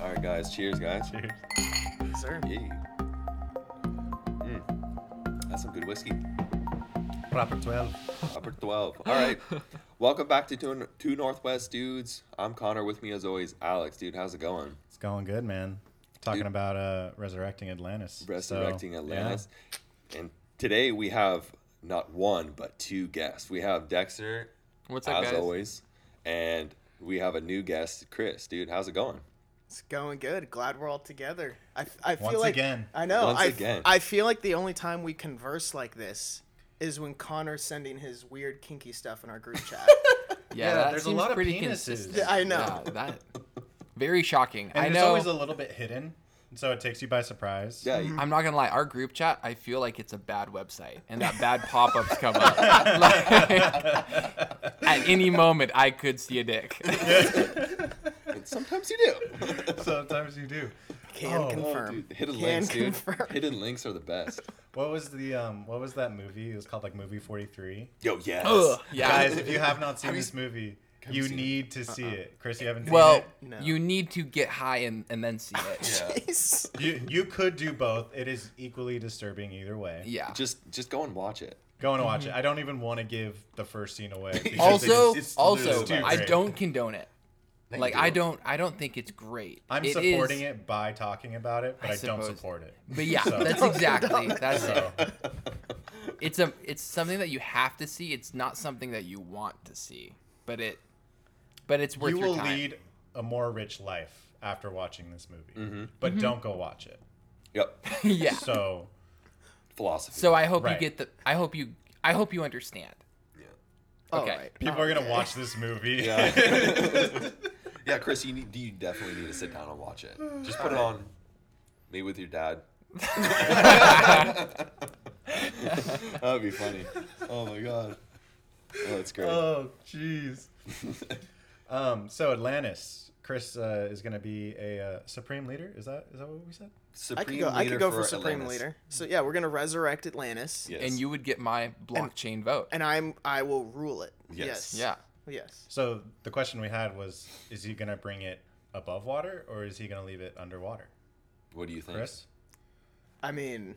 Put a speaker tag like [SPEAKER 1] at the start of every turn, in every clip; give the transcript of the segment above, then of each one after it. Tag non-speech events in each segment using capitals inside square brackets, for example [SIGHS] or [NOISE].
[SPEAKER 1] All right, guys. Cheers, guys.
[SPEAKER 2] Cheers.
[SPEAKER 3] Sir.
[SPEAKER 1] Yeah. Mm. That's some good
[SPEAKER 2] [LAUGHS]
[SPEAKER 1] whiskey.
[SPEAKER 2] Proper 12.
[SPEAKER 1] Upper 12. All right. Welcome back to two, two Northwest Dudes. I'm Connor. With me, as always, Alex. Dude, how's it going?
[SPEAKER 2] It's going good, man. Talking
[SPEAKER 1] Dude.
[SPEAKER 2] about uh, resurrecting Atlantis. So,
[SPEAKER 1] Resurrecting
[SPEAKER 2] yeah.
[SPEAKER 1] Atlantis. And today we have not one, but two guests. We have Dexter,
[SPEAKER 3] What's up,
[SPEAKER 1] as
[SPEAKER 3] guys?
[SPEAKER 1] always, and we have a new guest, Chris. Dude, how's it
[SPEAKER 2] [LAUGHS]
[SPEAKER 1] going?
[SPEAKER 3] It's going good. Glad we're all together. I, I feel
[SPEAKER 2] Once
[SPEAKER 3] like
[SPEAKER 2] again.
[SPEAKER 3] I know.
[SPEAKER 1] Once
[SPEAKER 3] I,
[SPEAKER 1] again.
[SPEAKER 3] I feel like the only time we converse like this is when Connor's sending his weird kinky stuff in
[SPEAKER 1] [LAUGHS]
[SPEAKER 3] our group chat.
[SPEAKER 4] Yeah,
[SPEAKER 2] Yeah,
[SPEAKER 4] that
[SPEAKER 2] there's a
[SPEAKER 4] seems
[SPEAKER 2] lot of
[SPEAKER 4] pretty
[SPEAKER 2] penises.
[SPEAKER 4] consistent.
[SPEAKER 2] Yeah,
[SPEAKER 3] I know.
[SPEAKER 4] Yeah, that
[SPEAKER 2] [LAUGHS]
[SPEAKER 4] very shocking.
[SPEAKER 2] And
[SPEAKER 4] I
[SPEAKER 2] it's
[SPEAKER 4] know.
[SPEAKER 2] always a little bit hidden, so it takes you by surprise.
[SPEAKER 1] Yeah. you-
[SPEAKER 4] I'm not gonna lie. Our group chat, I feel like it's a bad website, and that
[SPEAKER 2] [LAUGHS]
[SPEAKER 4] bad pop-ups come up. Like, [LAUGHS] at any moment, I could see
[SPEAKER 2] [LAUGHS]
[SPEAKER 4] a dick.
[SPEAKER 1] and sometimes you do.
[SPEAKER 2] [LAUGHS] Sometimes you do.
[SPEAKER 3] Can
[SPEAKER 2] Oh, oh,
[SPEAKER 1] Oh,
[SPEAKER 3] confirm.
[SPEAKER 1] dude, hidden
[SPEAKER 3] Can
[SPEAKER 1] links, dude.
[SPEAKER 3] confirm.
[SPEAKER 1] Hidden links are the
[SPEAKER 2] [LAUGHS]
[SPEAKER 1] best.
[SPEAKER 2] What was the um? What was that movie? It was called like Movie 43.
[SPEAKER 1] Yo, yes.
[SPEAKER 4] Ugh, yeah.
[SPEAKER 2] Guys, if you have not seen this movie,
[SPEAKER 1] you
[SPEAKER 2] you
[SPEAKER 1] seen
[SPEAKER 2] need to see it. Chris, you haven't seen
[SPEAKER 4] well,
[SPEAKER 2] it.
[SPEAKER 3] No.
[SPEAKER 4] you need to get high and, and then see
[SPEAKER 3] [LAUGHS]
[SPEAKER 4] it.
[SPEAKER 1] Yeah.
[SPEAKER 3] Jeez.
[SPEAKER 2] You you could do both. It is equally disturbing either way.
[SPEAKER 4] Yeah.
[SPEAKER 1] Just just go and watch it.
[SPEAKER 2] Go and watch it. I don't even want to give the first scene away. because
[SPEAKER 4] Also,
[SPEAKER 2] it's- it's
[SPEAKER 4] also,
[SPEAKER 2] too
[SPEAKER 4] I
[SPEAKER 2] great.
[SPEAKER 4] don't condone it.
[SPEAKER 1] you
[SPEAKER 4] Like I
[SPEAKER 1] do.
[SPEAKER 4] don't, I don't think it's great.
[SPEAKER 2] I'm supporting it by talking about it, but I,
[SPEAKER 4] I
[SPEAKER 2] don't
[SPEAKER 4] suppose.
[SPEAKER 2] support it.
[SPEAKER 4] [LAUGHS] But yeah,
[SPEAKER 2] So- [LAUGHS]
[SPEAKER 4] that's exactly that's it.
[SPEAKER 2] So,
[SPEAKER 4] it's a it's something that you have to see. It's not something that you want to see, but it but it's worth
[SPEAKER 2] you
[SPEAKER 4] your
[SPEAKER 2] will
[SPEAKER 4] time. [LAUGHS]
[SPEAKER 2] lead [LAUGHS] a more rich life after watching this movie, but
[SPEAKER 4] Mm-hmm.
[SPEAKER 2] don't go watch it.
[SPEAKER 4] [LAUGHS]
[SPEAKER 1] Yep.
[SPEAKER 4] yeah. So,
[SPEAKER 2] So
[SPEAKER 1] Philosophy.
[SPEAKER 4] I hope
[SPEAKER 2] Right.
[SPEAKER 4] you get the. I hope you. I hope you understand.
[SPEAKER 3] All
[SPEAKER 4] Okay.
[SPEAKER 3] right.
[SPEAKER 2] people are gonna watch this movie.
[SPEAKER 1] Yeah. [LAUGHS] yeah, Chris, you need you definitely need to sit down and watch it. Just put it on me with your dad. [LAUGHS] that would be funny. Oh my god. Oh, that's great.
[SPEAKER 2] [LAUGHS]
[SPEAKER 3] Uh,
[SPEAKER 2] oh, jeez. [LAUGHS] um. So Atlantis, Chris uh, is gonna be a uh, supreme leader. Is that is that what we said?
[SPEAKER 1] Supreme
[SPEAKER 3] I could go. I could go for, supreme
[SPEAKER 1] Atlantis.
[SPEAKER 3] leader. So yeah, we're gonna resurrect Atlantis,
[SPEAKER 1] Yes.
[SPEAKER 4] And you would get my blockchain vote.
[SPEAKER 3] and I'm I will rule it.
[SPEAKER 1] Yes.
[SPEAKER 3] Yes.
[SPEAKER 4] yeah.
[SPEAKER 3] Yes.
[SPEAKER 2] So the question we had was, is he gonna bring it above water or is he gonna leave it underwater?
[SPEAKER 1] What do you think?
[SPEAKER 2] Chris.
[SPEAKER 3] I mean,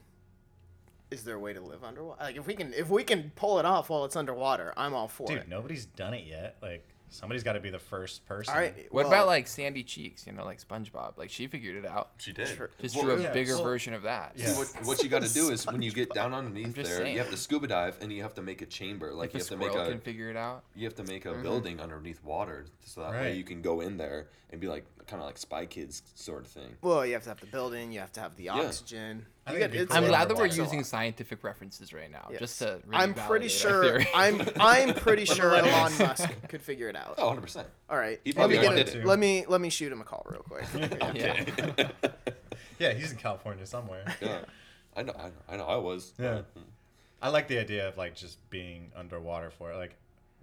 [SPEAKER 3] is there a way to live underwater? Like if we can if we can pull it off while it's underwater, I'm all for
[SPEAKER 2] Dude,
[SPEAKER 3] it.
[SPEAKER 2] nobody's done it yet. Like somebody's got to be the first person.
[SPEAKER 3] All right.
[SPEAKER 4] What
[SPEAKER 3] well,
[SPEAKER 4] about like Sandy Cheeks? You know, like SpongeBob. Like she figured it out.
[SPEAKER 1] She did.
[SPEAKER 3] Sure.
[SPEAKER 4] Just
[SPEAKER 1] Well,
[SPEAKER 4] do a
[SPEAKER 2] yeah,
[SPEAKER 4] bigger
[SPEAKER 2] well-
[SPEAKER 4] version of that.
[SPEAKER 2] Yeah.
[SPEAKER 1] What, what you got to do is when you
[SPEAKER 4] [LAUGHS]
[SPEAKER 1] get down underneath there,
[SPEAKER 4] just
[SPEAKER 1] you
[SPEAKER 4] saying.
[SPEAKER 1] have to scuba dive and you have to make a chamber. Like
[SPEAKER 4] If
[SPEAKER 1] you
[SPEAKER 4] a
[SPEAKER 1] have to make
[SPEAKER 4] squirrel
[SPEAKER 1] a
[SPEAKER 4] can figure it out.
[SPEAKER 1] you have to make a building underneath water so that
[SPEAKER 2] Mm-hmm. Right.
[SPEAKER 1] way you can go in there and be like kind of like Spy Kids sort of thing.
[SPEAKER 3] Well, you have to have the building. You have to have the oxygen.
[SPEAKER 2] I
[SPEAKER 3] You
[SPEAKER 2] think it'd be
[SPEAKER 3] it's-
[SPEAKER 2] cool
[SPEAKER 4] I'm
[SPEAKER 2] Yeah,
[SPEAKER 4] glad that we're
[SPEAKER 2] that's a
[SPEAKER 4] using scientific references right now,
[SPEAKER 3] Yes.
[SPEAKER 4] just to. Really
[SPEAKER 3] I'm pretty
[SPEAKER 4] validate our
[SPEAKER 3] sure.
[SPEAKER 4] theory.
[SPEAKER 3] I'm
[SPEAKER 2] [LAUGHS]
[SPEAKER 3] I'm pretty sure
[SPEAKER 2] let it-
[SPEAKER 3] Elon
[SPEAKER 2] [LAUGHS]
[SPEAKER 3] Musk could figure it out.
[SPEAKER 1] Oh, 100 percent.
[SPEAKER 3] All right.
[SPEAKER 1] He
[SPEAKER 3] Let
[SPEAKER 1] probably
[SPEAKER 3] me get
[SPEAKER 1] wanted
[SPEAKER 3] it.
[SPEAKER 2] to.
[SPEAKER 3] Let me let me shoot him a call
[SPEAKER 2] [LAUGHS]
[SPEAKER 3] real quick.
[SPEAKER 4] [LAUGHS] yeah.
[SPEAKER 2] Yeah, he's in California somewhere.
[SPEAKER 1] Yeah, I know, I know, I know. I was.
[SPEAKER 2] Yeah. I like the idea of like just being underwater for it. Like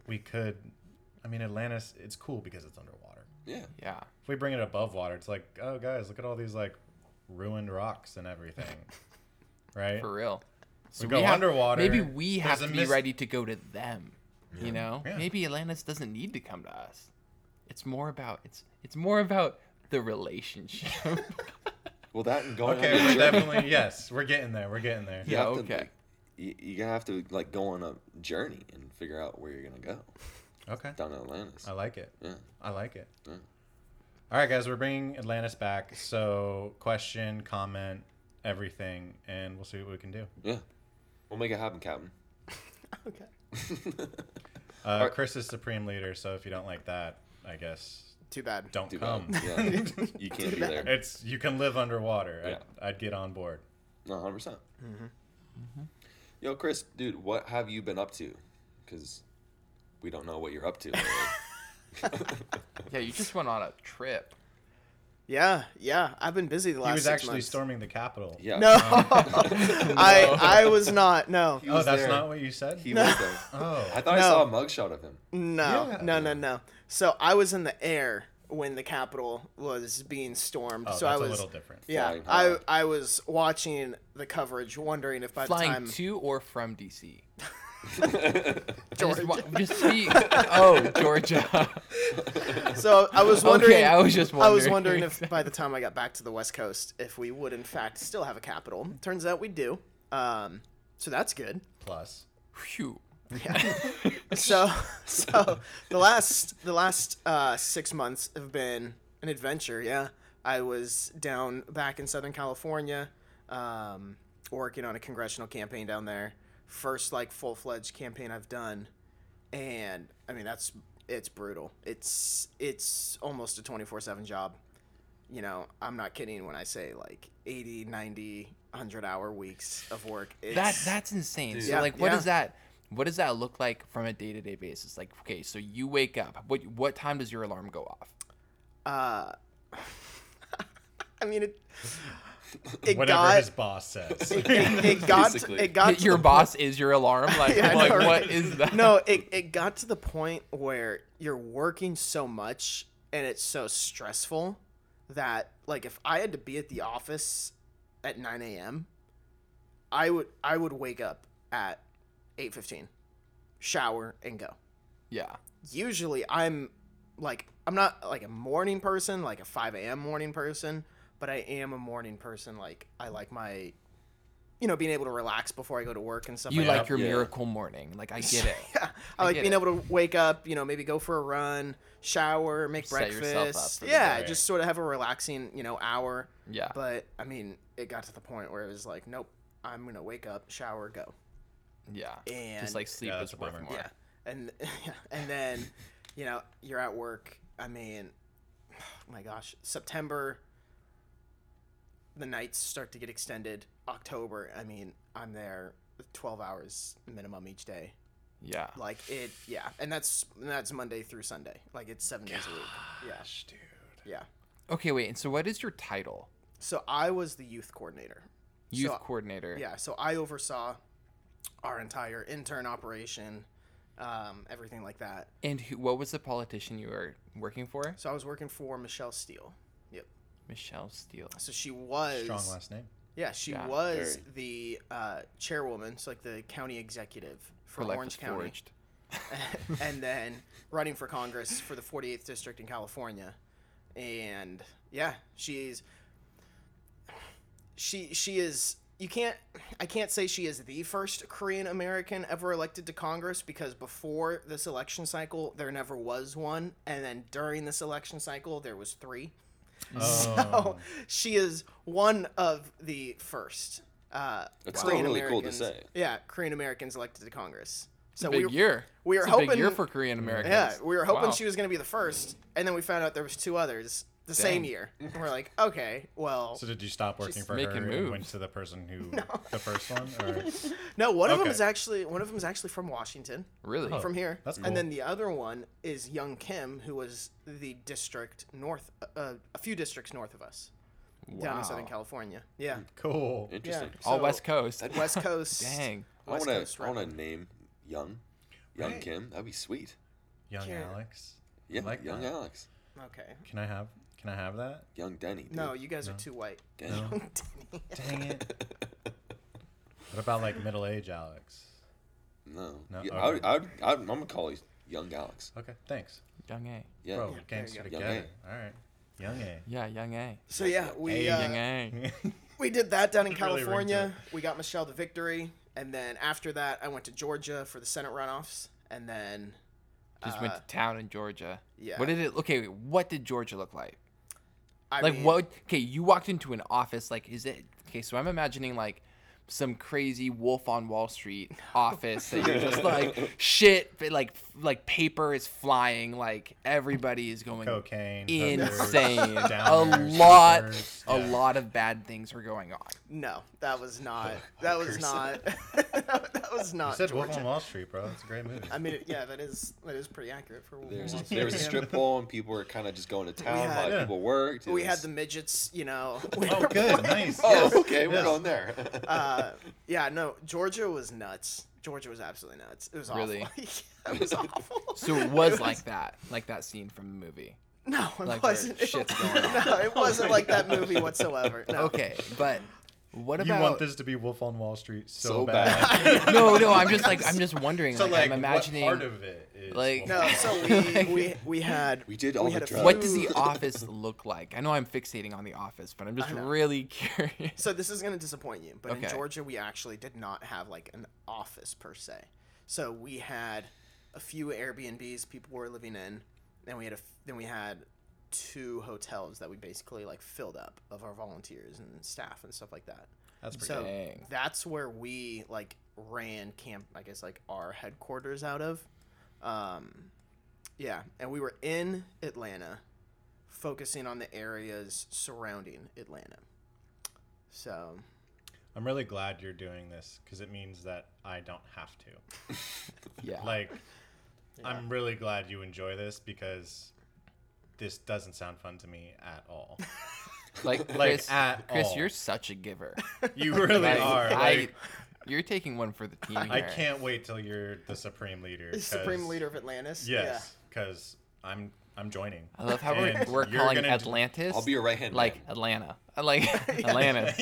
[SPEAKER 2] we could I mean Atlantis it's cool because it's underwater.
[SPEAKER 1] Yeah.
[SPEAKER 4] Yeah.
[SPEAKER 2] If we bring it above water, it's like, oh guys, look at all these like ruined rocks and everything. Right?
[SPEAKER 4] For real. So
[SPEAKER 2] go
[SPEAKER 4] have-
[SPEAKER 2] underwater,
[SPEAKER 4] Maybe we
[SPEAKER 2] there's
[SPEAKER 4] have
[SPEAKER 2] a
[SPEAKER 4] to be
[SPEAKER 2] mist-
[SPEAKER 4] ready to go to them. You know,
[SPEAKER 2] Yeah.
[SPEAKER 4] maybe Atlantis doesn't need to come to us. It's more about it's it's more about the relationship.
[SPEAKER 2] [LAUGHS]
[SPEAKER 1] Well, that and going.
[SPEAKER 2] Okay,
[SPEAKER 1] on
[SPEAKER 2] we're
[SPEAKER 1] a journey,
[SPEAKER 2] definitely yes, we're getting there. We're getting there.
[SPEAKER 1] you
[SPEAKER 4] Yeah,
[SPEAKER 1] have to,
[SPEAKER 4] okay.
[SPEAKER 1] like, you, you have to like go on a journey and figure out where you're gonna go
[SPEAKER 2] Okay.
[SPEAKER 1] down in Atlantis.
[SPEAKER 2] I like it.
[SPEAKER 1] yeah.
[SPEAKER 2] I like it. All right, guys, we're bringing Atlantis back. So, question, comment, everything, and we'll see what we can do.
[SPEAKER 1] Yeah. We'll make it happen, Captain. [LAUGHS]
[SPEAKER 3] okay.
[SPEAKER 2] Uh, Chris is supreme leader, so if you don't like that, I guess
[SPEAKER 3] Too bad.
[SPEAKER 2] don't
[SPEAKER 1] Do that.
[SPEAKER 2] come. [LAUGHS]
[SPEAKER 1] Yeah. you can't be there.
[SPEAKER 2] It's you can live underwater.
[SPEAKER 1] Yeah.
[SPEAKER 2] I'd, I'd get on board.
[SPEAKER 1] No, 100. percent
[SPEAKER 3] Mm-hmm.
[SPEAKER 1] Yo, Chris, dude, what have you been up to? Because we don't know what you're up
[SPEAKER 3] [LAUGHS]
[SPEAKER 1] to. [LAUGHS] lately.
[SPEAKER 4] yeah, you just went on a trip.
[SPEAKER 3] Yeah, yeah. I've been busy the last.
[SPEAKER 2] he was
[SPEAKER 3] six
[SPEAKER 2] actually
[SPEAKER 3] months.
[SPEAKER 2] storming the Capitol.
[SPEAKER 1] yeah.
[SPEAKER 2] [LAUGHS]
[SPEAKER 3] No, [LAUGHS] I I was not. No,
[SPEAKER 1] He
[SPEAKER 2] Oh,
[SPEAKER 1] was
[SPEAKER 2] that's
[SPEAKER 1] there.
[SPEAKER 2] not what you said.
[SPEAKER 1] He was there.
[SPEAKER 2] oh,
[SPEAKER 1] I thought I
[SPEAKER 3] No.
[SPEAKER 1] saw a mugshot
[SPEAKER 3] [LAUGHS]
[SPEAKER 1] of him. [LAUGHS]
[SPEAKER 3] no,
[SPEAKER 2] Yeah.
[SPEAKER 3] no, no, no. So I was in the air when the Capitol was being stormed.
[SPEAKER 2] oh
[SPEAKER 3] so
[SPEAKER 2] that's
[SPEAKER 3] I was.
[SPEAKER 2] a little different.
[SPEAKER 3] Yeah,
[SPEAKER 1] Flying
[SPEAKER 3] I
[SPEAKER 1] high.
[SPEAKER 3] I was watching the coverage, wondering if by the [LAUGHS]
[SPEAKER 4] Flying
[SPEAKER 3] time
[SPEAKER 4] to or from DC. Just, wa- just see. Oh,
[SPEAKER 3] [LAUGHS]
[SPEAKER 4] [LAUGHS] Georgia.
[SPEAKER 3] So I was wondering.
[SPEAKER 4] [LAUGHS] Okay, I was just
[SPEAKER 3] I was
[SPEAKER 4] wondering.
[SPEAKER 3] wondering if by the time I got back to the West Coast, if we would in fact still have a capital. Turns out we do. Um, so that's good.
[SPEAKER 2] Plus,
[SPEAKER 4] Phew.
[SPEAKER 3] So [LAUGHS] so the last the last uh, six months have been an adventure. Yeah, I was down back in Southern California, um, working on a congressional campaign down there. First like full fledged campaign I've done, and I mean that's it's brutal. It's it's almost a twenty four seven job. you know, I'm not kidding when I say like 80, 90, 100 hour weeks of work.
[SPEAKER 4] [LAUGHS]
[SPEAKER 3] It's,
[SPEAKER 4] That that's insane. So
[SPEAKER 3] Yeah,
[SPEAKER 4] like, what
[SPEAKER 3] yeah.
[SPEAKER 4] does that? What does that look like from a day to day basis? Like, okay, so you wake up. What what time does your alarm go off?
[SPEAKER 3] uh, I
[SPEAKER 4] [LAUGHS]
[SPEAKER 3] mean, it, it
[SPEAKER 2] whatever
[SPEAKER 3] got,
[SPEAKER 2] his boss says.
[SPEAKER 3] [LAUGHS] it, it got,
[SPEAKER 1] Basically.
[SPEAKER 3] it got to
[SPEAKER 4] your
[SPEAKER 3] the
[SPEAKER 4] boss is your
[SPEAKER 3] [LAUGHS]
[SPEAKER 4] alarm. Like,
[SPEAKER 3] Yeah, I
[SPEAKER 4] like
[SPEAKER 3] know, right?
[SPEAKER 4] what is that?
[SPEAKER 3] no, it, it got to the point where you're working so much and it's so stressful that like if I had to be at the office at 9 a.m., I would I would wake up at 8:15, shower and go.
[SPEAKER 4] Yeah.
[SPEAKER 3] Usually I'm like I'm not like a morning person, like a 5 a.m. morning person, but I am a morning person. Like I like my, you know, being able to relax before I go to work and stuff.
[SPEAKER 4] You
[SPEAKER 3] like that.
[SPEAKER 4] like your
[SPEAKER 1] Yeah.
[SPEAKER 4] miracle morning. Like, I get it.
[SPEAKER 3] [LAUGHS] Yeah, I, like
[SPEAKER 4] get
[SPEAKER 3] being
[SPEAKER 4] it.
[SPEAKER 3] able to wake up, you know, maybe go for a run, shower, make
[SPEAKER 4] Set yourself up
[SPEAKER 3] breakfast.
[SPEAKER 4] for the
[SPEAKER 3] Yeah,
[SPEAKER 2] day.
[SPEAKER 3] just sort of have a relaxing, you know, hour.
[SPEAKER 4] Yeah.
[SPEAKER 3] But I mean, it got to the point where it was like, nope, I'm gonna wake up, shower, go.
[SPEAKER 4] Yeah.
[SPEAKER 3] And-
[SPEAKER 4] Just like sleep
[SPEAKER 2] Yeah,
[SPEAKER 4] is
[SPEAKER 2] that's a
[SPEAKER 4] worth
[SPEAKER 2] bummer.
[SPEAKER 4] more.
[SPEAKER 3] Yeah, and [LAUGHS] and then, you know, you're at work. I mean, [SIGHS] my gosh, September. The nights start to get extended. October, I mean, I'm there 12 hours minimum each day
[SPEAKER 4] Yeah.
[SPEAKER 3] like it yeah and that's and that's monday through sunday like it's seven days a week yeah
[SPEAKER 2] Gosh, dude.
[SPEAKER 3] yeah
[SPEAKER 4] Okay, wait. And so, what is your title?
[SPEAKER 3] so i was the youth coordinator
[SPEAKER 4] Youth
[SPEAKER 3] So-
[SPEAKER 4] coordinator.
[SPEAKER 3] yeah so i oversaw our entire intern operation um, everything like that
[SPEAKER 4] And who, what was the politician you were working for?
[SPEAKER 3] so i was working for michelle steele yep
[SPEAKER 4] Michelle Steele.
[SPEAKER 3] so she was
[SPEAKER 2] Strong last
[SPEAKER 3] [LAUGHS]
[SPEAKER 2] name.
[SPEAKER 3] yeah she
[SPEAKER 4] Yeah.
[SPEAKER 3] was the uh, chairwoman so like the county executive for,
[SPEAKER 4] Life
[SPEAKER 3] orange
[SPEAKER 4] is
[SPEAKER 3] county
[SPEAKER 4] Forged.
[SPEAKER 3] [LAUGHS] and then running for Congress for the 48th district in California. And yeah, she's she she is you can't I can't say she is the first Korean American ever elected to Congress because before this election cycle there never was one and then during this election cycle there was 3. So
[SPEAKER 2] Oh,
[SPEAKER 3] she is one of the first uh
[SPEAKER 1] That's still really cool to
[SPEAKER 3] Korean-Americans-
[SPEAKER 1] say.
[SPEAKER 3] Yeah, Korean Americans elected to Congress. So
[SPEAKER 4] Big
[SPEAKER 3] we
[SPEAKER 4] year.
[SPEAKER 3] we were
[SPEAKER 4] It's a
[SPEAKER 3] hoping-
[SPEAKER 4] big year for Korean Americans.
[SPEAKER 3] yeah, we were hoping
[SPEAKER 4] Wow.
[SPEAKER 3] she was going to be the first, and then we found out there was two others the same
[SPEAKER 4] Dang.
[SPEAKER 3] year. And we're like, okay, well,
[SPEAKER 2] so did you stop working for her
[SPEAKER 4] making
[SPEAKER 2] and went
[SPEAKER 4] moves.
[SPEAKER 2] to the person
[SPEAKER 3] [LAUGHS]
[SPEAKER 2] who the first one? Or?
[SPEAKER 3] no, one of them
[SPEAKER 2] okay.
[SPEAKER 3] is actually one of them is actually from Washington,
[SPEAKER 4] Really?
[SPEAKER 2] Oh.
[SPEAKER 3] from here,
[SPEAKER 2] that's cool.
[SPEAKER 3] and then the other one is Young Kim, who was the district north, uh, a few districts north of us, down in Southern
[SPEAKER 4] Wow.
[SPEAKER 3] California. Yeah,
[SPEAKER 2] Cool.
[SPEAKER 3] yeah.
[SPEAKER 1] Interesting.
[SPEAKER 4] All
[SPEAKER 3] So,
[SPEAKER 4] West Coast.
[SPEAKER 2] [LAUGHS]
[SPEAKER 3] West Coast.
[SPEAKER 4] Dang.
[SPEAKER 1] I
[SPEAKER 3] West
[SPEAKER 1] want
[SPEAKER 3] Coast
[SPEAKER 1] to. I
[SPEAKER 3] rep.
[SPEAKER 1] want to name young, young
[SPEAKER 2] Right.
[SPEAKER 1] Kim. That'd be sweet.
[SPEAKER 2] Young
[SPEAKER 3] Sure.
[SPEAKER 2] Alex.
[SPEAKER 1] Yeah,
[SPEAKER 2] like
[SPEAKER 1] young
[SPEAKER 2] that.
[SPEAKER 1] Alex, [LAUGHS]
[SPEAKER 3] Okay.
[SPEAKER 2] Can I have? Can I have that?
[SPEAKER 1] young Denny. Dude.
[SPEAKER 3] No, you guys are too white.
[SPEAKER 1] Denny.
[SPEAKER 2] No.
[SPEAKER 3] [LAUGHS]
[SPEAKER 2] Dang it. What about like middle age Alex?
[SPEAKER 1] [LAUGHS] No.
[SPEAKER 2] No,
[SPEAKER 1] Yeah,
[SPEAKER 2] okay.
[SPEAKER 1] I would, I would, I would, I'm gonna call you young Alex.
[SPEAKER 2] Okay, thanks.
[SPEAKER 4] [LAUGHS] Young A.
[SPEAKER 1] Yeah.
[SPEAKER 2] Bro,
[SPEAKER 3] there
[SPEAKER 2] gangster
[SPEAKER 3] you
[SPEAKER 1] go.
[SPEAKER 2] together. All right. Young
[SPEAKER 4] Yeah, Young A.
[SPEAKER 3] So yeah, we
[SPEAKER 2] Hey,
[SPEAKER 3] uh,
[SPEAKER 4] Young A.
[SPEAKER 2] A.
[SPEAKER 3] We did that down in
[SPEAKER 2] It really rings
[SPEAKER 3] California. we got Michelle the victory, and then after that, I went to Georgia for the Senate runoffs, and then
[SPEAKER 4] Just went to town in Georgia.
[SPEAKER 3] uh, yeah.
[SPEAKER 4] What did it? Okay, wait, what did Georgia look like?
[SPEAKER 3] I
[SPEAKER 4] like
[SPEAKER 3] mean,
[SPEAKER 4] what? Okay, you walked into an office. Like, is it? Okay, so I'm imagining like some crazy Wolf on Wall Street office that you're
[SPEAKER 2] [LAUGHS]
[SPEAKER 4] just like shit, but like like paper is flying. Like everybody is
[SPEAKER 2] [LAUGHS]
[SPEAKER 4] going
[SPEAKER 2] Cocaine. hookers,
[SPEAKER 4] insane. a
[SPEAKER 2] downers,
[SPEAKER 4] lot,
[SPEAKER 2] hookers.
[SPEAKER 4] a
[SPEAKER 2] Yeah.
[SPEAKER 4] lot of bad things are going on.
[SPEAKER 3] No, that
[SPEAKER 1] [LAUGHS]
[SPEAKER 3] was not. That was
[SPEAKER 1] Hookers.
[SPEAKER 3] not. [LAUGHS] that was
[SPEAKER 2] You
[SPEAKER 3] not
[SPEAKER 2] said Wolf on
[SPEAKER 3] Georgia.
[SPEAKER 2] Wall Street, bro. That's a great movie.
[SPEAKER 3] I mean, it- yeah, that is that is pretty accurate for. Wolf of
[SPEAKER 1] There was,
[SPEAKER 3] Wall
[SPEAKER 1] a,
[SPEAKER 3] Street.
[SPEAKER 1] there was a
[SPEAKER 3] Yeah.
[SPEAKER 1] strip mall and people were kind of just going to town. a lot of
[SPEAKER 2] Yeah.
[SPEAKER 1] people worked. It
[SPEAKER 3] We had
[SPEAKER 1] was-
[SPEAKER 3] the midgets, you know. we
[SPEAKER 2] oh,
[SPEAKER 3] were
[SPEAKER 2] good.
[SPEAKER 3] playing-
[SPEAKER 2] Nice.
[SPEAKER 3] [LAUGHS]
[SPEAKER 1] Oh,
[SPEAKER 2] yes.
[SPEAKER 1] okay, we're
[SPEAKER 2] yes.
[SPEAKER 1] going there.
[SPEAKER 3] Uh, yeah, no, Georgia was nuts. Georgia was absolutely nuts. It was awful. [LAUGHS]
[SPEAKER 4] Really?
[SPEAKER 3] Yeah, it was awful.
[SPEAKER 4] So it
[SPEAKER 3] [LAUGHS]
[SPEAKER 4] was like that, like that scene from the movie.
[SPEAKER 3] No, it
[SPEAKER 4] Like where
[SPEAKER 3] wasn't. It- [LAUGHS]
[SPEAKER 4] shit's going on.
[SPEAKER 3] No, it wasn't like that movie whatsoever. No.
[SPEAKER 4] Okay, but What
[SPEAKER 2] you
[SPEAKER 4] about
[SPEAKER 2] want this to be Wolf on Wall Street so,
[SPEAKER 1] So
[SPEAKER 2] bad. [LAUGHS]
[SPEAKER 4] [LAUGHS] No, no, I'm just like I'm just wondering.
[SPEAKER 2] so
[SPEAKER 4] like,
[SPEAKER 2] like,
[SPEAKER 4] I'm imagining
[SPEAKER 2] what part of it is
[SPEAKER 4] like-
[SPEAKER 2] Wolf on
[SPEAKER 3] No,
[SPEAKER 2] Wall
[SPEAKER 3] so
[SPEAKER 2] Street?
[SPEAKER 3] we we, we had
[SPEAKER 1] We did all the
[SPEAKER 3] had a
[SPEAKER 1] drugs.
[SPEAKER 4] what does
[SPEAKER 3] few-
[SPEAKER 4] the office look like? I know I'm fixating on the office, but I'm just
[SPEAKER 3] I know.
[SPEAKER 4] really [LAUGHS] curious.
[SPEAKER 3] So this is going to disappoint you, but
[SPEAKER 4] Okay.
[SPEAKER 3] in Georgia we actually did not have like an office per se. So we had a few Airbnbs people were living in, and we had a f- then we had two hotels that we basically like filled up of our volunteers and staff and stuff like that.
[SPEAKER 2] That's pretty
[SPEAKER 3] so
[SPEAKER 2] good.
[SPEAKER 4] Dang.
[SPEAKER 3] that's where we like ran camp, I guess like our headquarters out of. Um, yeah, and we were in Atlanta, focusing on the areas surrounding Atlanta. So
[SPEAKER 2] I'm really glad you're doing this because it means that I don't have to.
[SPEAKER 4] Yeah.
[SPEAKER 2] Like, I'm really glad you enjoy this because this doesn't sound fun to me at
[SPEAKER 4] [LAUGHS]
[SPEAKER 2] all.
[SPEAKER 4] Like,
[SPEAKER 2] Like
[SPEAKER 4] Chris,
[SPEAKER 2] at
[SPEAKER 4] Chris,
[SPEAKER 2] all.
[SPEAKER 4] you're such
[SPEAKER 2] [LAUGHS]
[SPEAKER 4] a giver.
[SPEAKER 2] You really
[SPEAKER 4] Like,
[SPEAKER 2] are.
[SPEAKER 4] I,
[SPEAKER 2] Like,
[SPEAKER 4] you're taking one for the team.
[SPEAKER 2] I,
[SPEAKER 4] here.
[SPEAKER 2] can't wait till you're the supreme leader. 'cause-
[SPEAKER 3] Supreme Leader of Atlantis.
[SPEAKER 2] Yes, because I'm I'm joining.
[SPEAKER 4] I love how we're,
[SPEAKER 2] And
[SPEAKER 4] we're
[SPEAKER 2] you're
[SPEAKER 4] calling
[SPEAKER 2] gonna-
[SPEAKER 1] [LAUGHS]
[SPEAKER 4] Atlantis.
[SPEAKER 1] I'll be your right hand.
[SPEAKER 4] like uh, Atlanta.
[SPEAKER 2] [LAUGHS]
[SPEAKER 4] I Like [LAUGHS] Atlantis.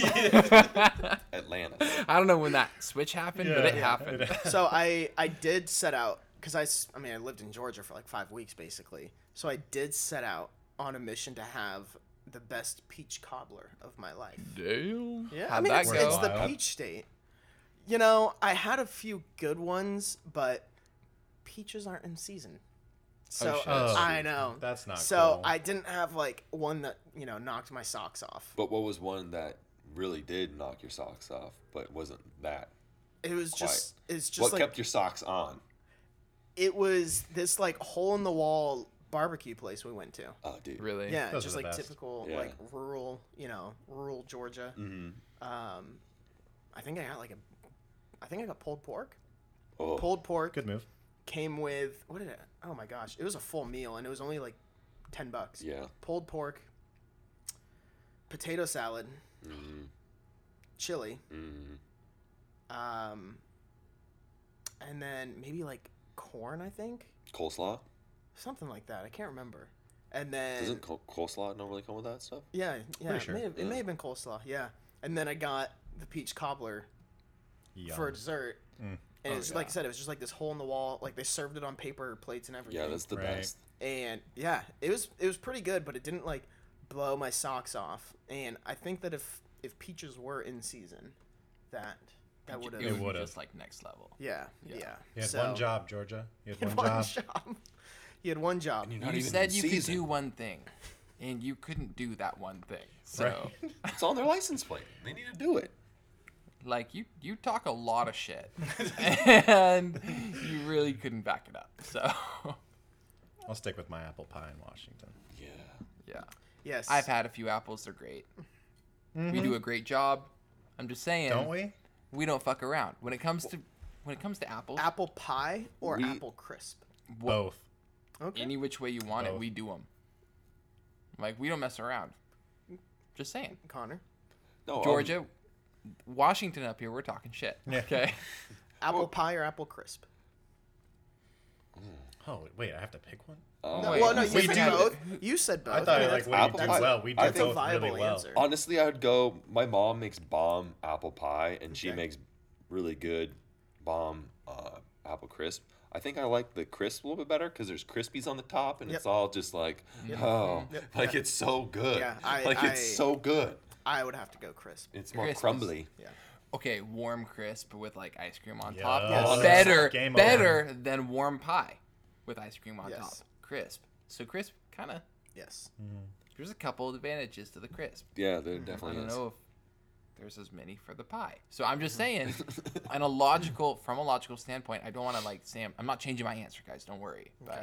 [SPEAKER 1] Atlanta.
[SPEAKER 4] [LAUGHS] I don't know when that switch happened, but
[SPEAKER 2] Yeah.
[SPEAKER 4] it happened.
[SPEAKER 3] Yeah. So I I did set out because I s- I mean I lived in Georgia for like five weeks basically. So I did set out on a mission to have the best peach cobbler of my life.
[SPEAKER 4] Damn.
[SPEAKER 3] Yeah, I
[SPEAKER 4] How'd
[SPEAKER 3] mean
[SPEAKER 4] that
[SPEAKER 3] it's, it's
[SPEAKER 4] go?
[SPEAKER 3] the
[SPEAKER 2] Wild.
[SPEAKER 3] peach state. You know, I had a few good ones, but peaches aren't in season. So
[SPEAKER 4] shit. Oh,
[SPEAKER 3] I know
[SPEAKER 2] Oh, that's not
[SPEAKER 3] So
[SPEAKER 2] cool.
[SPEAKER 3] I didn't have like one that you know knocked my socks off.
[SPEAKER 1] But what was one that really did knock your socks off, but wasn't that?
[SPEAKER 3] It was
[SPEAKER 1] Quiet.
[SPEAKER 3] just it's just
[SPEAKER 1] what
[SPEAKER 3] like
[SPEAKER 1] kept your socks on?
[SPEAKER 3] it was this like hole in the wall barbecue place we went to.
[SPEAKER 1] Oh, dude.
[SPEAKER 4] Really?
[SPEAKER 3] Yeah,
[SPEAKER 2] Those are
[SPEAKER 3] just
[SPEAKER 2] the
[SPEAKER 3] like
[SPEAKER 2] best.
[SPEAKER 3] typical
[SPEAKER 1] Yeah. Mm.
[SPEAKER 3] like rural, you know, rural Georgia.
[SPEAKER 1] Mm-hmm.
[SPEAKER 3] Um, I think I got like a, I think I got pulled pork.
[SPEAKER 1] Oh,
[SPEAKER 3] Pulled
[SPEAKER 2] [LAUGHS]
[SPEAKER 3] pork
[SPEAKER 2] Good move.
[SPEAKER 3] came with what did it? Oh my gosh, it was a full meal and it was only like ten bucks.
[SPEAKER 1] yeah.
[SPEAKER 3] Pulled pork, potato salad,
[SPEAKER 1] Mm-hmm.
[SPEAKER 3] chili,
[SPEAKER 1] Mm.
[SPEAKER 3] um, and then maybe like corn. I think
[SPEAKER 1] Coleslaw?
[SPEAKER 3] something like that. I can't remember. And then
[SPEAKER 1] Doesn't col- coleslaw normally come with that stuff?
[SPEAKER 3] Yeah, yeah.
[SPEAKER 2] Pretty
[SPEAKER 3] It,
[SPEAKER 2] sure.
[SPEAKER 3] may have, it may have been coleslaw. Yeah, and then I got the peach cobbler
[SPEAKER 2] Yum. Mm.
[SPEAKER 3] for dessert, and
[SPEAKER 4] Oh,
[SPEAKER 3] it's like I
[SPEAKER 4] yeah.
[SPEAKER 3] said, it was just like this hole in the wall. Like they served it on paper plates and everything.
[SPEAKER 1] Yeah, that's the
[SPEAKER 2] Right.
[SPEAKER 1] best.
[SPEAKER 3] and yeah, it was it was pretty good, but it didn't like blow my socks off. And I think that if if peaches were in season, that that would
[SPEAKER 4] It
[SPEAKER 2] It
[SPEAKER 3] have.
[SPEAKER 4] would
[SPEAKER 2] would've.
[SPEAKER 4] just like next level.
[SPEAKER 3] Yeah, yeah.
[SPEAKER 4] Yeah.
[SPEAKER 2] You had
[SPEAKER 3] so,
[SPEAKER 2] one job, Georgia. You
[SPEAKER 3] [LAUGHS] He
[SPEAKER 2] had
[SPEAKER 3] had
[SPEAKER 2] one,
[SPEAKER 3] one
[SPEAKER 2] job.
[SPEAKER 3] job. He had one job.
[SPEAKER 1] You're not
[SPEAKER 4] you
[SPEAKER 1] even
[SPEAKER 4] said
[SPEAKER 1] in
[SPEAKER 4] you
[SPEAKER 1] season.
[SPEAKER 4] could do one thing, and you couldn't do that one thing. So,
[SPEAKER 2] Right.
[SPEAKER 1] It's on their license plate. They need to do it.
[SPEAKER 4] like, you you talk a lot of
[SPEAKER 3] [LAUGHS]
[SPEAKER 4] shit, and you really couldn't back it up. So, [LAUGHS]
[SPEAKER 2] I'll stick with my apple pie in Washington.
[SPEAKER 1] Yeah.
[SPEAKER 4] yeah.
[SPEAKER 3] Yes,
[SPEAKER 4] I've had a few apples. They're great.
[SPEAKER 3] Mm-hmm.
[SPEAKER 4] We do a great job. I'm just saying.
[SPEAKER 2] Don't we?
[SPEAKER 4] We don't fuck around when it comes to when it comes to apples.
[SPEAKER 3] apple pie or
[SPEAKER 1] We-
[SPEAKER 3] apple crisp.
[SPEAKER 2] Both.
[SPEAKER 3] Okay.
[SPEAKER 4] any which way you want it,
[SPEAKER 3] Oh.
[SPEAKER 2] Both.
[SPEAKER 4] we do them. Like we don't mess around. Just saying,
[SPEAKER 3] Connor,
[SPEAKER 1] No, um,
[SPEAKER 4] Georgia, Washington up here, we're talking shit.
[SPEAKER 2] Yeah.
[SPEAKER 4] Okay,
[SPEAKER 3] apple pie or apple crisp.
[SPEAKER 2] Oh wait, I have to pick one.
[SPEAKER 1] um,
[SPEAKER 3] [LAUGHS] No,
[SPEAKER 4] Oh, Wait,
[SPEAKER 3] well, no, you
[SPEAKER 2] we
[SPEAKER 3] said
[SPEAKER 2] do-
[SPEAKER 3] both. You said both.
[SPEAKER 2] I thought
[SPEAKER 3] Yeah,
[SPEAKER 2] it like
[SPEAKER 3] that's-
[SPEAKER 2] what do
[SPEAKER 1] apple
[SPEAKER 2] you do
[SPEAKER 1] pie.
[SPEAKER 2] well. We
[SPEAKER 1] I
[SPEAKER 2] did
[SPEAKER 3] that's a
[SPEAKER 1] think
[SPEAKER 2] both
[SPEAKER 3] viable
[SPEAKER 2] really well.
[SPEAKER 3] answer.
[SPEAKER 1] Honestly, I would go. My mom makes bomb apple pie, and she
[SPEAKER 3] Okay.
[SPEAKER 1] makes really good bomb uh, apple crisp. I think I like the crisp a little bit better because there's crispies on the top, and
[SPEAKER 3] Yep.
[SPEAKER 1] it's all just like, oh,
[SPEAKER 3] Yep.
[SPEAKER 1] [LAUGHS] like
[SPEAKER 3] Yeah.
[SPEAKER 1] it's so good.
[SPEAKER 3] Yeah, I-
[SPEAKER 1] like
[SPEAKER 3] I-
[SPEAKER 1] it's so good.
[SPEAKER 3] I would have to go crisp.
[SPEAKER 1] It's more
[SPEAKER 4] Crisp is-
[SPEAKER 1] crumbly.
[SPEAKER 3] Yeah.
[SPEAKER 4] okay, warm crisp with like ice cream on
[SPEAKER 2] Yeah.
[SPEAKER 4] top.
[SPEAKER 2] Yes.
[SPEAKER 4] Better,
[SPEAKER 2] Game over.
[SPEAKER 4] better than warm pie with ice cream on
[SPEAKER 3] Yes.
[SPEAKER 4] top. Crisp. So crisp, kind of.
[SPEAKER 3] Yes.
[SPEAKER 2] Mm.
[SPEAKER 4] There's a couple of advantages to the crisp.
[SPEAKER 1] Yeah,
[SPEAKER 3] Mm,
[SPEAKER 1] there
[SPEAKER 4] I
[SPEAKER 1] definitely
[SPEAKER 4] don't
[SPEAKER 1] is.
[SPEAKER 4] know if there's as many for the pie. So I'm
[SPEAKER 3] [LAUGHS]
[SPEAKER 4] just saying, on a logical, from a logical standpoint, I don't want to like Sam. I'm not changing my answer, guys. Don't worry. But
[SPEAKER 3] Okay.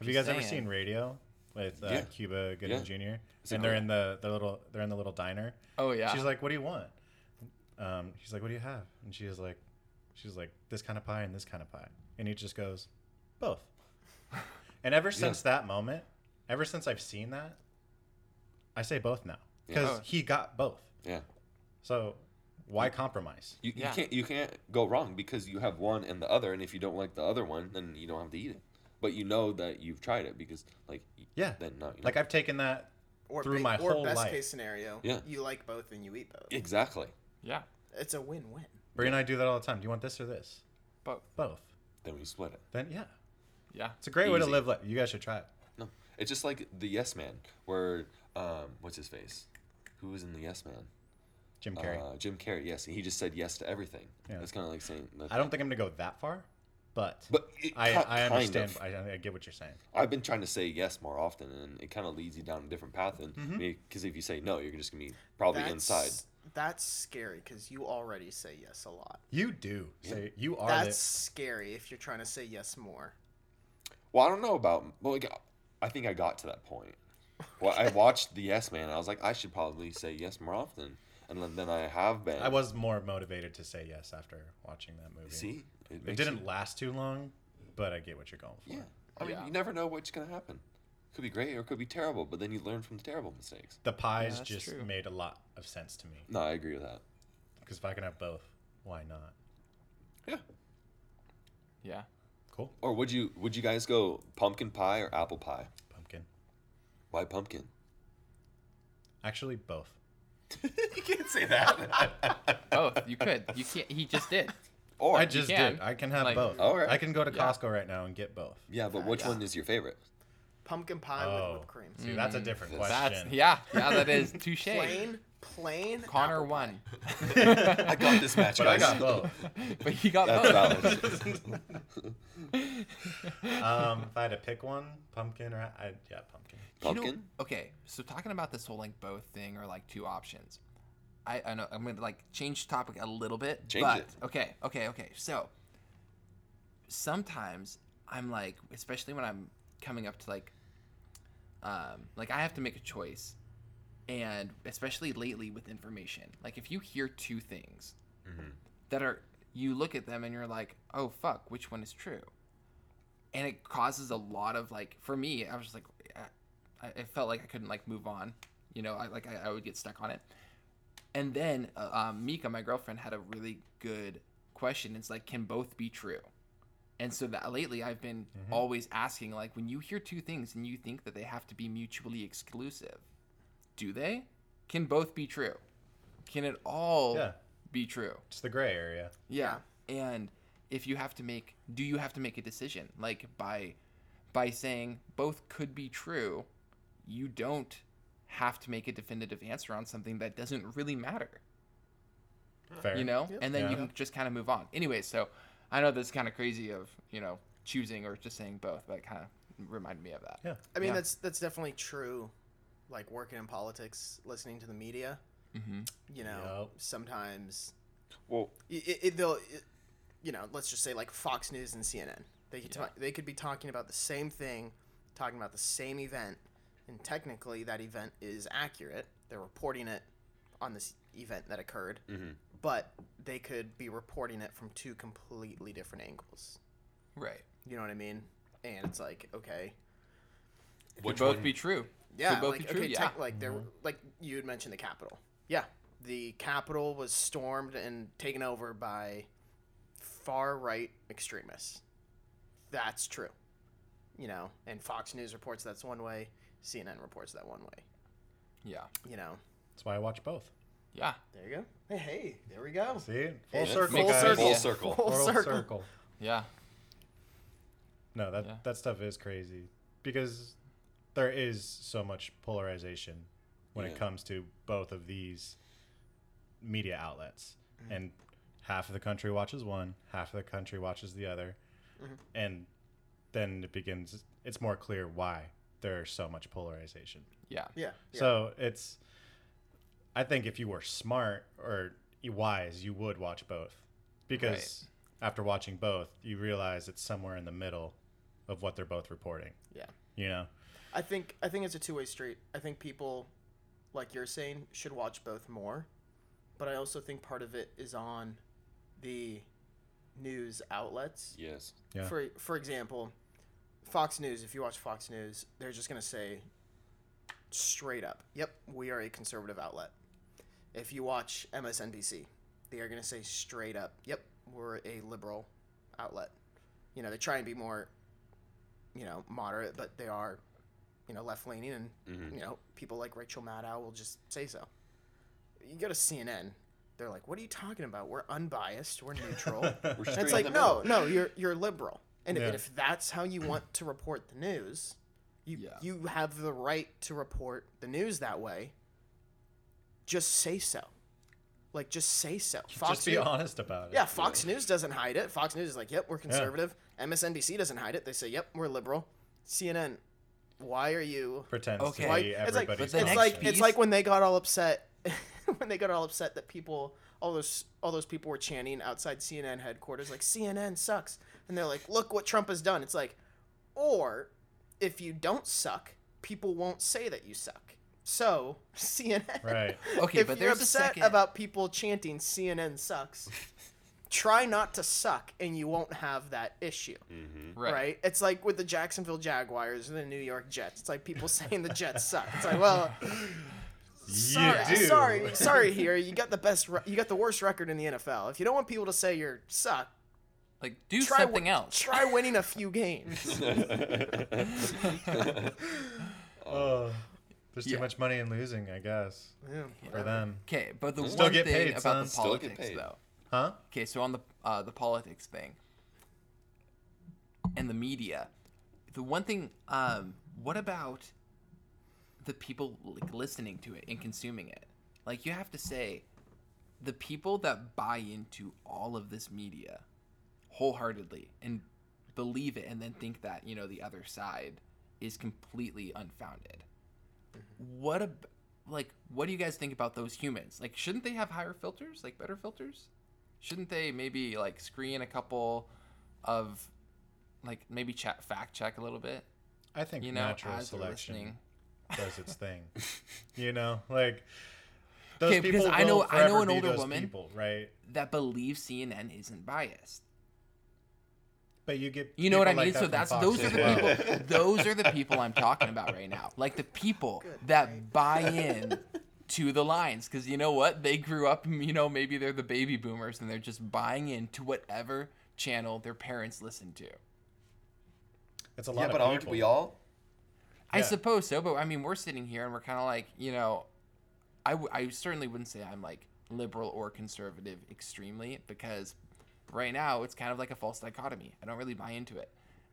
[SPEAKER 2] Have you guys ever
[SPEAKER 4] saying.
[SPEAKER 2] seen Radio with uh,
[SPEAKER 1] Yeah.
[SPEAKER 2] Cuba Gooding Jr.? And
[SPEAKER 1] cool?
[SPEAKER 2] they're in the, the little they're in the little diner.
[SPEAKER 4] oh yeah,
[SPEAKER 2] She's like, "What do you want?" Um, he's like, "What do you have?" And she's like, "She's like this kind of pie and this kind of pie." And he just goes,
[SPEAKER 1] [LAUGHS]
[SPEAKER 2] "Both." And ever since that moment, ever since I've seen that, I say both now because
[SPEAKER 4] Yeah. Oh.
[SPEAKER 2] he got both.
[SPEAKER 1] Yeah,
[SPEAKER 2] So why
[SPEAKER 1] Mm.
[SPEAKER 2] compromise?
[SPEAKER 1] you, you
[SPEAKER 4] Yeah.
[SPEAKER 1] can't you can't go wrong because you have one and the other, and if you don't like the other one, then you don't have to eat it. But you know that you've tried it because like y-
[SPEAKER 2] Yeah.
[SPEAKER 1] then not you know.
[SPEAKER 2] Like I've taken that
[SPEAKER 3] Or
[SPEAKER 2] Through
[SPEAKER 3] ba-
[SPEAKER 2] my
[SPEAKER 3] or
[SPEAKER 2] whole
[SPEAKER 3] best
[SPEAKER 2] life.
[SPEAKER 3] case scenario,
[SPEAKER 1] Yeah.
[SPEAKER 3] you like both and you eat both.
[SPEAKER 1] exactly.
[SPEAKER 4] Yeah.
[SPEAKER 3] It's a win-win.
[SPEAKER 2] Brie and I do that all the time. Do you want this or this?
[SPEAKER 4] But
[SPEAKER 2] Both.
[SPEAKER 1] Then we split it.
[SPEAKER 2] Then yeah,
[SPEAKER 4] yeah.
[SPEAKER 2] it's a great way to
[SPEAKER 1] Easy.
[SPEAKER 2] live life. You guys should try it.
[SPEAKER 1] No, it's just like the Yes Man, where um, what's his face? Who was in the Yes Man?
[SPEAKER 2] Jim Carrey.
[SPEAKER 1] Uh, Jim Carrey. Yes, he just said yes to everything.
[SPEAKER 2] Yeah.
[SPEAKER 1] That's kind of like saying. That,
[SPEAKER 2] I don't think I'm gonna go that far, but
[SPEAKER 1] But it-
[SPEAKER 2] I,
[SPEAKER 1] ki-
[SPEAKER 2] I
[SPEAKER 1] kind
[SPEAKER 2] understand.
[SPEAKER 1] of.
[SPEAKER 2] I, I get what you're saying.
[SPEAKER 1] I've been trying to say yes more often, and it kind of leads you down a different path. And
[SPEAKER 2] Mm-hmm.
[SPEAKER 1] because if you say no, you're just gonna be probably inside.
[SPEAKER 3] That's scary because you already say yes a lot.
[SPEAKER 2] You do. Say you are.
[SPEAKER 3] That's
[SPEAKER 2] the,
[SPEAKER 3] scary if you're trying to say yes more.
[SPEAKER 1] Well, I don't know about. Well, like, I think I got to that point. Well, I watched the Yes Man. And I was like, I should probably say yes more often, and then, then I have been.
[SPEAKER 2] I was more motivated to say yes after watching that movie.
[SPEAKER 1] See,
[SPEAKER 2] it
[SPEAKER 1] makes you-
[SPEAKER 2] didn't last too long, but I get what you're going for.
[SPEAKER 1] Yeah. I mean,
[SPEAKER 4] Yeah.
[SPEAKER 1] you never know what's going to happen. Could be great or it could be terrible, but then you learn from the terrible mistakes.
[SPEAKER 2] The pies
[SPEAKER 4] that's
[SPEAKER 2] just
[SPEAKER 4] true.
[SPEAKER 2] made a lot of sense to me
[SPEAKER 1] No, I agree with that.
[SPEAKER 2] because if I can have both, why not?
[SPEAKER 1] Yeah.
[SPEAKER 2] [LAUGHS]
[SPEAKER 4] Yeah.
[SPEAKER 2] Cool.
[SPEAKER 1] Or would you would you guys go pumpkin pie or apple pie?
[SPEAKER 2] Pumpkin.
[SPEAKER 1] Why pumpkin?
[SPEAKER 2] Actually, both.
[SPEAKER 1] [LAUGHS] you can't say that.
[SPEAKER 4] Both. You could. You can't. He just did.
[SPEAKER 1] [LAUGHS] or
[SPEAKER 2] I just
[SPEAKER 4] can.
[SPEAKER 2] did. I can have
[SPEAKER 4] Like-
[SPEAKER 2] both.
[SPEAKER 1] All right.
[SPEAKER 2] I can go to
[SPEAKER 4] Yeah.
[SPEAKER 2] Costco right now and get both.
[SPEAKER 1] yeah, but which one is your favorite?
[SPEAKER 3] Pumpkin pie
[SPEAKER 2] Oh.
[SPEAKER 3] with whipped cream.
[SPEAKER 2] See, that's a different
[SPEAKER 1] That's-
[SPEAKER 2] question.
[SPEAKER 4] Mm-hmm. That's yeah. Yeah. That is touche.
[SPEAKER 3] Plain, plain.
[SPEAKER 4] Connor
[SPEAKER 3] apple pie.
[SPEAKER 4] won,
[SPEAKER 1] [LAUGHS] I got this match,
[SPEAKER 2] But I
[SPEAKER 1] guys.
[SPEAKER 2] got both.
[SPEAKER 4] [LAUGHS] but he got
[SPEAKER 1] That's
[SPEAKER 4] both.
[SPEAKER 1] valid.
[SPEAKER 2] Um, if I had to pick one, pumpkin or I, I- yeah, pumpkin.
[SPEAKER 4] You know-
[SPEAKER 1] Pumpkin?
[SPEAKER 4] okay, so talking about this whole like both thing or like two options, I, I know I'm gonna like change topic a little bit.
[SPEAKER 1] Change
[SPEAKER 4] but,
[SPEAKER 1] it.
[SPEAKER 4] Okay, okay, okay. So sometimes I'm like, especially when I'm coming up to like, um, like I have to make a choice, and especially lately with information, like if you hear two things
[SPEAKER 1] Mm-hmm.
[SPEAKER 4] that are you look at them and you're like, oh fuck, which one is true? and it causes a lot of like for me i was just like I, I felt like i couldn't like move on you know i like i, I would get stuck on it and then uh, um, mika my girlfriend had a really good question it's like can both be true and so that lately i've been always asking like when you hear two things and you think that they have to be mutually exclusive do they can both be true can it all
[SPEAKER 2] Yeah.
[SPEAKER 4] be true
[SPEAKER 2] It's the gray area.
[SPEAKER 4] yeah. And if you have to make do you have to make a decision? Like by by saying both could be true, you don't have to make a definitive answer on something that doesn't really matter.
[SPEAKER 2] Fair.
[SPEAKER 4] You know? And then you
[SPEAKER 2] Yeah.
[SPEAKER 4] can just kind of move on. Anyway, so I know that's kind of crazy of, you know, choosing or just saying both, but it kind of reminded me of that.
[SPEAKER 2] Yeah.
[SPEAKER 3] I mean,
[SPEAKER 4] Yeah.
[SPEAKER 3] that's that's definitely true. Like working in politics, listening to the media, you know,
[SPEAKER 2] Mm-hmm. Yup.
[SPEAKER 3] sometimes
[SPEAKER 1] [LAUGHS] Well,
[SPEAKER 3] i it, it, they'll, it, you know, let's just say like Fox News and CNN. They could talk, they could be talking about the same thing, talking about the same event, and technically that event is accurate. They're reporting it on this event that occurred, but they could be reporting it from two completely different angles.
[SPEAKER 4] Right.
[SPEAKER 3] You know what I mean? And it's like, okay,
[SPEAKER 1] which
[SPEAKER 4] could both
[SPEAKER 1] one?
[SPEAKER 4] be true.
[SPEAKER 3] yeah,
[SPEAKER 4] Could both
[SPEAKER 3] like,
[SPEAKER 4] be true.
[SPEAKER 3] okay,
[SPEAKER 4] yeah.
[SPEAKER 3] tech- like there, like you had mentioned the Capitol. Yeah, the Capitol was stormed and taken over by far right extremists. That's true, you know. And Fox News reports that's one way. CNN reports that one way.
[SPEAKER 4] yeah.
[SPEAKER 3] You know.
[SPEAKER 2] That's why I watch both.
[SPEAKER 4] Yeah.
[SPEAKER 3] There you go. Hey, hey, there we go.
[SPEAKER 2] See,
[SPEAKER 1] Yeah,
[SPEAKER 2] full circle,
[SPEAKER 1] full
[SPEAKER 2] guys.
[SPEAKER 1] circle.
[SPEAKER 4] Yeah.
[SPEAKER 1] Full circle.
[SPEAKER 3] Full
[SPEAKER 2] Full
[SPEAKER 3] circle.
[SPEAKER 2] circle.
[SPEAKER 4] Yeah.
[SPEAKER 2] No, that
[SPEAKER 4] Yeah.
[SPEAKER 2] that stuff is crazy because there is so much polarization when
[SPEAKER 1] Yeah.
[SPEAKER 2] it comes to both of these media outlets, and half of the country watches one, half of the country watches the other, and then it begins. It's more clear why there's so much polarization.
[SPEAKER 4] Yeah.
[SPEAKER 3] Yeah. yeah.
[SPEAKER 2] So it's, I think if you were smart or wise, you would watch both, because after watching both, you realize it's somewhere in the middle of what they're both reporting.
[SPEAKER 3] yeah.
[SPEAKER 2] You know,
[SPEAKER 3] I think I think it's a two way street. I think people, like you're saying, should watch both more, but I also think part of it is on the news outlets.
[SPEAKER 1] Yes.
[SPEAKER 2] Yeah.
[SPEAKER 3] For for example, Fox News. If you watch Fox News, they're just gonna say straight up, "Yep, we are a conservative outlet." If you watch MSNBC, they are gonna say straight up, "Yep, we're a liberal outlet." You know, they try and be more, you know, moderate, but they are, you know, left leaning, and you know, people like Rachel Maddow will just say so. You go to CNN, They're like, "What are you talking about? We're unbiased. We're neutral." and
[SPEAKER 1] We're
[SPEAKER 3] it's
[SPEAKER 1] straight
[SPEAKER 3] like,
[SPEAKER 1] in the
[SPEAKER 3] no,
[SPEAKER 1] middle.
[SPEAKER 3] no, you're you're liberal, and if,
[SPEAKER 2] Yeah.
[SPEAKER 3] and if that's how you want to report the news, you
[SPEAKER 5] Yeah.
[SPEAKER 3] you have the right to report the news that way. Just say so, like just say so. Fox
[SPEAKER 2] Just be
[SPEAKER 3] News-
[SPEAKER 2] honest about it.
[SPEAKER 3] yeah, Fox News doesn't hide it. Fox News is like, yep, we're conservative. MSNBC doesn't hide it. They say, yep, we're liberal. CNN, why are you?
[SPEAKER 2] Pretends
[SPEAKER 4] Okay.
[SPEAKER 2] to
[SPEAKER 4] Why-
[SPEAKER 2] be
[SPEAKER 3] It's like
[SPEAKER 2] everybody's
[SPEAKER 3] it's
[SPEAKER 4] the next
[SPEAKER 3] like
[SPEAKER 4] piece-
[SPEAKER 3] it's like when they got all upset [LAUGHS] when they got all upset that people all those all those people were chanting outside CNN headquarters like CNN sucks and they're like, look what Trump has done. It's like, or if you don't suck, people won't say that you suck. So [LAUGHS] CNN,
[SPEAKER 4] [LAUGHS]
[SPEAKER 2] Right.
[SPEAKER 4] Okay,
[SPEAKER 3] if
[SPEAKER 4] but
[SPEAKER 3] you're
[SPEAKER 4] there's a
[SPEAKER 3] upset
[SPEAKER 4] second-
[SPEAKER 3] about people chanting
[SPEAKER 4] [LAUGHS]
[SPEAKER 3] CNN sucks, try not to suck, and you won't have that issue, right. It's like with the Jacksonville Jaguars and the New York Jets. It's like people [LAUGHS] saying the Jets suck. It's like, well, sorry,
[SPEAKER 2] you do.
[SPEAKER 3] sorry, sorry. Here, you got the best, re- you got the worst record in the NFL. If you don't want people to say you're suck,
[SPEAKER 4] Like do
[SPEAKER 3] try win-
[SPEAKER 4] something else.
[SPEAKER 3] Try winning a few
[SPEAKER 1] [LAUGHS]
[SPEAKER 3] games.
[SPEAKER 2] Oh, there's too
[SPEAKER 4] Yeah.
[SPEAKER 2] much money in losing, I guess,
[SPEAKER 3] Yeah.
[SPEAKER 2] for them.
[SPEAKER 4] Okay, but the
[SPEAKER 2] Still
[SPEAKER 4] one thing
[SPEAKER 2] get paid,
[SPEAKER 4] about
[SPEAKER 2] son.
[SPEAKER 4] the
[SPEAKER 2] Still
[SPEAKER 1] get
[SPEAKER 4] politics
[SPEAKER 1] paid.
[SPEAKER 4] though.
[SPEAKER 2] Huh?
[SPEAKER 4] Okay, so on the uh, the politics thing and the media, the one thing, um, what about the people like listening to it and consuming it? Like you have to say, the people that buy into all of this media wholeheartedly and believe it, and then think that you know the other side is completely unfounded. What ab like what do you guys think about those humans? Like, shouldn't they have higher filters, like better filters? shouldn't they maybe like screen a couple of like maybe chat fact check a little bit
[SPEAKER 2] I think
[SPEAKER 4] you know
[SPEAKER 2] natural
[SPEAKER 4] as they're
[SPEAKER 2] selection
[SPEAKER 4] listening
[SPEAKER 2] does its
[SPEAKER 4] [LAUGHS]
[SPEAKER 2] thing. you know, like those
[SPEAKER 4] Okay, because
[SPEAKER 2] people
[SPEAKER 4] I know-
[SPEAKER 2] will
[SPEAKER 4] I
[SPEAKER 2] forever
[SPEAKER 4] know an
[SPEAKER 2] be
[SPEAKER 4] older
[SPEAKER 2] those
[SPEAKER 4] woman.
[SPEAKER 2] people, right?
[SPEAKER 4] that believes cnn isn't biased
[SPEAKER 2] But you get
[SPEAKER 4] you know what i
[SPEAKER 2] people like
[SPEAKER 4] mean
[SPEAKER 2] that
[SPEAKER 4] so
[SPEAKER 2] from Fox
[SPEAKER 4] that's those are
[SPEAKER 2] as
[SPEAKER 4] the
[SPEAKER 2] well.
[SPEAKER 4] people those are the people i'm talking about right now like the people that buy in to the lines because you know what they grew up you know maybe they're the baby boomers and they're just buying in to whatever channel their parents listen to
[SPEAKER 2] It's a lot
[SPEAKER 1] Yeah,
[SPEAKER 2] of
[SPEAKER 1] but aren't
[SPEAKER 2] people.
[SPEAKER 1] we all?
[SPEAKER 4] I
[SPEAKER 2] Yeah.
[SPEAKER 4] suppose so, but I mean, we're sitting here and we're kind of like, you know, I, w- I certainly wouldn't say I'm like liberal or conservative extremely because right now it's kind of like a false dichotomy. I don't really buy into it,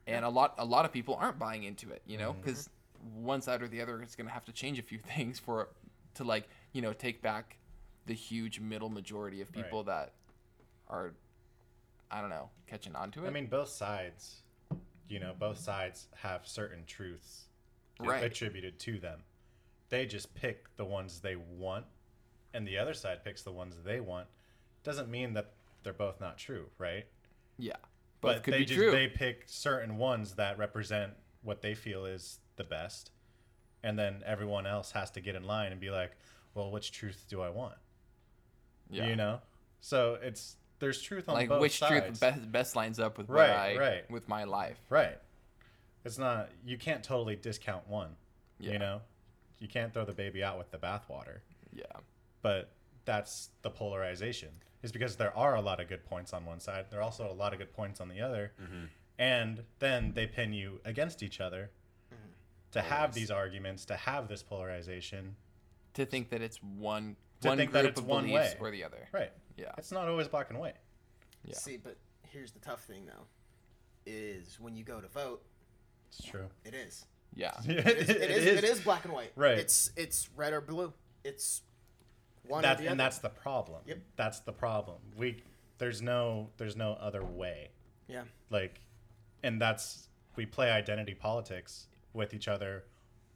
[SPEAKER 4] and a lot a lot of people aren't buying into it, you know,
[SPEAKER 2] Mm-hmm.
[SPEAKER 4] because one side or the other is going to have to change a few [LAUGHS] things for to like you know take back the huge middle majority of people that are I don't know catching on to it.
[SPEAKER 2] I mean, both sides. You know, both sides have certain truths
[SPEAKER 4] Right.
[SPEAKER 2] attributed to them. They just pick the ones they want, and the other side picks the ones they want. Doesn't mean that they're both not true, right?
[SPEAKER 4] yeah, both
[SPEAKER 2] but
[SPEAKER 4] could
[SPEAKER 2] they
[SPEAKER 4] be
[SPEAKER 2] just
[SPEAKER 4] true.
[SPEAKER 2] they pick certain ones that represent what they feel is the best and then everyone else has to get in line and be like well which truth do i want
[SPEAKER 4] yeah.
[SPEAKER 2] you know so it's there's truth on
[SPEAKER 4] like
[SPEAKER 2] both
[SPEAKER 4] which
[SPEAKER 2] sides
[SPEAKER 4] truth best, best lines up with what
[SPEAKER 2] Right,
[SPEAKER 4] I
[SPEAKER 2] right.
[SPEAKER 4] with my life.
[SPEAKER 2] right it's not you can't totally discount one
[SPEAKER 4] Yeah.
[SPEAKER 2] you know you can't throw the baby out with the bathwater
[SPEAKER 4] Yeah.
[SPEAKER 2] but that's the polarization is because there are a lot of good points on one side there are also a lot of good points on the other
[SPEAKER 4] Mm-hmm.
[SPEAKER 2] and then they pin you against each other
[SPEAKER 4] Mm-hmm.
[SPEAKER 2] to have these arguments to have this polarization
[SPEAKER 4] To think that it's one
[SPEAKER 2] To
[SPEAKER 4] one
[SPEAKER 2] think
[SPEAKER 4] group
[SPEAKER 2] that it's
[SPEAKER 4] of
[SPEAKER 2] one
[SPEAKER 4] beliefs
[SPEAKER 2] way.
[SPEAKER 4] or the other.
[SPEAKER 2] right
[SPEAKER 4] Yeah.
[SPEAKER 2] it's not always black and white
[SPEAKER 4] Yeah.
[SPEAKER 3] See, but here's the tough thing though, is when you go to vote,
[SPEAKER 2] it's true
[SPEAKER 3] it is.
[SPEAKER 2] [LAUGHS]
[SPEAKER 4] Yeah.
[SPEAKER 3] It is, it is. It is black and white.
[SPEAKER 2] Right.
[SPEAKER 3] It's it's red or blue. It's one
[SPEAKER 2] That-
[SPEAKER 3] or the
[SPEAKER 2] and
[SPEAKER 3] other.
[SPEAKER 2] that's the problem
[SPEAKER 3] Yep.
[SPEAKER 2] that's the problem we there's no there's no other way
[SPEAKER 3] yeah.
[SPEAKER 2] like and that's we play identity politics with each other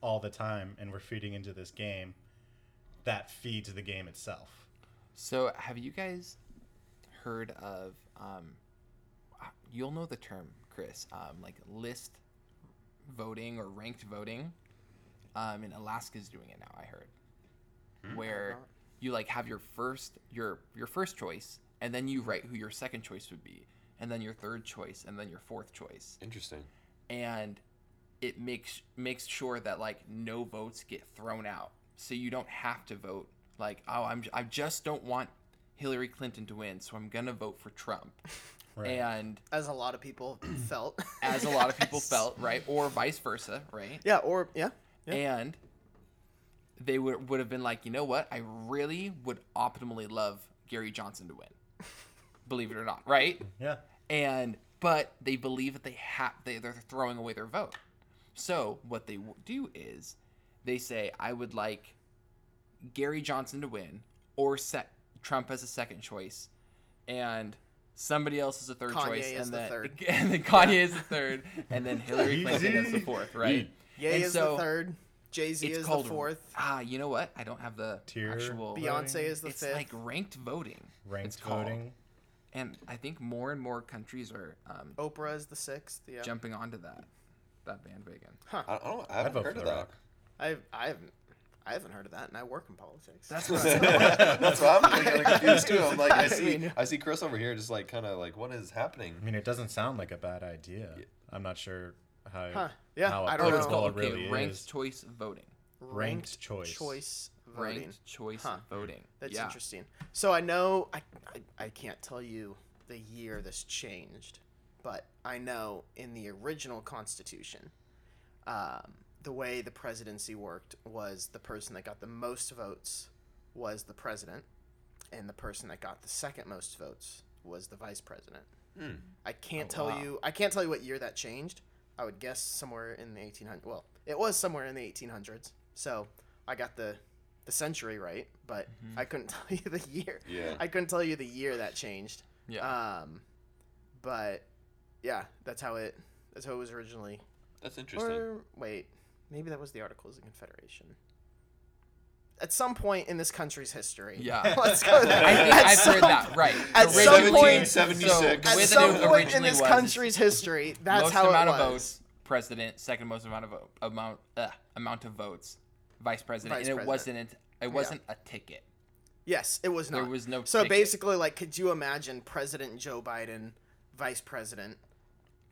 [SPEAKER 2] all the time and we're feeding into this game that feeds the game itself
[SPEAKER 4] So have you guys heard of um you'll know the term, Chris, um like list voting or ranked voting. Um and Alaska's doing it now, I heard. Where you like have your first your your first choice and then you write who your second choice would be and then your third choice and then your fourth choice
[SPEAKER 1] Interesting.
[SPEAKER 4] and it makes makes sure that like no votes get thrown out so you don't have to vote like oh i'm i just don't want hillary clinton to win so i'm gonna vote for trump
[SPEAKER 3] [LAUGHS]
[SPEAKER 2] Right.
[SPEAKER 4] and
[SPEAKER 3] As a lot of people felt.
[SPEAKER 4] as a lot of people
[SPEAKER 3] [LAUGHS] Yes.
[SPEAKER 4] felt right or vice versa right
[SPEAKER 3] Yeah. Or yeah. Yeah.
[SPEAKER 4] and they would would have been like, you know what? I really would optimally love Gary Johnson to win.
[SPEAKER 3] [LAUGHS]
[SPEAKER 4] Believe it or not, right?
[SPEAKER 2] Yeah.
[SPEAKER 4] and but they believe that they have they, they're throwing away their vote so what they w- do is they say i would like gary johnson to win or set trump as a second choice and somebody else is a third
[SPEAKER 3] Kanye
[SPEAKER 4] choice
[SPEAKER 3] is
[SPEAKER 4] and
[SPEAKER 3] the
[SPEAKER 4] then,
[SPEAKER 3] third.
[SPEAKER 4] [LAUGHS] and then kanye is the
[SPEAKER 3] [LAUGHS]
[SPEAKER 4] third and then hillary clinton is the
[SPEAKER 2] Easy.
[SPEAKER 4] fourth right
[SPEAKER 3] Ye
[SPEAKER 4] and
[SPEAKER 3] is the third. Jay Z
[SPEAKER 4] it's
[SPEAKER 3] is the
[SPEAKER 4] called-
[SPEAKER 3] fourth.
[SPEAKER 4] ah you know what i don't have the
[SPEAKER 2] Tier
[SPEAKER 4] actual
[SPEAKER 2] Beyond
[SPEAKER 3] Beyonce is the
[SPEAKER 4] it's
[SPEAKER 3] fifth.
[SPEAKER 4] like ranked voting
[SPEAKER 2] Ranked
[SPEAKER 4] it's called.
[SPEAKER 2] voting.
[SPEAKER 4] and i think more and more countries are um,
[SPEAKER 3] Oprah is the sixth. Yeah.
[SPEAKER 4] jumping onto that that bandwagon.
[SPEAKER 1] I, I don't. I
[SPEAKER 2] vote
[SPEAKER 1] haven't
[SPEAKER 2] for
[SPEAKER 1] heard of
[SPEAKER 2] The
[SPEAKER 1] that.
[SPEAKER 2] Rock.
[SPEAKER 3] I I haven't I haven't heard of that, and I work in politics.
[SPEAKER 4] That's what I'm saying.
[SPEAKER 1] [LAUGHS] That's what I'm getting confused too. I'm like, I
[SPEAKER 3] I
[SPEAKER 1] see,
[SPEAKER 3] mean-
[SPEAKER 1] I see Chris over here, just like kind of like, what is happening?
[SPEAKER 2] I mean, it doesn't sound like a bad idea. I'm not sure how.
[SPEAKER 3] Huh. Yeah,
[SPEAKER 2] How
[SPEAKER 3] I don't
[SPEAKER 4] Oh, it's
[SPEAKER 3] know.
[SPEAKER 2] applicable
[SPEAKER 4] called
[SPEAKER 2] it really
[SPEAKER 4] okay, ranked
[SPEAKER 2] is.
[SPEAKER 4] choice voting.
[SPEAKER 2] ranked choice.
[SPEAKER 3] Choice voting.
[SPEAKER 4] Ranked choice
[SPEAKER 3] Huh.
[SPEAKER 4] voting.
[SPEAKER 3] That's
[SPEAKER 4] yeah.
[SPEAKER 3] interesting. So I know I, I I can't tell you the year this changed, but I know in the original Constitution, um, the way the presidency worked was the person that got the most votes was the president, and the person that got the second most votes was the vice president. I can't
[SPEAKER 4] Oh,
[SPEAKER 3] tell
[SPEAKER 4] wow.
[SPEAKER 3] you. I can't tell you what year that changed. I would guess somewhere in the 1800s. Well, it was somewhere in the 1800s. So I got the the century right, but
[SPEAKER 4] Mm-hmm.
[SPEAKER 3] I couldn't [LAUGHS] tell you the year.
[SPEAKER 1] Yeah.
[SPEAKER 3] I couldn't tell you the year that changed.
[SPEAKER 4] Yeah.
[SPEAKER 3] Um, but yeah, that's how it. That's how it was originally.
[SPEAKER 1] That's interesting.
[SPEAKER 3] Or wait, maybe that was the Articles of Confederation. At some point in this country's history.
[SPEAKER 4] Yeah.
[SPEAKER 3] [LAUGHS] Let's go there.
[SPEAKER 4] I think
[SPEAKER 3] At
[SPEAKER 4] I've
[SPEAKER 3] some
[SPEAKER 4] heard that right.
[SPEAKER 3] at
[SPEAKER 4] Originally-
[SPEAKER 3] some point-
[SPEAKER 4] so the
[SPEAKER 1] 1776.
[SPEAKER 4] way
[SPEAKER 3] at
[SPEAKER 4] that
[SPEAKER 3] some
[SPEAKER 4] it
[SPEAKER 3] point in
[SPEAKER 4] originally
[SPEAKER 3] this
[SPEAKER 4] was,
[SPEAKER 3] country's history, that's
[SPEAKER 4] most
[SPEAKER 3] how
[SPEAKER 4] amount
[SPEAKER 3] it
[SPEAKER 4] of
[SPEAKER 3] was.
[SPEAKER 4] votes, president, second most amount of vote, amount uh, amount of votes, vice president,
[SPEAKER 3] Vice
[SPEAKER 4] and it
[SPEAKER 3] president.
[SPEAKER 4] wasn't it wasn't a ticket.
[SPEAKER 3] Yes, it was not.
[SPEAKER 4] There was no
[SPEAKER 3] So
[SPEAKER 4] ticket.
[SPEAKER 3] basically, like, could you imagine President Joe Biden, Vice President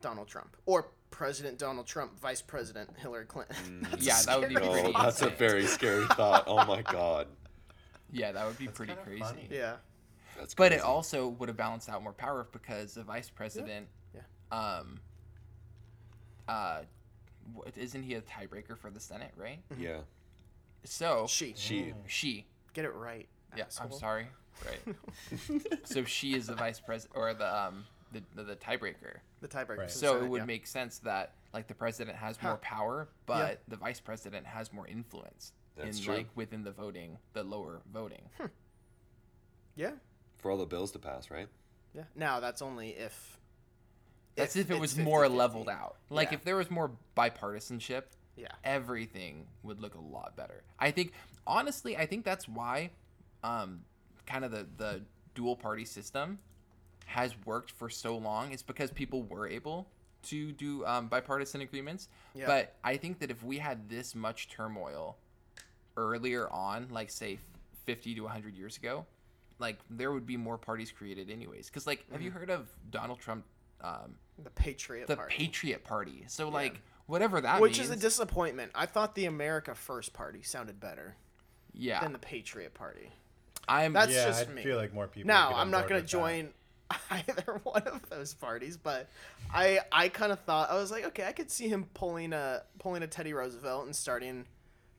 [SPEAKER 3] Donald Trump, or President Donald Trump, Vice President Hillary Clinton? [LAUGHS] That's
[SPEAKER 4] Mm, Yeah, that would be
[SPEAKER 3] scary.
[SPEAKER 1] No,
[SPEAKER 4] pretty
[SPEAKER 1] that's a
[SPEAKER 4] insane.
[SPEAKER 1] very scary thought. Oh my god.
[SPEAKER 4] Yeah, that would be pretty
[SPEAKER 2] kinda
[SPEAKER 4] crazy.
[SPEAKER 2] funny.
[SPEAKER 3] [LAUGHS] Yeah,
[SPEAKER 1] That's
[SPEAKER 4] But
[SPEAKER 1] crazy.
[SPEAKER 4] it also would have balanced out more power because the vice president,
[SPEAKER 3] Yeah.
[SPEAKER 4] um, uh, what, isn't he a tiebreaker for the Senate, right?
[SPEAKER 1] yeah,
[SPEAKER 4] So
[SPEAKER 3] she
[SPEAKER 1] she.
[SPEAKER 4] she,
[SPEAKER 3] get it right.
[SPEAKER 4] yeah,
[SPEAKER 3] asshole.
[SPEAKER 4] I'm sorry,
[SPEAKER 3] [LAUGHS]
[SPEAKER 4] right? so she is the vice president or the um the the, the tiebreaker.
[SPEAKER 3] The tiebreaker.
[SPEAKER 2] Right.
[SPEAKER 3] for the
[SPEAKER 4] So
[SPEAKER 3] Senate,
[SPEAKER 4] it would
[SPEAKER 3] yeah.
[SPEAKER 4] make sense that like the president has more power, but the vice president has more influence
[SPEAKER 1] That's
[SPEAKER 4] in
[SPEAKER 1] true.
[SPEAKER 4] like within the voting, the lower voting.
[SPEAKER 3] Hmm. yeah,
[SPEAKER 1] for all the bills to pass, right?
[SPEAKER 3] yeah. Now that's only if.
[SPEAKER 4] That's if, it
[SPEAKER 3] it's
[SPEAKER 4] was more
[SPEAKER 3] 50-50.
[SPEAKER 4] leveled out. Like
[SPEAKER 3] Yeah.
[SPEAKER 4] if there was more bipartisanship,
[SPEAKER 3] Yeah.
[SPEAKER 4] everything would look a lot better. I think honestly, I think that's why um kind of the the dual party system has worked for so long is because people were able to do um, bipartisan agreements.
[SPEAKER 3] Yeah.
[SPEAKER 4] But I think that if we had this much turmoil earlier on, like say 50 to 100 years ago, like there would be more parties created anyways. Because like, have you heard of Donald Trump, um,
[SPEAKER 3] Mm-hmm. The Patriot
[SPEAKER 4] the
[SPEAKER 3] Party.
[SPEAKER 4] Patriot Party? So like, whatever that
[SPEAKER 3] Which
[SPEAKER 4] means,
[SPEAKER 3] is a disappointment. I thought the America First Party sounded better
[SPEAKER 4] yeah,
[SPEAKER 3] than the Patriot Party.
[SPEAKER 4] I'm
[SPEAKER 3] That's
[SPEAKER 2] yeah,
[SPEAKER 3] just
[SPEAKER 2] I
[SPEAKER 3] me.
[SPEAKER 2] feel like more people.
[SPEAKER 3] No, I'm not gonna join [LAUGHS] either one of those parties, but I I kind of thought I was like, okay, I could see him pulling a pulling a Teddy Roosevelt and starting,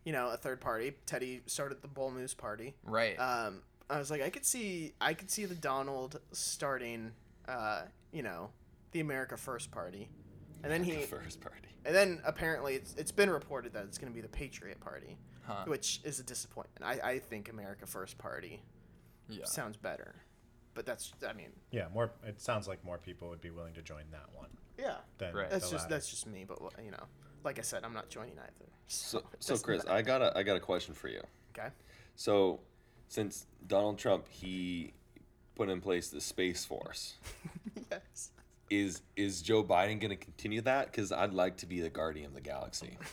[SPEAKER 3] you know, a third party. Teddy started the Bull Moose Party.
[SPEAKER 4] right.
[SPEAKER 3] Um, I was like, I could see I could see the Donald starting, uh, you know, the America First Party, and then he
[SPEAKER 1] [LAUGHS] The first party.
[SPEAKER 3] and then apparently it's it's been reported that it's going to be the Patriot Party,
[SPEAKER 4] Huh.
[SPEAKER 3] which is a disappointment. I I think America First Party
[SPEAKER 4] yeah.
[SPEAKER 3] sounds better, but that's I mean.
[SPEAKER 2] Yeah, more. It sounds like more people would be willing to join that one
[SPEAKER 3] Yeah.
[SPEAKER 2] than
[SPEAKER 4] Right.
[SPEAKER 3] That's
[SPEAKER 2] the
[SPEAKER 3] just
[SPEAKER 2] latter.
[SPEAKER 3] that's just me, but well, you know, like I said, I'm not joining either. [LAUGHS]
[SPEAKER 1] So,
[SPEAKER 4] [LAUGHS]
[SPEAKER 3] it
[SPEAKER 1] so
[SPEAKER 3] doesn't
[SPEAKER 1] Chris,
[SPEAKER 3] matter.
[SPEAKER 1] I got a, I got a question for you.
[SPEAKER 3] okay. [LAUGHS]
[SPEAKER 1] So, since Donald Trump he put in place the space force,
[SPEAKER 3] Yes.
[SPEAKER 1] is is Joe Biden going to continue that? Because I'd like to be the guardian of the galaxy.
[SPEAKER 3] [LAUGHS]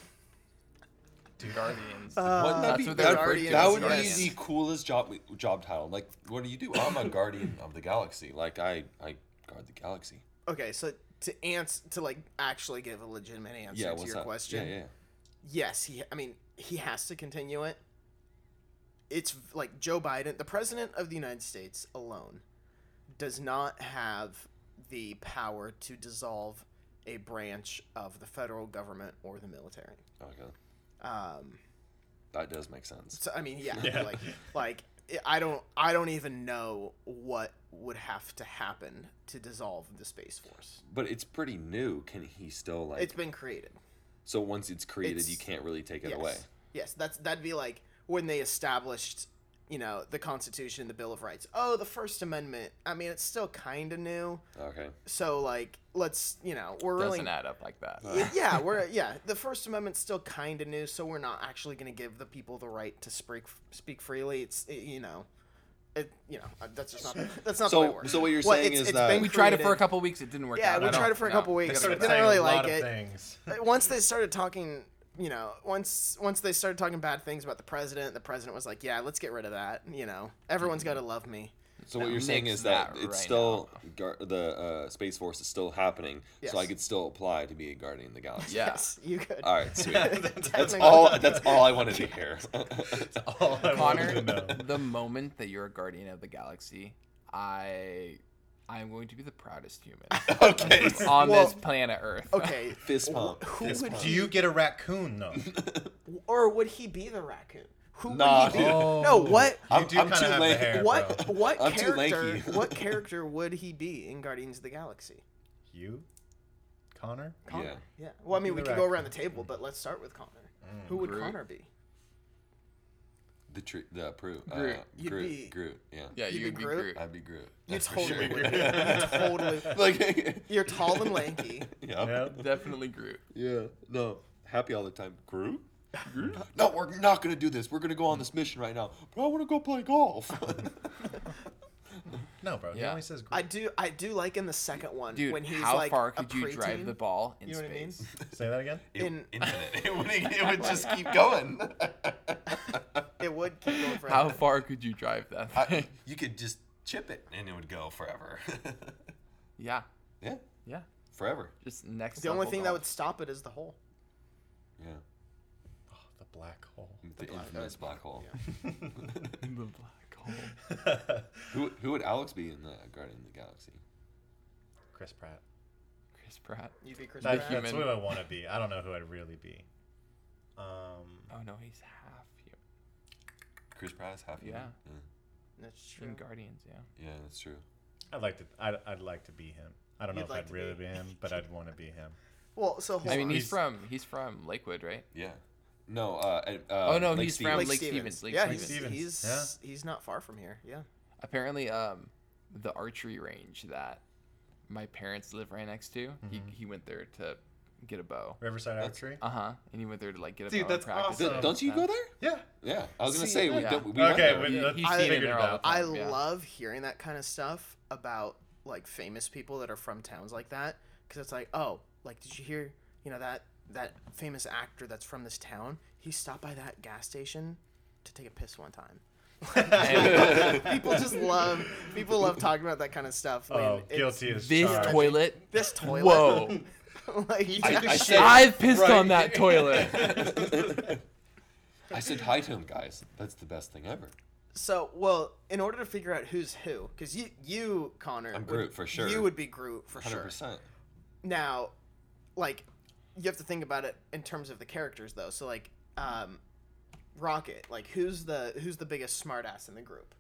[SPEAKER 4] Guardians.
[SPEAKER 3] Uh,
[SPEAKER 1] Wouldn't
[SPEAKER 4] That's
[SPEAKER 1] that be,
[SPEAKER 4] what they're
[SPEAKER 1] that,
[SPEAKER 4] referred to
[SPEAKER 1] that
[SPEAKER 4] as
[SPEAKER 1] would
[SPEAKER 4] guardians.
[SPEAKER 1] be the coolest job job title. Like, what do you do? I'm a guardian of the galaxy. Like, I I guard the galaxy.
[SPEAKER 3] Okay, so to answer to like actually give a legitimate answer
[SPEAKER 1] Yeah,
[SPEAKER 3] to
[SPEAKER 1] what's
[SPEAKER 3] your
[SPEAKER 1] up?
[SPEAKER 3] question,
[SPEAKER 1] Yeah, yeah.
[SPEAKER 3] yes, he. I mean, he has to continue it. It's v- like Joe Biden, the president of the United States alone, does not have the power to dissolve a branch of the federal government or the military.
[SPEAKER 1] Okay,
[SPEAKER 3] Um,
[SPEAKER 1] that does make sense.
[SPEAKER 3] So I mean, yeah,
[SPEAKER 2] Yeah.
[SPEAKER 3] like like I don't I don't even know what would have to happen to dissolve the space force.
[SPEAKER 1] But it's pretty new. Can he still like?
[SPEAKER 3] It's been created.
[SPEAKER 1] so once it's created, you
[SPEAKER 3] it's-
[SPEAKER 1] can't really take it
[SPEAKER 3] yes.
[SPEAKER 1] away.
[SPEAKER 3] Yes, that's that'd be like when they established, you know, the Constitution, the Bill of Rights. Oh, the First Amendment. I mean, it's still kind of new.
[SPEAKER 1] Okay.
[SPEAKER 3] So like, let's you know, we're really
[SPEAKER 4] Doesn't add up like that. [LAUGHS]
[SPEAKER 3] Y- yeah, we're yeah. The First Amendment's still kind of new, so we're not actually going to give the people the right to speak speak freely. It's it, you know, it you know uh, that's just not that's not the way it
[SPEAKER 1] So,
[SPEAKER 3] works.
[SPEAKER 1] so what you're
[SPEAKER 3] Well,
[SPEAKER 1] saying
[SPEAKER 3] it's-
[SPEAKER 1] is
[SPEAKER 3] it's
[SPEAKER 1] that
[SPEAKER 3] been
[SPEAKER 4] we tried it for a
[SPEAKER 3] created-
[SPEAKER 4] couple weeks. It didn't work
[SPEAKER 3] Yeah,
[SPEAKER 4] out.
[SPEAKER 3] we
[SPEAKER 4] I don't-
[SPEAKER 3] tried it for a
[SPEAKER 4] no.
[SPEAKER 3] couple
[SPEAKER 2] They
[SPEAKER 3] weeks.
[SPEAKER 2] started
[SPEAKER 3] Didn't
[SPEAKER 2] saying
[SPEAKER 3] really
[SPEAKER 2] a
[SPEAKER 3] like
[SPEAKER 2] lot of
[SPEAKER 3] it. [LAUGHS] Uh,
[SPEAKER 2] things.
[SPEAKER 3] Once they started talking, you know, once once they started talking bad things about the president, the president was like, "Yeah, let's get rid of that." You know, everyone's got to love me.
[SPEAKER 1] So what you're saying
[SPEAKER 4] nix
[SPEAKER 1] is that,
[SPEAKER 4] that
[SPEAKER 1] it's
[SPEAKER 4] right
[SPEAKER 1] still gar- the uh, space force is still happening,
[SPEAKER 3] Yes.
[SPEAKER 1] so I could still apply to be a guardian of the galaxy.
[SPEAKER 4] Yeah.
[SPEAKER 3] [LAUGHS] Yes, you could.
[SPEAKER 1] All right, sweet. that's
[SPEAKER 3] Technically.
[SPEAKER 1] all. That's all I wanted to hear.
[SPEAKER 2] All I wanted
[SPEAKER 4] Connor,
[SPEAKER 2] to know.
[SPEAKER 4] the moment that you're a guardian of the galaxy, I I am going to be the proudest
[SPEAKER 3] [LAUGHS]
[SPEAKER 4] human
[SPEAKER 1] okay. [LAUGHS]
[SPEAKER 4] on
[SPEAKER 3] Well,
[SPEAKER 4] this planet Earth.
[SPEAKER 3] Okay,
[SPEAKER 1] Fist pump.
[SPEAKER 3] who
[SPEAKER 1] Fist
[SPEAKER 3] would
[SPEAKER 1] pump.
[SPEAKER 2] Do you get a raccoon [LAUGHS] though?
[SPEAKER 3] or would he be the raccoon? Who
[SPEAKER 1] Nah,
[SPEAKER 3] would he be?
[SPEAKER 2] dude.
[SPEAKER 3] No, what?
[SPEAKER 1] I'm-
[SPEAKER 2] you do
[SPEAKER 1] I'm
[SPEAKER 2] kind
[SPEAKER 1] too
[SPEAKER 2] of have
[SPEAKER 1] late.
[SPEAKER 2] the hair.
[SPEAKER 3] What
[SPEAKER 2] bro.
[SPEAKER 3] [LAUGHS] what
[SPEAKER 1] I'm too
[SPEAKER 3] character
[SPEAKER 1] lanky.
[SPEAKER 4] [LAUGHS]
[SPEAKER 3] what character would he be in Guardians of the Galaxy?
[SPEAKER 2] You, Connor?
[SPEAKER 1] Yeah.
[SPEAKER 3] Yeah. Well, I mean, we
[SPEAKER 2] the
[SPEAKER 3] could go
[SPEAKER 2] raccoon. Mm.
[SPEAKER 3] around the table, but let's start with Connor. Who would
[SPEAKER 4] Groot.
[SPEAKER 3] Connor be?
[SPEAKER 1] The tree. The Prue. Uh,
[SPEAKER 4] Groot.
[SPEAKER 1] Groot.
[SPEAKER 3] You'd
[SPEAKER 1] Groot.
[SPEAKER 3] be-
[SPEAKER 1] Yeah.
[SPEAKER 4] [LAUGHS] Yeah,
[SPEAKER 3] You'd be
[SPEAKER 4] you'd be
[SPEAKER 3] Groot?
[SPEAKER 4] Groot.
[SPEAKER 1] I'd be Groot.
[SPEAKER 3] You
[SPEAKER 1] That's for
[SPEAKER 3] totally
[SPEAKER 1] sure.
[SPEAKER 3] would. be. You
[SPEAKER 1] [LAUGHS]
[SPEAKER 3] totally.
[SPEAKER 1] like. [LAUGHS]
[SPEAKER 3] You're tall and lanky.
[SPEAKER 1] Yeah.
[SPEAKER 2] Yeah.
[SPEAKER 4] Definitely Groot.
[SPEAKER 1] Yeah. No. Happy all the time. Groot? [LAUGHS] No, we're not gonna do this. We're gonna go on this mission right now. But I wanna go play golf. [LAUGHS]
[SPEAKER 2] No, bro. He
[SPEAKER 4] Yeah.
[SPEAKER 2] only says
[SPEAKER 3] I
[SPEAKER 2] Groot.
[SPEAKER 3] do. I do like in the second one
[SPEAKER 4] Dude,
[SPEAKER 3] when he's
[SPEAKER 4] how
[SPEAKER 3] like
[SPEAKER 4] far
[SPEAKER 3] a
[SPEAKER 4] could you drive
[SPEAKER 3] preteen.
[SPEAKER 4] the ball in
[SPEAKER 3] You know what I mean?
[SPEAKER 4] space?
[SPEAKER 3] [LAUGHS]
[SPEAKER 2] Say that again.
[SPEAKER 3] [LAUGHS] In-
[SPEAKER 1] infinite. It would, it would just keep going. [LAUGHS]
[SPEAKER 3] It would keep going forever.
[SPEAKER 4] [LAUGHS] How far could you drive that?
[SPEAKER 1] I, [LAUGHS]
[SPEAKER 4] thing?
[SPEAKER 1] you could just chip it and it would go forever. [LAUGHS]
[SPEAKER 4] yeah,
[SPEAKER 1] yeah,
[SPEAKER 4] yeah.
[SPEAKER 1] forever.
[SPEAKER 4] Just next.
[SPEAKER 3] the only
[SPEAKER 4] level
[SPEAKER 3] thing that
[SPEAKER 4] golf.
[SPEAKER 3] would stop it is the hole.
[SPEAKER 1] Yeah.
[SPEAKER 2] Oh, the black hole.
[SPEAKER 3] [LAUGHS]
[SPEAKER 1] The, infamous black hole.
[SPEAKER 4] the black hole.
[SPEAKER 1] Who, who would Alex be in the uh, Guardian of the Galaxy?
[SPEAKER 2] Chris Pratt.
[SPEAKER 4] Chris Pratt.
[SPEAKER 3] You'd be Chris
[SPEAKER 2] That-
[SPEAKER 3] Pratt.
[SPEAKER 2] that's
[SPEAKER 4] human.
[SPEAKER 2] who I want to be. I don't know who I'd really be. Um,
[SPEAKER 4] Oh no, he's half human.
[SPEAKER 1] Chris Pratt is half human.
[SPEAKER 4] Yeah.
[SPEAKER 3] That's
[SPEAKER 4] In
[SPEAKER 3] true.
[SPEAKER 4] Guardians, yeah.
[SPEAKER 1] Yeah, yeah that's true.
[SPEAKER 2] I'd like to. I'd, I'd like to be him. I don't know
[SPEAKER 3] You'd
[SPEAKER 2] if
[SPEAKER 3] like
[SPEAKER 2] I'd
[SPEAKER 3] to
[SPEAKER 2] really
[SPEAKER 3] be-
[SPEAKER 2] be him, but I'd want to be him.
[SPEAKER 3] Well, so hold
[SPEAKER 4] I mean,
[SPEAKER 3] on.
[SPEAKER 4] he's,
[SPEAKER 2] He's-
[SPEAKER 4] from he's from Lakewood, right?
[SPEAKER 1] Yeah. No, uh, and, uh
[SPEAKER 4] Oh, no,
[SPEAKER 1] Lake
[SPEAKER 4] he's
[SPEAKER 1] Stevens.
[SPEAKER 4] from
[SPEAKER 3] Lake,
[SPEAKER 4] Lake
[SPEAKER 3] Stevens.
[SPEAKER 4] Stevens, Lake
[SPEAKER 3] yeah,
[SPEAKER 4] Stevens.
[SPEAKER 3] he's
[SPEAKER 2] Stevens,
[SPEAKER 3] he's, he's not far from here. Yeah.
[SPEAKER 4] Apparently, um, the archery range that my parents live right next to, he, he went there to get a bow.
[SPEAKER 1] [LAUGHS]
[SPEAKER 2] Riverside
[SPEAKER 1] That's-
[SPEAKER 2] Archery.
[SPEAKER 4] Uh huh. And he went there to like get a
[SPEAKER 2] Dude,
[SPEAKER 4] bow.
[SPEAKER 2] that's
[SPEAKER 4] and practice.
[SPEAKER 1] Th-
[SPEAKER 2] awesome.
[SPEAKER 1] don't you go there?
[SPEAKER 2] Yeah.
[SPEAKER 1] Yeah, I was gonna
[SPEAKER 3] See,
[SPEAKER 1] say we,
[SPEAKER 4] yeah.
[SPEAKER 1] don't- we went
[SPEAKER 2] Okay,
[SPEAKER 1] there.
[SPEAKER 2] we-
[SPEAKER 4] He-
[SPEAKER 2] Let's
[SPEAKER 4] he's
[SPEAKER 2] I-
[SPEAKER 4] seen it
[SPEAKER 2] figured
[SPEAKER 4] there
[SPEAKER 2] it
[SPEAKER 4] all the
[SPEAKER 2] out.
[SPEAKER 4] time.
[SPEAKER 3] I
[SPEAKER 4] yeah.
[SPEAKER 3] love hearing that kind of stuff about like famous people that are from towns like that because it's like, oh, like did you hear, you know that that famous actor that's from this town? He stopped by that gas station to take a piss one time.
[SPEAKER 1] [LAUGHS]
[SPEAKER 3] [LAUGHS]
[SPEAKER 2] [LAUGHS]
[SPEAKER 3] people just love people love talking about that kind of stuff. when
[SPEAKER 2] Oh,
[SPEAKER 3] it's-
[SPEAKER 2] guilty as
[SPEAKER 4] this
[SPEAKER 2] charged.
[SPEAKER 4] toilet.
[SPEAKER 3] This toilet.
[SPEAKER 2] [LAUGHS]
[SPEAKER 4] Whoa!
[SPEAKER 3] [LAUGHS] like
[SPEAKER 1] I said-
[SPEAKER 4] [LAUGHS] I've pissed
[SPEAKER 2] right
[SPEAKER 4] on that toilet.
[SPEAKER 2] [LAUGHS]
[SPEAKER 1] [LAUGHS]
[SPEAKER 4] [LAUGHS]
[SPEAKER 1] I said hi to him, guys. That's the best thing ever.
[SPEAKER 3] So, well, in order to figure out who's who, because you, you, Connor,
[SPEAKER 1] I'm
[SPEAKER 3] would-
[SPEAKER 1] Groot for sure.
[SPEAKER 3] You would be Groot for
[SPEAKER 1] Hundred
[SPEAKER 3] sure.
[SPEAKER 1] percent.
[SPEAKER 3] Now, like, you have to think about it in terms of the characters, though. So, like, um, Rocket, like, who's the who's the biggest smartass in the group?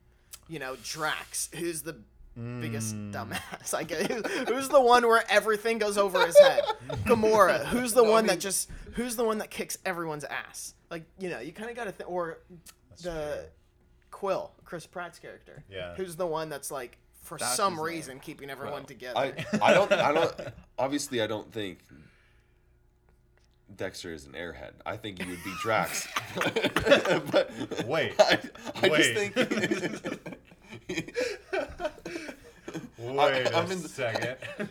[SPEAKER 3] You know, Drax, who's the biggest
[SPEAKER 2] Hmm.
[SPEAKER 3] dumbass? [LAUGHS] Like, who- who's the one where everything goes over
[SPEAKER 2] [LAUGHS]
[SPEAKER 3] his head? Gamora, who's the one that just who's the one that kicks everyone's ass? Like, you know, you kind of got to think, or the
[SPEAKER 2] true.
[SPEAKER 3] Quill, Chris Pratt's character,
[SPEAKER 2] Yeah.
[SPEAKER 3] who's the one that's like. For
[SPEAKER 4] That's
[SPEAKER 3] some
[SPEAKER 4] his name.
[SPEAKER 3] reason, keeping
[SPEAKER 4] Quill.
[SPEAKER 3] everyone together.
[SPEAKER 1] I I don't I don't obviously I don't think Dexter is an airhead. I think he would be
[SPEAKER 2] [LAUGHS]
[SPEAKER 1] Drax. but
[SPEAKER 2] Wait.
[SPEAKER 1] I, I just
[SPEAKER 2] Wait.
[SPEAKER 1] think
[SPEAKER 2] [LAUGHS] Wait a
[SPEAKER 1] I'm in the- [LAUGHS]
[SPEAKER 3] [LAUGHS]
[SPEAKER 2] second.
[SPEAKER 3] I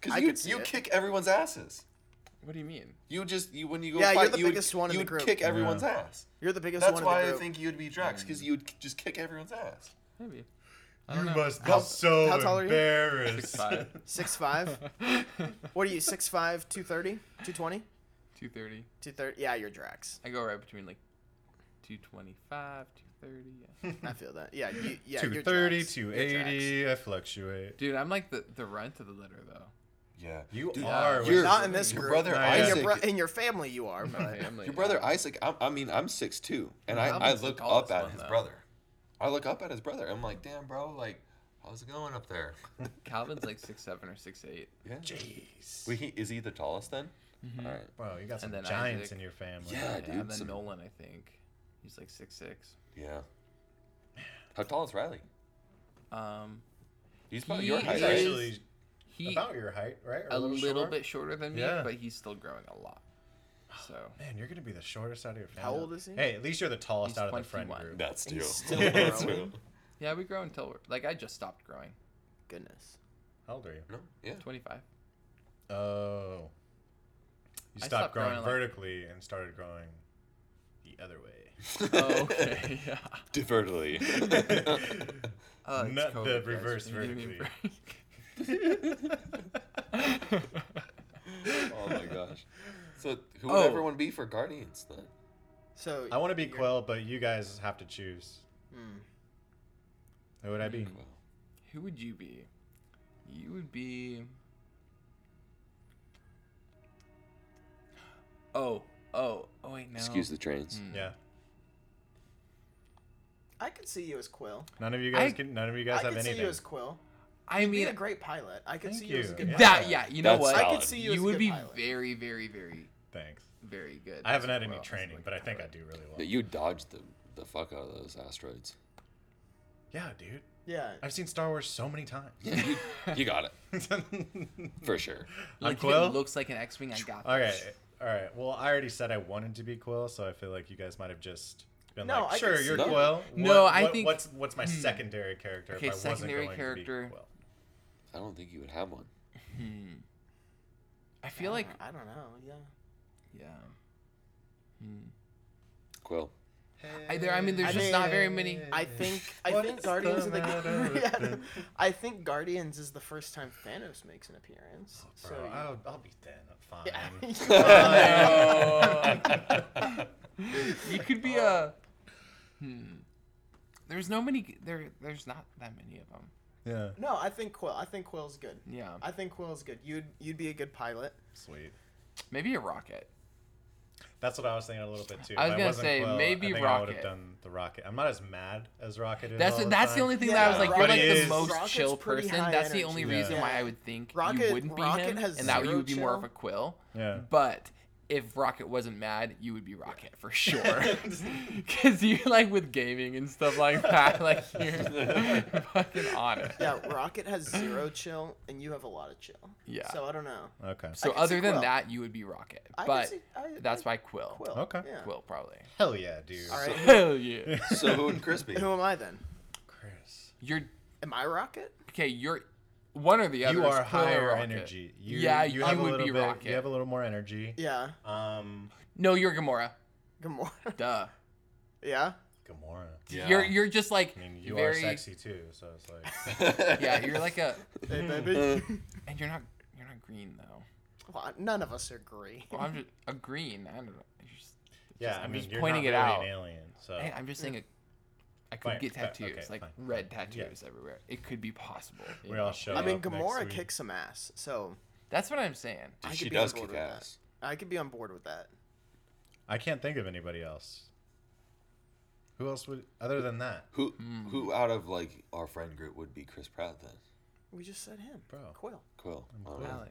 [SPEAKER 1] because you,
[SPEAKER 3] could see
[SPEAKER 1] you
[SPEAKER 3] it.
[SPEAKER 1] kick everyone's asses.
[SPEAKER 4] What do you mean?
[SPEAKER 1] You just you when you go
[SPEAKER 3] Yeah, you're
[SPEAKER 1] fight,
[SPEAKER 3] the
[SPEAKER 1] you would-
[SPEAKER 3] biggest one in
[SPEAKER 1] you
[SPEAKER 3] the
[SPEAKER 1] would
[SPEAKER 3] group.
[SPEAKER 1] kick everyone's ass.
[SPEAKER 3] You're the biggest
[SPEAKER 1] That's
[SPEAKER 3] one.
[SPEAKER 1] why
[SPEAKER 3] in the
[SPEAKER 1] I
[SPEAKER 3] group.
[SPEAKER 1] think you'd be Drax
[SPEAKER 2] Mm.
[SPEAKER 1] because you would k- just kick everyone's ass.
[SPEAKER 4] Maybe.
[SPEAKER 2] You must be
[SPEAKER 3] How-
[SPEAKER 2] so
[SPEAKER 3] how tall are you?
[SPEAKER 2] embarrassed. [LAUGHS]
[SPEAKER 4] Six five.
[SPEAKER 3] Six [LAUGHS] five. what are you? Six five, two thirty, two twenty,
[SPEAKER 4] [LAUGHS] Two thirty.
[SPEAKER 3] two thirty. Yeah, you're Drax. I,
[SPEAKER 4] I go right between like two twenty five, two thirty. Yeah.
[SPEAKER 3] feel that. Yeah, you, yeah. you're
[SPEAKER 2] 230,
[SPEAKER 3] Drax. You're Drax.
[SPEAKER 2] 280. I fluctuate.
[SPEAKER 4] Dude, I'm like the the runt of the litter though.
[SPEAKER 1] Yeah.
[SPEAKER 2] You
[SPEAKER 1] Dude,
[SPEAKER 2] are.
[SPEAKER 1] you're-
[SPEAKER 3] Not in this
[SPEAKER 1] your
[SPEAKER 3] group.
[SPEAKER 1] brother
[SPEAKER 2] No,
[SPEAKER 3] In
[SPEAKER 2] yeah.
[SPEAKER 1] Isaac.
[SPEAKER 3] your, bro- in your family, you are.
[SPEAKER 2] [LAUGHS]
[SPEAKER 3] But
[SPEAKER 4] Family.
[SPEAKER 1] Your brother Isaac, I, I mean, I'm six two, and I,
[SPEAKER 4] I'm
[SPEAKER 1] I
[SPEAKER 4] just
[SPEAKER 1] look
[SPEAKER 4] like all
[SPEAKER 1] up
[SPEAKER 4] this
[SPEAKER 1] at
[SPEAKER 4] one,
[SPEAKER 1] his
[SPEAKER 4] though.
[SPEAKER 1] brother. I look up at his brother. I'm like, damn, bro, like, how's it going up
[SPEAKER 4] [LAUGHS]
[SPEAKER 1] there?
[SPEAKER 4] Calvin's like six seven or six eight.
[SPEAKER 1] Yeah.
[SPEAKER 2] Jeez.
[SPEAKER 1] Wait, he, is he the tallest then?
[SPEAKER 4] Mm-hmm.
[SPEAKER 1] All right.
[SPEAKER 2] Bro, you got some
[SPEAKER 4] then
[SPEAKER 2] giants
[SPEAKER 4] Isaac.
[SPEAKER 2] in your family.
[SPEAKER 1] Yeah,
[SPEAKER 4] Yeah,
[SPEAKER 1] dude.
[SPEAKER 4] and then
[SPEAKER 1] some-
[SPEAKER 4] Nolan, I think, he's like six six.
[SPEAKER 1] yeah. How tall is Riley?
[SPEAKER 4] Um,
[SPEAKER 1] He's about
[SPEAKER 4] He
[SPEAKER 1] your height,
[SPEAKER 2] He's
[SPEAKER 4] is-
[SPEAKER 1] right?
[SPEAKER 2] actually
[SPEAKER 4] he
[SPEAKER 2] about your height, right? Or
[SPEAKER 4] a little,
[SPEAKER 2] shorter?
[SPEAKER 4] bit shorter than me,
[SPEAKER 2] Yeah.
[SPEAKER 4] but he's still growing a lot. So
[SPEAKER 2] Man, you're gonna be the shortest out of your family.
[SPEAKER 3] How old is he?
[SPEAKER 2] Hey, at least you're the tallest
[SPEAKER 4] He's
[SPEAKER 2] out of the friend
[SPEAKER 4] 21.
[SPEAKER 2] group.
[SPEAKER 1] That's two.
[SPEAKER 3] He's
[SPEAKER 1] [LAUGHS]
[SPEAKER 3] still
[SPEAKER 1] That's
[SPEAKER 3] growing.
[SPEAKER 1] two.
[SPEAKER 4] yeah, we grow until we're like I just stopped growing.
[SPEAKER 3] goodness.
[SPEAKER 2] How old are you?
[SPEAKER 1] No, yeah.
[SPEAKER 4] Twenty five.
[SPEAKER 2] Oh. You stopped,
[SPEAKER 4] I stopped
[SPEAKER 2] growing
[SPEAKER 4] growing, like-
[SPEAKER 2] vertically and started growing the other way.
[SPEAKER 1] [LAUGHS]
[SPEAKER 4] Oh, okay, [LAUGHS] yeah. [LAUGHS]
[SPEAKER 1] Divertly.
[SPEAKER 4] Oh, it's
[SPEAKER 2] Not the
[SPEAKER 4] guys.
[SPEAKER 2] reverse
[SPEAKER 4] Can you give me a
[SPEAKER 2] vertically.
[SPEAKER 4] break?
[SPEAKER 1] oh my gosh. So who would
[SPEAKER 4] Oh.
[SPEAKER 1] everyone be for Guardians then?
[SPEAKER 3] So
[SPEAKER 2] I want to be
[SPEAKER 3] you're-
[SPEAKER 2] Quill, but you guys have to choose.
[SPEAKER 3] Hmm.
[SPEAKER 2] Who would I be?
[SPEAKER 4] Mm.
[SPEAKER 1] Well,
[SPEAKER 4] Who would you be? You would be. Oh, oh, oh wait, no. Hmm.
[SPEAKER 1] Excuse the trains.
[SPEAKER 2] Yeah.
[SPEAKER 3] I could see you as Quill.
[SPEAKER 2] None of you guys
[SPEAKER 4] I-
[SPEAKER 2] can. None of you
[SPEAKER 3] I
[SPEAKER 2] guys
[SPEAKER 3] could
[SPEAKER 2] have
[SPEAKER 3] see
[SPEAKER 2] anything.
[SPEAKER 3] you as Quill.
[SPEAKER 4] I
[SPEAKER 3] You'd be a
[SPEAKER 4] mean
[SPEAKER 3] great pilot. I could
[SPEAKER 2] Thank
[SPEAKER 3] see you as a
[SPEAKER 2] you.
[SPEAKER 3] good
[SPEAKER 2] Yeah.
[SPEAKER 4] that. Yeah, you know
[SPEAKER 1] That's
[SPEAKER 4] what?
[SPEAKER 1] solid.
[SPEAKER 3] I could see you,
[SPEAKER 4] You,
[SPEAKER 3] as a
[SPEAKER 4] would
[SPEAKER 3] good
[SPEAKER 4] be
[SPEAKER 3] pilot.
[SPEAKER 4] very, very, very,
[SPEAKER 2] Thanks.
[SPEAKER 4] very good.
[SPEAKER 2] I haven't
[SPEAKER 4] as
[SPEAKER 2] had
[SPEAKER 4] a
[SPEAKER 2] any
[SPEAKER 4] Quill, as a
[SPEAKER 2] training,
[SPEAKER 4] good
[SPEAKER 2] but I think I
[SPEAKER 4] pilot.
[SPEAKER 2] do really
[SPEAKER 1] That
[SPEAKER 2] well.
[SPEAKER 1] You dodged the, the fuck out of those asteroids.
[SPEAKER 2] Yeah, dude.
[SPEAKER 3] Yeah.
[SPEAKER 2] I've seen Star Wars so many
[SPEAKER 4] [LAUGHS]
[SPEAKER 2] times.
[SPEAKER 1] [LAUGHS] Yeah, you, you got it
[SPEAKER 2] I'm
[SPEAKER 1] for sure.
[SPEAKER 4] Like, if
[SPEAKER 2] Quill.
[SPEAKER 4] it looks like an X-wing. I got.
[SPEAKER 2] All
[SPEAKER 4] that.
[SPEAKER 2] right, all right. Well, I already said I wanted to be Quill, so I feel like you guys might have just been
[SPEAKER 3] No, I
[SPEAKER 2] like,
[SPEAKER 3] can
[SPEAKER 2] "Sure,
[SPEAKER 3] see
[SPEAKER 2] you're
[SPEAKER 1] that.
[SPEAKER 2] Quill."
[SPEAKER 4] No,
[SPEAKER 2] What-
[SPEAKER 4] I
[SPEAKER 2] what-
[SPEAKER 4] think- Hmm.
[SPEAKER 2] what's what's my secondary character?
[SPEAKER 4] Okay,
[SPEAKER 2] if I
[SPEAKER 4] secondary
[SPEAKER 2] wasn't going To
[SPEAKER 4] character.
[SPEAKER 2] be Quill?
[SPEAKER 1] I don't think you would have one.
[SPEAKER 4] I feel like
[SPEAKER 3] I don't know. Yeah.
[SPEAKER 4] yeah.
[SPEAKER 2] [LAUGHS]
[SPEAKER 3] [LAUGHS]
[SPEAKER 1] Quill.
[SPEAKER 4] I, there, I mean, there's
[SPEAKER 3] I
[SPEAKER 4] just
[SPEAKER 3] mean-
[SPEAKER 4] not very many.
[SPEAKER 3] I think I
[SPEAKER 2] What
[SPEAKER 3] think
[SPEAKER 2] is the
[SPEAKER 3] Guardians of the
[SPEAKER 2] matter with
[SPEAKER 3] [LAUGHS] yeah,
[SPEAKER 2] them?
[SPEAKER 3] I think Guardians is the first time Thanos makes an appearance. so
[SPEAKER 2] Oh, Bro,
[SPEAKER 3] you-
[SPEAKER 2] I'll, I'll be thin. Fine.
[SPEAKER 3] [LAUGHS] yeah.
[SPEAKER 4] you could be a. Hmm. There's no many. There, there's not that many of them. [LAUGHS]
[SPEAKER 2] yeah.
[SPEAKER 3] no, I think Quill. I think Quill's good.
[SPEAKER 4] Yeah,
[SPEAKER 3] I think Quill's good. You'd you'd be a
[SPEAKER 4] [LAUGHS]
[SPEAKER 3] good pilot.
[SPEAKER 2] Sweet.
[SPEAKER 4] maybe a rocket.
[SPEAKER 2] That's what I was thinking a little bit too.
[SPEAKER 4] I was
[SPEAKER 2] If
[SPEAKER 4] gonna
[SPEAKER 2] wasn't
[SPEAKER 4] say,
[SPEAKER 2] Quill,
[SPEAKER 4] maybe
[SPEAKER 2] I think I would
[SPEAKER 4] Rocket.
[SPEAKER 2] have done the rocket. I'm not as mad as Rocket. Is
[SPEAKER 4] That's
[SPEAKER 2] all the
[SPEAKER 4] that's
[SPEAKER 2] time.
[SPEAKER 4] the only thing
[SPEAKER 3] Yeah,
[SPEAKER 4] that I was like.
[SPEAKER 2] Rocket
[SPEAKER 4] you're like
[SPEAKER 2] is-
[SPEAKER 4] the most
[SPEAKER 3] Rocket's
[SPEAKER 4] chill
[SPEAKER 3] pretty
[SPEAKER 4] person.
[SPEAKER 3] high
[SPEAKER 4] That's the
[SPEAKER 3] energy.
[SPEAKER 4] only
[SPEAKER 2] Yeah.
[SPEAKER 4] reason why
[SPEAKER 3] Yeah.
[SPEAKER 4] I would think
[SPEAKER 3] Rocket-
[SPEAKER 4] you wouldn't be
[SPEAKER 3] Rocket
[SPEAKER 4] him,
[SPEAKER 3] has
[SPEAKER 4] and that you
[SPEAKER 3] zero
[SPEAKER 4] would be more of
[SPEAKER 3] chill.
[SPEAKER 4] a quill.
[SPEAKER 2] Yeah.
[SPEAKER 4] But if Rocket wasn't mad, you would be Rocket for sure. Because you like with gaming and stuff like
[SPEAKER 2] [LAUGHS]
[SPEAKER 4] that, like you're fucking on it.
[SPEAKER 3] Yeah, Rocket has zero chill, and you have a lot of chill.
[SPEAKER 4] Yeah.
[SPEAKER 3] So I don't know.
[SPEAKER 2] [LAUGHS] Okay.
[SPEAKER 4] So
[SPEAKER 3] I can see
[SPEAKER 4] other than
[SPEAKER 3] Quill.
[SPEAKER 4] that, you would be Rocket.
[SPEAKER 3] I can
[SPEAKER 4] but
[SPEAKER 3] see- I-
[SPEAKER 4] that's
[SPEAKER 3] I-
[SPEAKER 4] why Quill. Quill,
[SPEAKER 3] Quill.
[SPEAKER 2] Okay.
[SPEAKER 3] Yeah.
[SPEAKER 4] probably.
[SPEAKER 2] [LAUGHS] Hell yeah, dude.
[SPEAKER 3] All [LAUGHS] right.
[SPEAKER 4] Hell yeah.
[SPEAKER 1] So who would
[SPEAKER 3] [LAUGHS]
[SPEAKER 1] Chris be?
[SPEAKER 3] Who am I then?
[SPEAKER 2] Chris.
[SPEAKER 4] You're
[SPEAKER 3] Am I Rocket?
[SPEAKER 4] okay. You're one or the other.
[SPEAKER 2] you
[SPEAKER 4] is
[SPEAKER 2] are
[SPEAKER 4] Quill or
[SPEAKER 2] higher
[SPEAKER 4] Rocket.
[SPEAKER 2] energy. You,
[SPEAKER 4] Yeah,
[SPEAKER 2] you,
[SPEAKER 4] you
[SPEAKER 2] have a
[SPEAKER 4] would
[SPEAKER 2] little
[SPEAKER 4] be
[SPEAKER 2] bit,
[SPEAKER 4] Rocket.
[SPEAKER 2] You have a little more energy.
[SPEAKER 3] Yeah.
[SPEAKER 2] Um,
[SPEAKER 4] No, you're Gamora.
[SPEAKER 3] Gamora. [LAUGHS]
[SPEAKER 4] Duh.
[SPEAKER 3] yeah.
[SPEAKER 2] Gamora.
[SPEAKER 4] You're you're just like
[SPEAKER 2] I mean, you
[SPEAKER 4] very.
[SPEAKER 2] are sexy too, so it's like
[SPEAKER 4] Yeah,
[SPEAKER 2] [LAUGHS]
[SPEAKER 4] you're like a,
[SPEAKER 3] [LAUGHS] Hey, baby.
[SPEAKER 4] and you're not you're not green though.
[SPEAKER 3] well, none of us are green.
[SPEAKER 4] Well, I'm just a green. I don't know. You're just,
[SPEAKER 2] yeah.
[SPEAKER 4] just-
[SPEAKER 2] I
[SPEAKER 4] I'm
[SPEAKER 2] mean,
[SPEAKER 4] just
[SPEAKER 2] you're
[SPEAKER 4] pointing
[SPEAKER 2] not
[SPEAKER 4] it
[SPEAKER 2] really
[SPEAKER 4] out.
[SPEAKER 2] An alien. So
[SPEAKER 4] Hey, I'm just saying. A, I could
[SPEAKER 2] Oh. Fine,
[SPEAKER 4] get
[SPEAKER 2] fine,
[SPEAKER 4] tattoos,
[SPEAKER 2] okay,
[SPEAKER 4] like
[SPEAKER 2] fine,
[SPEAKER 4] red
[SPEAKER 2] fine, yeah.
[SPEAKER 4] tattoos everywhere. It could
[SPEAKER 2] [LAUGHS]
[SPEAKER 4] be possible. you
[SPEAKER 2] we
[SPEAKER 4] know?
[SPEAKER 2] all show.
[SPEAKER 3] I mean,
[SPEAKER 2] up next
[SPEAKER 3] Gamora
[SPEAKER 2] week.
[SPEAKER 3] kicks some ass, so
[SPEAKER 4] That's what I'm saying.
[SPEAKER 2] [LAUGHS]
[SPEAKER 1] [LAUGHS]
[SPEAKER 3] I
[SPEAKER 1] she
[SPEAKER 3] could be on
[SPEAKER 1] does
[SPEAKER 3] board
[SPEAKER 1] kick
[SPEAKER 3] with that.
[SPEAKER 1] ass.
[SPEAKER 3] I could be on board with that.
[SPEAKER 2] I can't think of anybody else. Who else would other than that,
[SPEAKER 1] Who who out of like our friend group would be Chris Pratt then?
[SPEAKER 3] We just said him,
[SPEAKER 2] Bro.
[SPEAKER 3] Quill.
[SPEAKER 1] Quill. Oh,
[SPEAKER 4] Alex.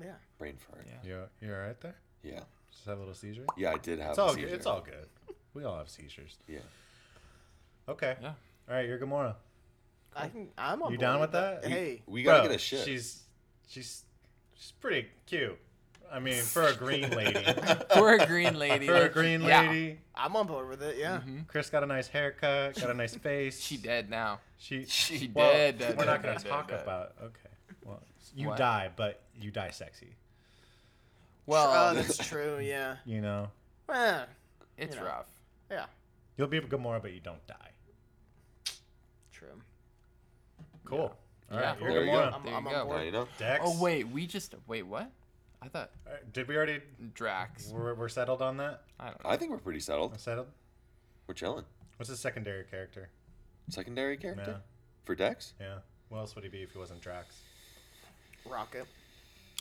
[SPEAKER 3] Yeah.
[SPEAKER 1] brain fart.
[SPEAKER 4] Yeah.
[SPEAKER 2] you you all right there?
[SPEAKER 1] Yeah. yeah.
[SPEAKER 2] Just have a little seizure.
[SPEAKER 1] I did have
[SPEAKER 2] It's
[SPEAKER 1] a
[SPEAKER 2] all good.
[SPEAKER 1] seizure.
[SPEAKER 2] It's all good. We all have seizures.
[SPEAKER 1] Yeah.
[SPEAKER 2] Okay.
[SPEAKER 4] Yeah.
[SPEAKER 2] All right, you're Gamora.
[SPEAKER 3] I can. I'm on.
[SPEAKER 2] You
[SPEAKER 3] board
[SPEAKER 2] down with that?
[SPEAKER 3] Hey,
[SPEAKER 1] We gotta
[SPEAKER 2] Bro,
[SPEAKER 1] get a shit.
[SPEAKER 2] She's she's she's pretty cute. I mean, for a green lady.
[SPEAKER 4] For
[SPEAKER 2] [LAUGHS]
[SPEAKER 4] a green [LAUGHS] lady.
[SPEAKER 2] for a
[SPEAKER 4] like,
[SPEAKER 2] green
[SPEAKER 4] yeah. Hmm?
[SPEAKER 2] lady.
[SPEAKER 3] I'm on board with it. Yeah.
[SPEAKER 4] Mm-hmm.
[SPEAKER 2] Chris got a nice haircut, got a
[SPEAKER 4] [LAUGHS]
[SPEAKER 2] nice face.
[SPEAKER 4] She dead now.
[SPEAKER 2] She,
[SPEAKER 1] She
[SPEAKER 2] well,
[SPEAKER 4] dead, dead,
[SPEAKER 2] We're not
[SPEAKER 4] dead, [LAUGHS]
[SPEAKER 2] going
[SPEAKER 4] dead,
[SPEAKER 2] to talk
[SPEAKER 4] dead.
[SPEAKER 2] about. Okay. Well, you
[SPEAKER 4] What?
[SPEAKER 2] die, but you die sexy.
[SPEAKER 3] Oh,
[SPEAKER 4] Well,
[SPEAKER 3] that's true.
[SPEAKER 4] [LAUGHS]
[SPEAKER 3] Yeah.
[SPEAKER 2] You know,
[SPEAKER 3] Eh,
[SPEAKER 4] it's
[SPEAKER 3] you know.
[SPEAKER 4] rough.
[SPEAKER 3] yeah.
[SPEAKER 2] you'll be Gamora, but you don't die.
[SPEAKER 3] True.
[SPEAKER 2] Cool.
[SPEAKER 4] Yeah.
[SPEAKER 2] All right,
[SPEAKER 4] Yeah.
[SPEAKER 2] you're
[SPEAKER 1] There you
[SPEAKER 2] Gamora.
[SPEAKER 1] go.
[SPEAKER 3] I'm,
[SPEAKER 4] There you
[SPEAKER 3] I'm
[SPEAKER 4] go.
[SPEAKER 3] on
[SPEAKER 1] Now you
[SPEAKER 3] board.
[SPEAKER 1] know.
[SPEAKER 2] Dex.
[SPEAKER 4] Oh wait, we just wait. What? I thought
[SPEAKER 2] All right, Did we already?
[SPEAKER 4] Drax.
[SPEAKER 2] We're, we're settled on that.
[SPEAKER 4] I don't know.
[SPEAKER 1] I think we're pretty settled.
[SPEAKER 2] We're settled.
[SPEAKER 1] We're chilling.
[SPEAKER 2] What's his secondary character?
[SPEAKER 1] Secondary character
[SPEAKER 2] Yeah.
[SPEAKER 1] for Dex.
[SPEAKER 2] Yeah. What else would he be if he wasn't Drax?
[SPEAKER 3] Rocket.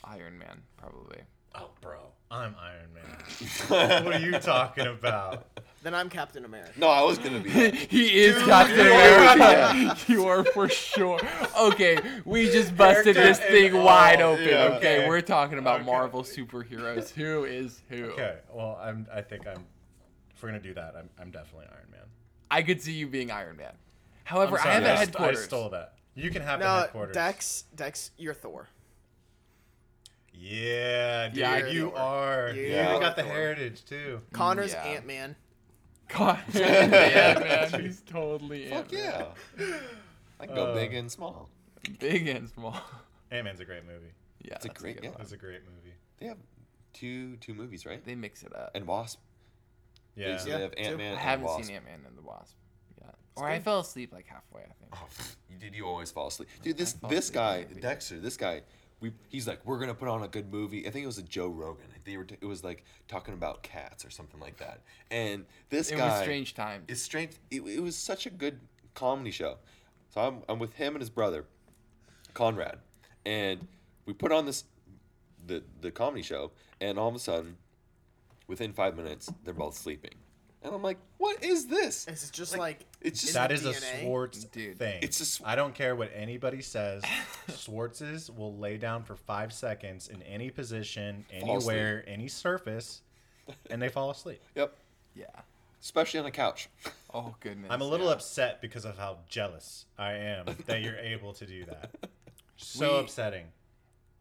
[SPEAKER 4] Iron Man, probably.
[SPEAKER 2] Oh, bro, I'm Iron Man. what are you talking about?
[SPEAKER 3] Then I'm Captain America.
[SPEAKER 1] No, I was gonna be.
[SPEAKER 4] [LAUGHS]
[SPEAKER 1] that.
[SPEAKER 4] He is
[SPEAKER 2] [LAUGHS]
[SPEAKER 4] Captain
[SPEAKER 2] you are-
[SPEAKER 4] America. You are for sure. Okay, we just busted
[SPEAKER 2] Character
[SPEAKER 4] this thing
[SPEAKER 2] in all.
[SPEAKER 4] wide open.
[SPEAKER 2] Yeah,
[SPEAKER 4] okay.
[SPEAKER 2] okay.
[SPEAKER 4] we're talking about
[SPEAKER 2] Okay.
[SPEAKER 4] Marvel superheroes. Who is who?
[SPEAKER 2] Okay, well, I'm. I think I'm. If we're gonna do that, I'm. I'm definitely Iron Man.
[SPEAKER 4] I could see you being Iron Man.
[SPEAKER 2] I'm
[SPEAKER 4] However, I
[SPEAKER 2] sorry,
[SPEAKER 4] have a
[SPEAKER 2] I, st-
[SPEAKER 4] headquarters.
[SPEAKER 2] I stole that. You can have the
[SPEAKER 3] No,
[SPEAKER 2] headquarters.
[SPEAKER 3] Dex, Dex, you're Thor.
[SPEAKER 2] Yeah, dude,
[SPEAKER 4] Yeah, I
[SPEAKER 2] you
[SPEAKER 3] can-
[SPEAKER 2] are.
[SPEAKER 3] You
[SPEAKER 2] You
[SPEAKER 1] are
[SPEAKER 2] got the
[SPEAKER 3] Thor.
[SPEAKER 2] heritage too.
[SPEAKER 3] Connor's
[SPEAKER 4] Yeah.
[SPEAKER 3] Ant Man.
[SPEAKER 4] [LAUGHS] God,
[SPEAKER 2] [LAUGHS]
[SPEAKER 4] yeah, man, he's totally
[SPEAKER 1] Fuck
[SPEAKER 4] Ant-Man.
[SPEAKER 1] yeah. I can go
[SPEAKER 2] Uh,
[SPEAKER 1] big and small.
[SPEAKER 4] big and small. [LAUGHS]
[SPEAKER 2] Ant Man's a great movie.
[SPEAKER 4] Yeah,
[SPEAKER 1] It's a great-
[SPEAKER 4] good
[SPEAKER 1] yeah.
[SPEAKER 4] one.
[SPEAKER 2] It's a great movie.
[SPEAKER 1] They have two two movies, right?
[SPEAKER 4] They mix it up.
[SPEAKER 1] And Wasp.
[SPEAKER 2] Yeah.
[SPEAKER 1] So
[SPEAKER 3] Yeah,
[SPEAKER 1] they have
[SPEAKER 3] two.
[SPEAKER 1] Ant Man
[SPEAKER 4] I
[SPEAKER 1] and
[SPEAKER 4] haven't
[SPEAKER 1] Wasp. [SIGHS]
[SPEAKER 4] seen Ant Man and the Wasp. Yeah, or I fell asleep like halfway. I think.
[SPEAKER 1] Oh, pff, Did you always fall asleep, dude? This
[SPEAKER 4] fall
[SPEAKER 1] this
[SPEAKER 4] asleep
[SPEAKER 1] guy
[SPEAKER 4] every day.
[SPEAKER 1] Dexter, this guy, we he's like we're gonna put on a good movie. I think it was a Joe Rogan. They were t- it was like talking about cats or something like that. And this
[SPEAKER 4] It
[SPEAKER 1] guy
[SPEAKER 4] was strange times.
[SPEAKER 1] It's strange. It, it was such a good comedy show. So I'm I'm with him and his brother, Conrad, and we put on this the the comedy show, and all of a sudden, within five minutes, they're both sleeping, and I'm like, what is this?
[SPEAKER 3] It's just like,
[SPEAKER 1] It's just
[SPEAKER 3] That-
[SPEAKER 2] That is a
[SPEAKER 3] DNA?
[SPEAKER 2] Swartz
[SPEAKER 4] Dude.
[SPEAKER 2] thing.
[SPEAKER 1] It's a sw-
[SPEAKER 2] I don't care what anybody says. Swartzes will lay down for five seconds in any position,
[SPEAKER 1] Fall asleep.
[SPEAKER 2] anywhere, any surface, and they
[SPEAKER 1] [LAUGHS]
[SPEAKER 2] fall asleep.
[SPEAKER 1] yep,
[SPEAKER 4] yeah.
[SPEAKER 1] especially on a couch.
[SPEAKER 4] Oh goodness.
[SPEAKER 2] I'm a little
[SPEAKER 4] yeah.
[SPEAKER 2] upset because of how jealous
[SPEAKER 1] [LAUGHS]
[SPEAKER 2] I am that you're able to do that. So
[SPEAKER 4] We-
[SPEAKER 2] upsetting.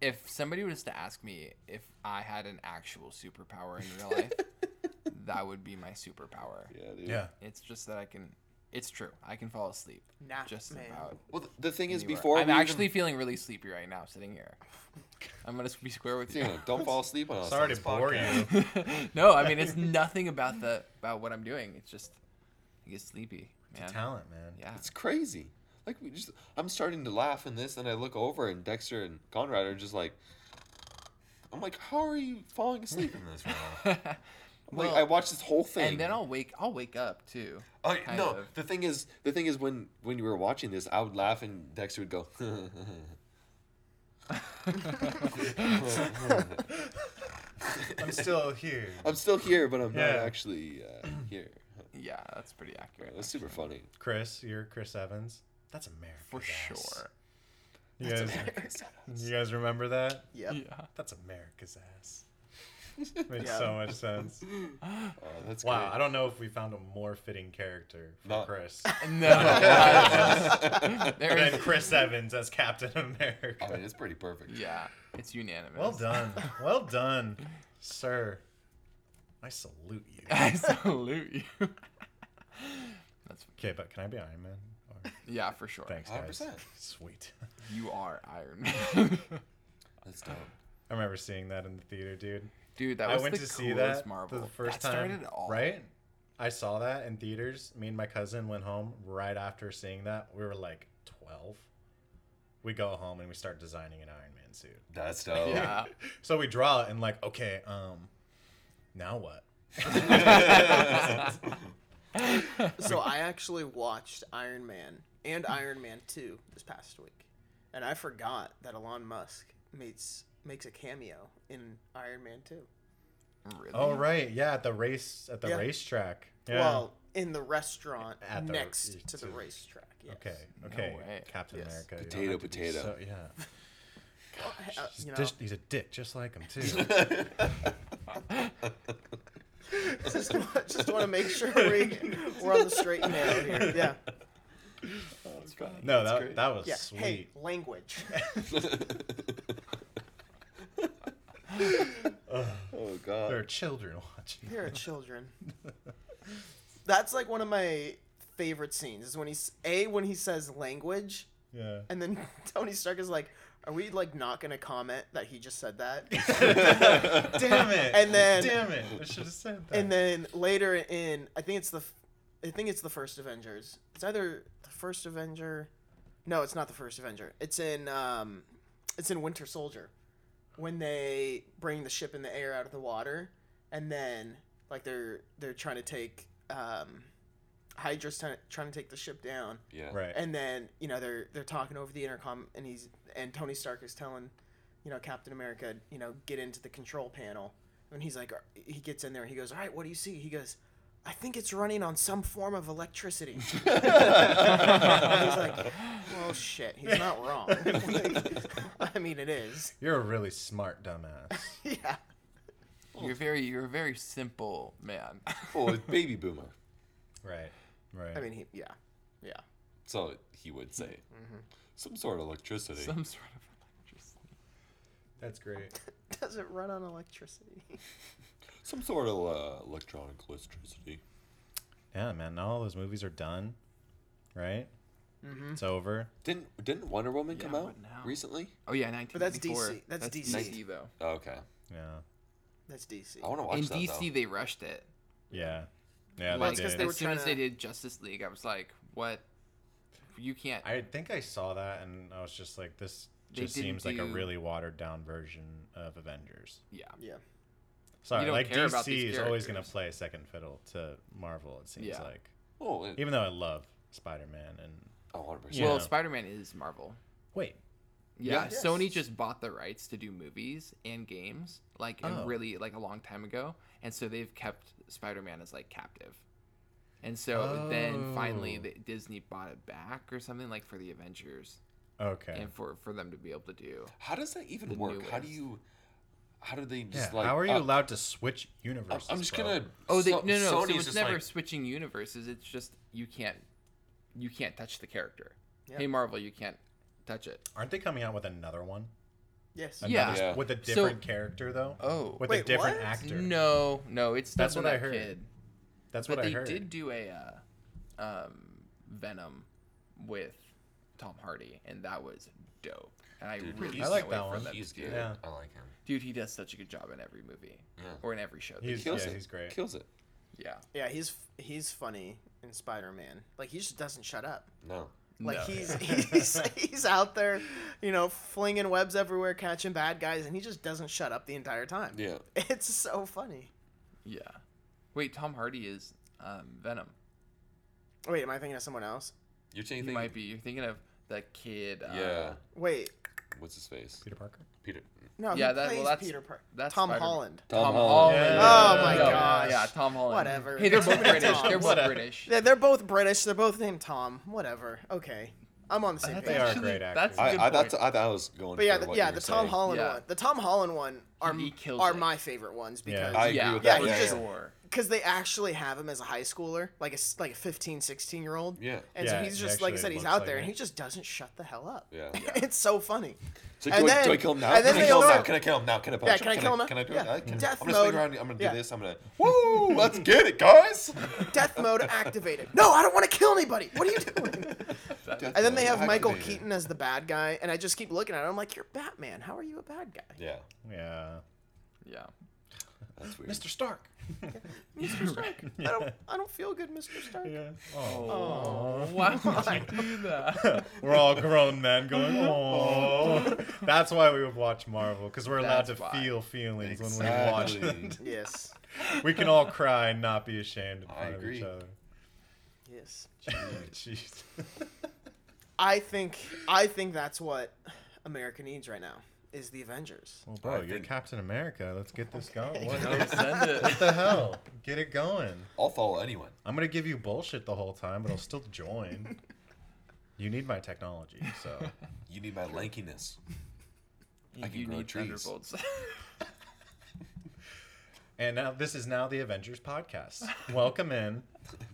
[SPEAKER 4] if somebody was to ask me if I had an actual superpower in real life, that would be my superpower.
[SPEAKER 1] Yeah, dude.
[SPEAKER 2] Yeah.
[SPEAKER 4] It's just that I can. It's true. I can fall asleep.
[SPEAKER 3] Nap
[SPEAKER 4] just
[SPEAKER 3] man.
[SPEAKER 4] about.
[SPEAKER 1] Well, th- the thing is,
[SPEAKER 4] anywhere.
[SPEAKER 1] before
[SPEAKER 4] I'm
[SPEAKER 1] we even-
[SPEAKER 4] actually feeling really sleepy right now, sitting here. I'm gonna be square with you.
[SPEAKER 1] you know, don't fall asleep on us. on
[SPEAKER 2] Sorry
[SPEAKER 1] this
[SPEAKER 2] to bore
[SPEAKER 1] podcast.
[SPEAKER 2] you.
[SPEAKER 4] [LAUGHS] no, I mean it's nothing about the about what I'm doing. It's just I get sleepy, man.
[SPEAKER 2] Talent, man.
[SPEAKER 4] Yeah.
[SPEAKER 1] It's crazy. Like we just, I'm starting to laugh in this, and I look over, and Dexter and Conrad are just like, I'm like, how are you falling asleep in this? Ralph?"
[SPEAKER 4] [LAUGHS]
[SPEAKER 1] like
[SPEAKER 4] Well,
[SPEAKER 1] I watched this whole thing,
[SPEAKER 4] and then I'll wake. I'll wake up too.
[SPEAKER 1] Oh,
[SPEAKER 4] kind
[SPEAKER 1] no,
[SPEAKER 4] of.
[SPEAKER 1] the thing is, the thing is, when when you were watching this, I would laugh, and Dexter would go. [LAUGHS]
[SPEAKER 2] I'm still here.
[SPEAKER 1] I'm still here, but I'm
[SPEAKER 2] Yeah.
[SPEAKER 1] not actually uh, here.
[SPEAKER 4] Yeah, that's pretty accurate.
[SPEAKER 1] That's super
[SPEAKER 4] [LAUGHS]
[SPEAKER 1] funny.
[SPEAKER 2] Chris, you're Chris Evans. That's America.
[SPEAKER 4] for sure.
[SPEAKER 2] You guys,
[SPEAKER 1] Oh,
[SPEAKER 2] you guys remember that?
[SPEAKER 3] Yep.
[SPEAKER 4] [LAUGHS] Yeah.
[SPEAKER 2] That's America's ass. Makes so much sense.
[SPEAKER 1] Oh, that's
[SPEAKER 2] Wow,
[SPEAKER 1] [LAUGHS]
[SPEAKER 2] I don't [LAUGHS] know if we found a more fitting character for
[SPEAKER 1] No.
[SPEAKER 2] Chris
[SPEAKER 4] No. [LAUGHS] there
[SPEAKER 2] than
[SPEAKER 4] is,
[SPEAKER 2] Chris Evans as Captain America.
[SPEAKER 1] Great. I mean, it's pretty perfect.
[SPEAKER 4] yeah, it's unanimous.
[SPEAKER 2] Well
[SPEAKER 4] [LAUGHS]
[SPEAKER 2] done, well done, sir. I salute you.
[SPEAKER 4] I salute you. That's
[SPEAKER 2] Okay, but can I be Iron Man? Or-
[SPEAKER 4] yeah, for sure.
[SPEAKER 2] Thanks, guys.
[SPEAKER 1] 100%.
[SPEAKER 2] Sweet.
[SPEAKER 4] You are Iron Man. [LAUGHS]
[SPEAKER 1] That's dope.
[SPEAKER 2] I remember seeing that in the theater, dude.
[SPEAKER 4] Dude, that
[SPEAKER 2] I
[SPEAKER 4] was
[SPEAKER 2] went
[SPEAKER 4] the
[SPEAKER 2] to
[SPEAKER 4] coolest
[SPEAKER 2] see that
[SPEAKER 4] Marvel.
[SPEAKER 2] the first
[SPEAKER 4] that started
[SPEAKER 2] time,
[SPEAKER 4] it all.
[SPEAKER 2] right? I saw that in theaters. Me and my cousin went home right after seeing that. We were like twelve. We go home and we start designing an Iron Man suit.
[SPEAKER 1] That's dope.
[SPEAKER 2] [LAUGHS]
[SPEAKER 4] [LAUGHS] Yeah.
[SPEAKER 2] So we draw it and like, okay, um, now what? [LAUGHS]
[SPEAKER 3] So I actually watched Iron Man and Iron Man 2 this past week. And I forgot that Elon Musk makes makes a cameo in Iron Man 2.
[SPEAKER 4] Really?
[SPEAKER 2] Oh right, yeah, at the race at the
[SPEAKER 3] Yeah.
[SPEAKER 2] racetrack. Yeah.
[SPEAKER 3] Well, in the restaurant
[SPEAKER 2] At the-
[SPEAKER 3] next to the
[SPEAKER 2] to-
[SPEAKER 3] racetrack. Yes.
[SPEAKER 2] okay, okay,
[SPEAKER 4] way.
[SPEAKER 2] Captain
[SPEAKER 3] Yes.
[SPEAKER 2] America. you
[SPEAKER 1] Potato,
[SPEAKER 2] don't have to be
[SPEAKER 1] potato.
[SPEAKER 2] so-
[SPEAKER 3] [LAUGHS]
[SPEAKER 2] yeah,
[SPEAKER 3] Well, uh,
[SPEAKER 2] he's,
[SPEAKER 3] you know,
[SPEAKER 2] just- he's a dick, just like him
[SPEAKER 3] [LAUGHS]
[SPEAKER 2] too.
[SPEAKER 3] just, [LAUGHS] just want to make sure we, we're on the straight and
[SPEAKER 2] [LAUGHS]
[SPEAKER 3] narrow here. Yeah.
[SPEAKER 2] no, that, that was
[SPEAKER 3] Yeah.
[SPEAKER 2] sweet.
[SPEAKER 3] Hey, language.
[SPEAKER 1] Oh
[SPEAKER 2] There are
[SPEAKER 1] god.
[SPEAKER 2] children [LAUGHS] watching.
[SPEAKER 3] Here are children. That's like one of my favorite scenes is when he's a when he says language
[SPEAKER 2] Yeah.
[SPEAKER 3] and then [LAUGHS] Tony Stark is like, "Are we like not gonna comment that he just said that?"
[SPEAKER 2] [LAUGHS] Damn it.
[SPEAKER 3] And then-
[SPEAKER 2] damn it. I should have said that.
[SPEAKER 3] and then later in, I think it's the, f- I think it's the first Avengers. It's either the first Avenger, no, it's not the first Avenger. It's in um, it's in Winter Soldier, when they bring the ship in the air out of the water, and then like they're they're trying to take um, Hydra's trying trying to take the ship down,
[SPEAKER 1] Yeah.
[SPEAKER 2] right.
[SPEAKER 3] and then you know they're they're talking over the intercom and he's and tony stark is telling you know, Captain America, you know, get into the control panel. And he's like, he gets in there and he goes, All right, what do you see? He goes, I think it's running on some form of electricity. [LAUGHS] he's like, Well, shit, he's not wrong. [LAUGHS] Like, I mean, it is.
[SPEAKER 2] You're a really smart dumbass.
[SPEAKER 3] Yeah.
[SPEAKER 4] You're very you're a very simple man. [LAUGHS]
[SPEAKER 1] Oh, it's baby boomer.
[SPEAKER 2] right. Right.
[SPEAKER 3] I mean, he, yeah. Yeah.
[SPEAKER 1] So he would say. Some sort of electricity.
[SPEAKER 4] Some sort of electricity.
[SPEAKER 2] That's great.
[SPEAKER 3] Does it run on electricity?
[SPEAKER 1] Some sort of uh, electronic electricity.
[SPEAKER 2] Yeah, man. Now all those movies are done. Right?
[SPEAKER 3] Mm-hmm.
[SPEAKER 2] It's over.
[SPEAKER 1] Didn't didn't Wonder Woman come
[SPEAKER 4] but
[SPEAKER 1] out
[SPEAKER 4] now-
[SPEAKER 1] recently? Oh,
[SPEAKER 4] Oh yeah,
[SPEAKER 3] that's
[SPEAKER 4] 1984.
[SPEAKER 3] DC. That's DC.
[SPEAKER 4] DC though.
[SPEAKER 1] Okay.
[SPEAKER 2] Yeah.
[SPEAKER 3] That's DC.
[SPEAKER 1] I want to watch
[SPEAKER 4] In
[SPEAKER 1] that
[SPEAKER 4] DC
[SPEAKER 1] though.
[SPEAKER 4] they rushed it.
[SPEAKER 2] Yeah. Yeah,
[SPEAKER 3] Well,
[SPEAKER 4] Like
[SPEAKER 3] it's
[SPEAKER 2] they
[SPEAKER 4] as
[SPEAKER 3] 'cause
[SPEAKER 2] did.
[SPEAKER 3] they were
[SPEAKER 4] soon
[SPEAKER 3] trying
[SPEAKER 4] as they
[SPEAKER 3] to-
[SPEAKER 4] did Justice League, I was like, what? You can't.
[SPEAKER 2] I think I saw that and I was just like, this
[SPEAKER 4] They
[SPEAKER 2] just
[SPEAKER 4] didn't
[SPEAKER 2] seems like a
[SPEAKER 4] do-
[SPEAKER 2] really watered down version of Avengers.
[SPEAKER 4] yeah.
[SPEAKER 3] Yeah.
[SPEAKER 2] Sorry,
[SPEAKER 4] don't
[SPEAKER 2] like
[SPEAKER 4] care about
[SPEAKER 2] DC
[SPEAKER 4] these
[SPEAKER 2] is always going to
[SPEAKER 4] characters.
[SPEAKER 2] play second fiddle to Marvel, it seems
[SPEAKER 4] Yeah.
[SPEAKER 2] like.
[SPEAKER 1] Oh, it,
[SPEAKER 2] Even though I love Spider Man and.
[SPEAKER 1] oh, 100%.
[SPEAKER 2] Yeah.
[SPEAKER 4] Well, Spider Man is Marvel.
[SPEAKER 2] Wait.
[SPEAKER 4] Yeah,
[SPEAKER 3] Yes.
[SPEAKER 4] Sony just bought the rights to do movies and games, like and
[SPEAKER 2] Oh.
[SPEAKER 4] really like a long time ago, and so they've kept Spider Man as like captive, and so then finally
[SPEAKER 2] Oh.
[SPEAKER 4] the, Disney bought it back or something like for the Avengers
[SPEAKER 2] Okay.
[SPEAKER 4] and for for them to be able to do.
[SPEAKER 1] How does that even
[SPEAKER 4] The
[SPEAKER 1] work? How do
[SPEAKER 4] newest.
[SPEAKER 1] you? How do they
[SPEAKER 2] yeah.
[SPEAKER 1] just like?
[SPEAKER 2] How are you
[SPEAKER 1] uh,
[SPEAKER 2] allowed to switch
[SPEAKER 1] I'm,
[SPEAKER 2] universes?
[SPEAKER 1] I'm just
[SPEAKER 2] bro?
[SPEAKER 1] gonna.
[SPEAKER 4] Oh, they,
[SPEAKER 1] So-
[SPEAKER 4] no, no, no.
[SPEAKER 1] Sony's
[SPEAKER 4] So it's
[SPEAKER 1] just
[SPEAKER 4] never
[SPEAKER 1] like-
[SPEAKER 4] switching universes. It's just you can't, you can't touch the character.
[SPEAKER 3] Yeah.
[SPEAKER 4] Hey Marvel, you can't touch it.
[SPEAKER 2] Aren't they coming out with another one?
[SPEAKER 3] Yes.
[SPEAKER 4] Yeah.
[SPEAKER 2] Another-
[SPEAKER 1] Yeah.
[SPEAKER 2] With a
[SPEAKER 4] So-
[SPEAKER 2] different character though.
[SPEAKER 4] Oh.
[SPEAKER 2] With a
[SPEAKER 3] Wait,
[SPEAKER 2] different
[SPEAKER 3] what?
[SPEAKER 2] actor.
[SPEAKER 4] No, no. It's
[SPEAKER 2] That's
[SPEAKER 4] double
[SPEAKER 2] what I
[SPEAKER 4] that
[SPEAKER 2] heard.
[SPEAKER 4] Kid.
[SPEAKER 2] That's
[SPEAKER 4] but
[SPEAKER 2] what
[SPEAKER 4] they
[SPEAKER 2] I heard.
[SPEAKER 4] did do a uh, um, Venom with Tom Hardy, and that was dope. And I really
[SPEAKER 1] he's-
[SPEAKER 4] can't
[SPEAKER 2] I like
[SPEAKER 4] wait
[SPEAKER 2] that
[SPEAKER 4] for
[SPEAKER 2] one.
[SPEAKER 4] them
[SPEAKER 1] He's
[SPEAKER 4] to do
[SPEAKER 1] good.
[SPEAKER 4] it.
[SPEAKER 2] Yeah.
[SPEAKER 1] I like him.
[SPEAKER 4] Dude, he does such a good job in every movie
[SPEAKER 1] Yeah.
[SPEAKER 4] or in every show. that
[SPEAKER 2] He's-
[SPEAKER 4] he-
[SPEAKER 1] Kills
[SPEAKER 2] yeah,
[SPEAKER 1] it.
[SPEAKER 2] he's great.
[SPEAKER 1] Kills it.
[SPEAKER 4] yeah,
[SPEAKER 3] Yeah, he's he's funny in Spider Man. Like he just doesn't shut up.
[SPEAKER 1] No.
[SPEAKER 3] Like
[SPEAKER 4] No. [LAUGHS]
[SPEAKER 3] he's he's he's out there, you know, flinging webs everywhere, catching bad guys, and he just doesn't shut up the entire time.
[SPEAKER 1] Yeah.
[SPEAKER 3] It's so funny.
[SPEAKER 4] yeah. Wait, Tom Hardy is um, Venom.
[SPEAKER 3] Wait, am I thinking of someone else?
[SPEAKER 1] You're saying
[SPEAKER 4] You
[SPEAKER 1] thing-
[SPEAKER 4] might be. You're thinking of the kid. Uh,
[SPEAKER 1] Yeah.
[SPEAKER 3] Wait,
[SPEAKER 1] What's his face?
[SPEAKER 2] Peter Parker.
[SPEAKER 1] Peter.
[SPEAKER 3] no,
[SPEAKER 4] Yeah, that-
[SPEAKER 3] who
[SPEAKER 4] well,
[SPEAKER 3] plays
[SPEAKER 4] that's-
[SPEAKER 3] Peter Parker?
[SPEAKER 4] that's
[SPEAKER 3] Tom
[SPEAKER 4] Spider-Man.
[SPEAKER 3] Holland.
[SPEAKER 1] Tom,
[SPEAKER 4] Holland.
[SPEAKER 2] Yeah.
[SPEAKER 3] Oh my
[SPEAKER 4] No,
[SPEAKER 3] gosh.
[SPEAKER 4] Yeah, Tom Holland.
[SPEAKER 3] Whatever.
[SPEAKER 4] Hey, they're
[SPEAKER 3] Too
[SPEAKER 4] both
[SPEAKER 3] many
[SPEAKER 4] British. They're
[SPEAKER 3] Toms.
[SPEAKER 4] both British.
[SPEAKER 3] Yeah, they're both British. They're both named Tom. Whatever. Okay, I'm on the same
[SPEAKER 4] That's
[SPEAKER 2] They
[SPEAKER 3] page.
[SPEAKER 2] are
[SPEAKER 4] actually-
[SPEAKER 2] great
[SPEAKER 4] That's
[SPEAKER 2] actors.
[SPEAKER 4] a good
[SPEAKER 1] I, I,
[SPEAKER 4] point.
[SPEAKER 1] that's, I thought I was going.
[SPEAKER 3] But yeah,
[SPEAKER 1] for
[SPEAKER 3] the,
[SPEAKER 1] what
[SPEAKER 3] yeah,
[SPEAKER 1] you were
[SPEAKER 3] the Tom
[SPEAKER 1] saying.
[SPEAKER 3] Holland
[SPEAKER 4] Yeah.
[SPEAKER 3] one. The Tom Holland one are
[SPEAKER 4] He kills
[SPEAKER 3] are
[SPEAKER 4] it.
[SPEAKER 3] my favorite ones because
[SPEAKER 1] I agree
[SPEAKER 4] yeah,
[SPEAKER 1] with
[SPEAKER 4] yeah,
[SPEAKER 1] that.
[SPEAKER 4] for
[SPEAKER 1] Yeah,
[SPEAKER 3] he just-
[SPEAKER 4] sure.
[SPEAKER 3] because they actually have him as a high schooler, like a s- like a 15, 16 year old.
[SPEAKER 1] Yeah.
[SPEAKER 3] And
[SPEAKER 2] Yeah,
[SPEAKER 3] so he's
[SPEAKER 2] he
[SPEAKER 3] just like I
[SPEAKER 2] actually
[SPEAKER 3] said, he's
[SPEAKER 2] looks
[SPEAKER 3] out
[SPEAKER 2] like
[SPEAKER 3] there
[SPEAKER 2] it.
[SPEAKER 3] and he just doesn't shut the hell up.
[SPEAKER 1] Yeah.
[SPEAKER 3] [LAUGHS] it's so funny.
[SPEAKER 1] So
[SPEAKER 3] And
[SPEAKER 1] do, I, do
[SPEAKER 3] then-
[SPEAKER 1] I kill him now?
[SPEAKER 3] and then
[SPEAKER 1] Can I
[SPEAKER 3] they
[SPEAKER 1] kill him now?
[SPEAKER 3] alert-
[SPEAKER 1] Can I kill him now? Can I punch
[SPEAKER 3] Yeah,
[SPEAKER 1] him?
[SPEAKER 3] can I kill him now?
[SPEAKER 1] Can I do
[SPEAKER 3] Yeah.
[SPEAKER 1] it? I can,
[SPEAKER 3] Death
[SPEAKER 1] I'm gonna swing
[SPEAKER 3] mode.
[SPEAKER 1] around. I'm gonna do
[SPEAKER 3] Yeah.
[SPEAKER 1] this. I'm gonna. Woo! Let's get it, guys.
[SPEAKER 3] Death mode activated. No, I don't want to kill anybody. What are
[SPEAKER 1] [LAUGHS]
[SPEAKER 3] you doing? And then they have Michael Keaton as the bad guy, and I just keep looking at him. I'm like, you're Batman. How are you a bad guy?
[SPEAKER 2] [LAUGHS]
[SPEAKER 1] Yeah.
[SPEAKER 2] Yeah.
[SPEAKER 4] Yeah.
[SPEAKER 1] That's weird.
[SPEAKER 2] Mr. Stark.
[SPEAKER 3] Mr. Stark. I don't. I don't feel good, Mr. Stark.
[SPEAKER 2] Yeah. Oh.
[SPEAKER 4] Oh, why
[SPEAKER 1] [LAUGHS]
[SPEAKER 4] would you do that?
[SPEAKER 2] [LAUGHS] We're all grown men
[SPEAKER 4] [LAUGHS]
[SPEAKER 2] going, oh. That's why we would watch Marvel, because we're allowed
[SPEAKER 4] That's
[SPEAKER 2] to
[SPEAKER 4] why.
[SPEAKER 2] feel feelings when we watch
[SPEAKER 1] Exactly.
[SPEAKER 2] it.
[SPEAKER 3] Yes.
[SPEAKER 2] we can all cry and not be ashamed in
[SPEAKER 1] I
[SPEAKER 2] front of
[SPEAKER 1] agree.
[SPEAKER 2] each other.
[SPEAKER 3] Yes.
[SPEAKER 2] Jeez.
[SPEAKER 3] I think. I think that's what America needs right now is the Avengers.
[SPEAKER 2] Well, bro,
[SPEAKER 1] I
[SPEAKER 2] you're
[SPEAKER 1] think-
[SPEAKER 2] Captain America. Let's get this
[SPEAKER 4] [LAUGHS]
[SPEAKER 2] going. What,
[SPEAKER 4] No, [LAUGHS] send it.
[SPEAKER 2] what the hell? Get it going.
[SPEAKER 1] I'll follow anyone.
[SPEAKER 2] I'm gonna give you bullshit the whole time, but I'll still join. You need my technology, so
[SPEAKER 1] You need my lankiness. I can
[SPEAKER 4] you
[SPEAKER 1] grow
[SPEAKER 4] need
[SPEAKER 1] trees.
[SPEAKER 4] Thunderbolts. [LAUGHS]
[SPEAKER 2] And now this is now the Avengers podcast. Welcome in.